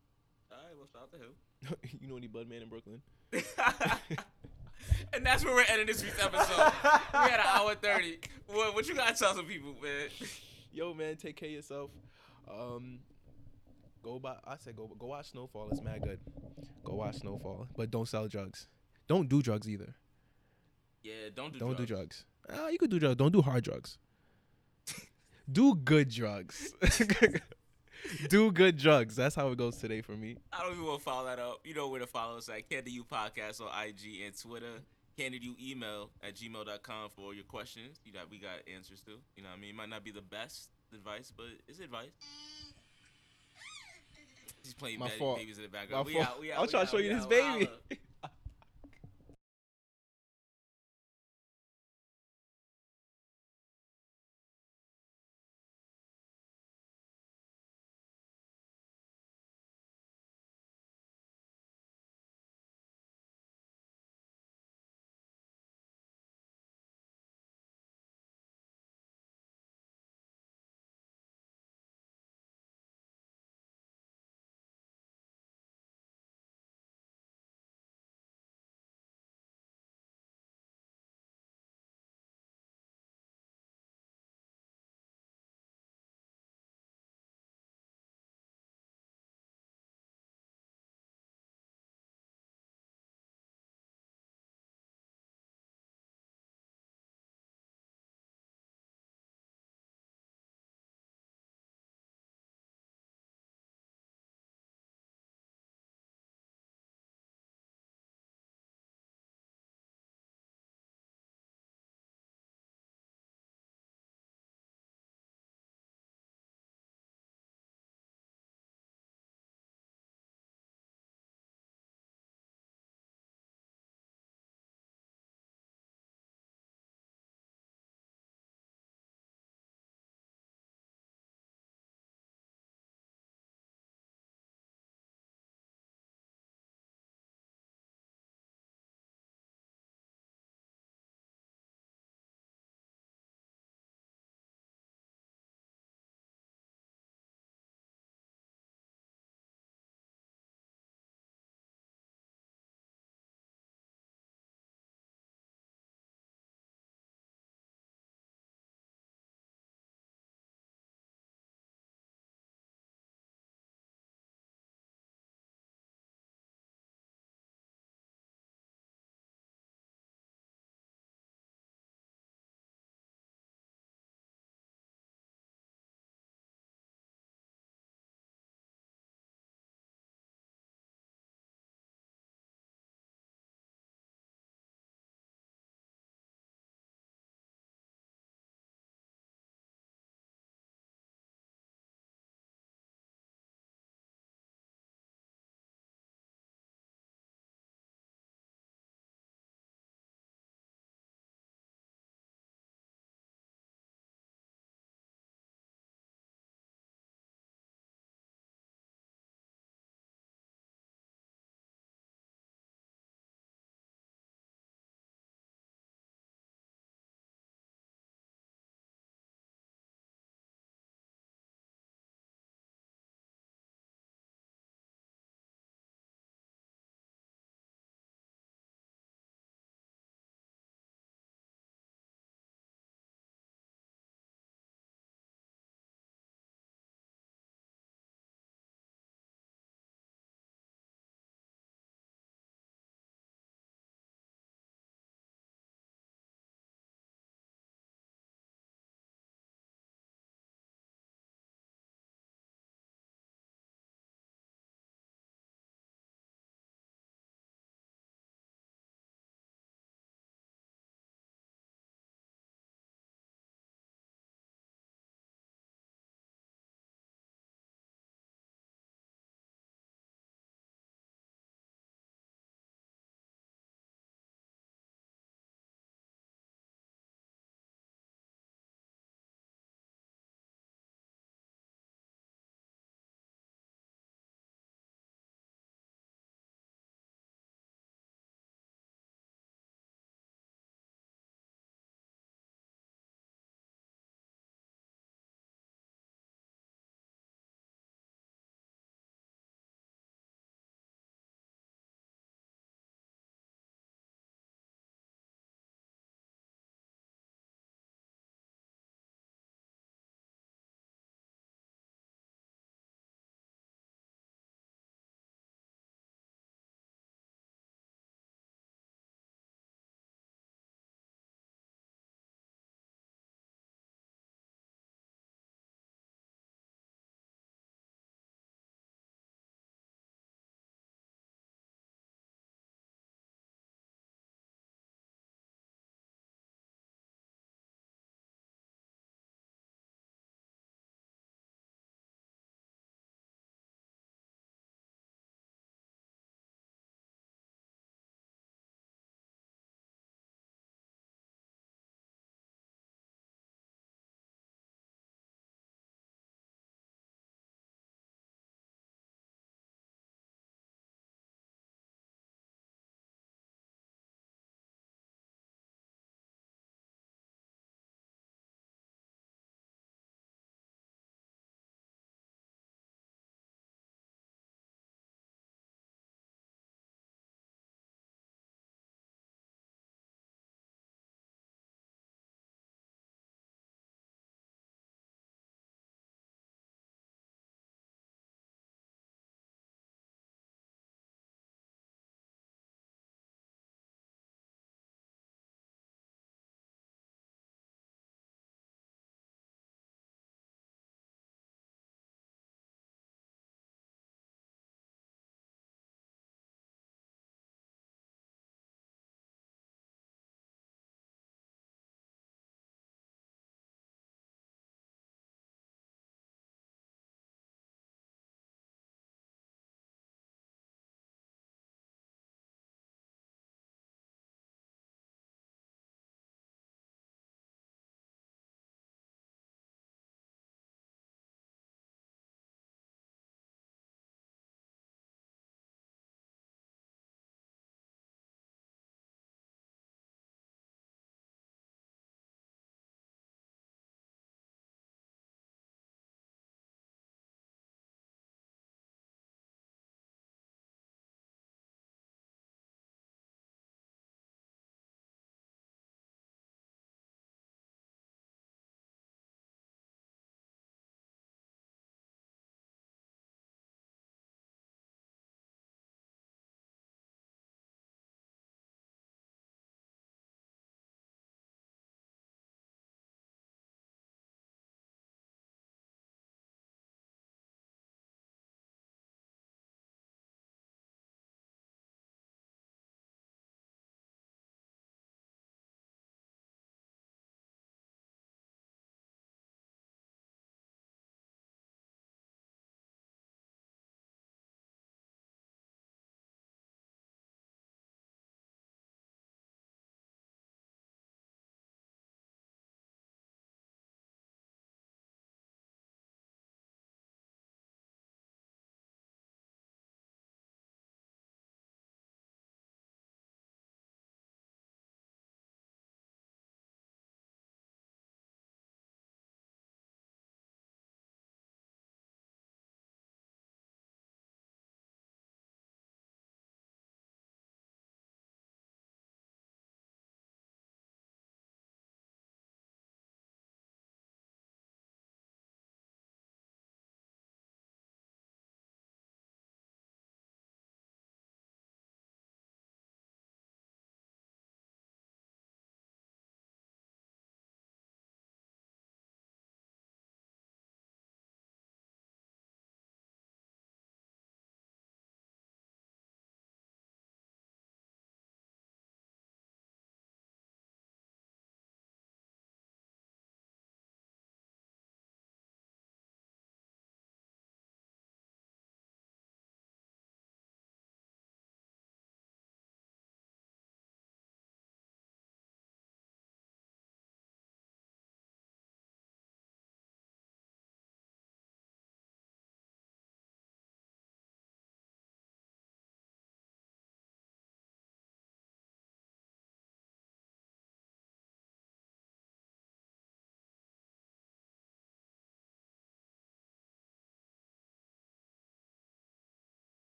S1: [laughs]
S3: All right, well, shout out to him.
S1: you know any bud man in Brooklyn?
S3: [laughs] and that's where we're ending this week's episode. we had an hour thirty. What, what you gotta tell some people, man?
S1: Yo, man, take care of yourself. Um, go by. I said go go watch Snowfall. It's mad good. Go watch Snowfall, but don't sell drugs. Don't do drugs either.
S3: Yeah, don't do
S1: Don't
S3: drugs.
S1: do drugs. Uh, you could do drugs. Don't do hard drugs. [laughs] do good drugs. [laughs] do good drugs. That's how it goes today for me.
S3: I don't even want to follow that up. You know where to follow us at Candid You Podcast on IG and Twitter. Candid You email at gmail.com for your questions. You know, we got answers too. You know what I mean? It might not be the best advice, but it's advice. He's playing
S1: My
S3: ba-
S1: fault.
S3: babies in the
S1: My
S3: background. we
S1: fault.
S3: out, we out,
S1: I'm
S3: we
S1: trying
S3: out,
S1: to show
S3: we
S1: you this
S3: out.
S1: baby.
S3: Holla.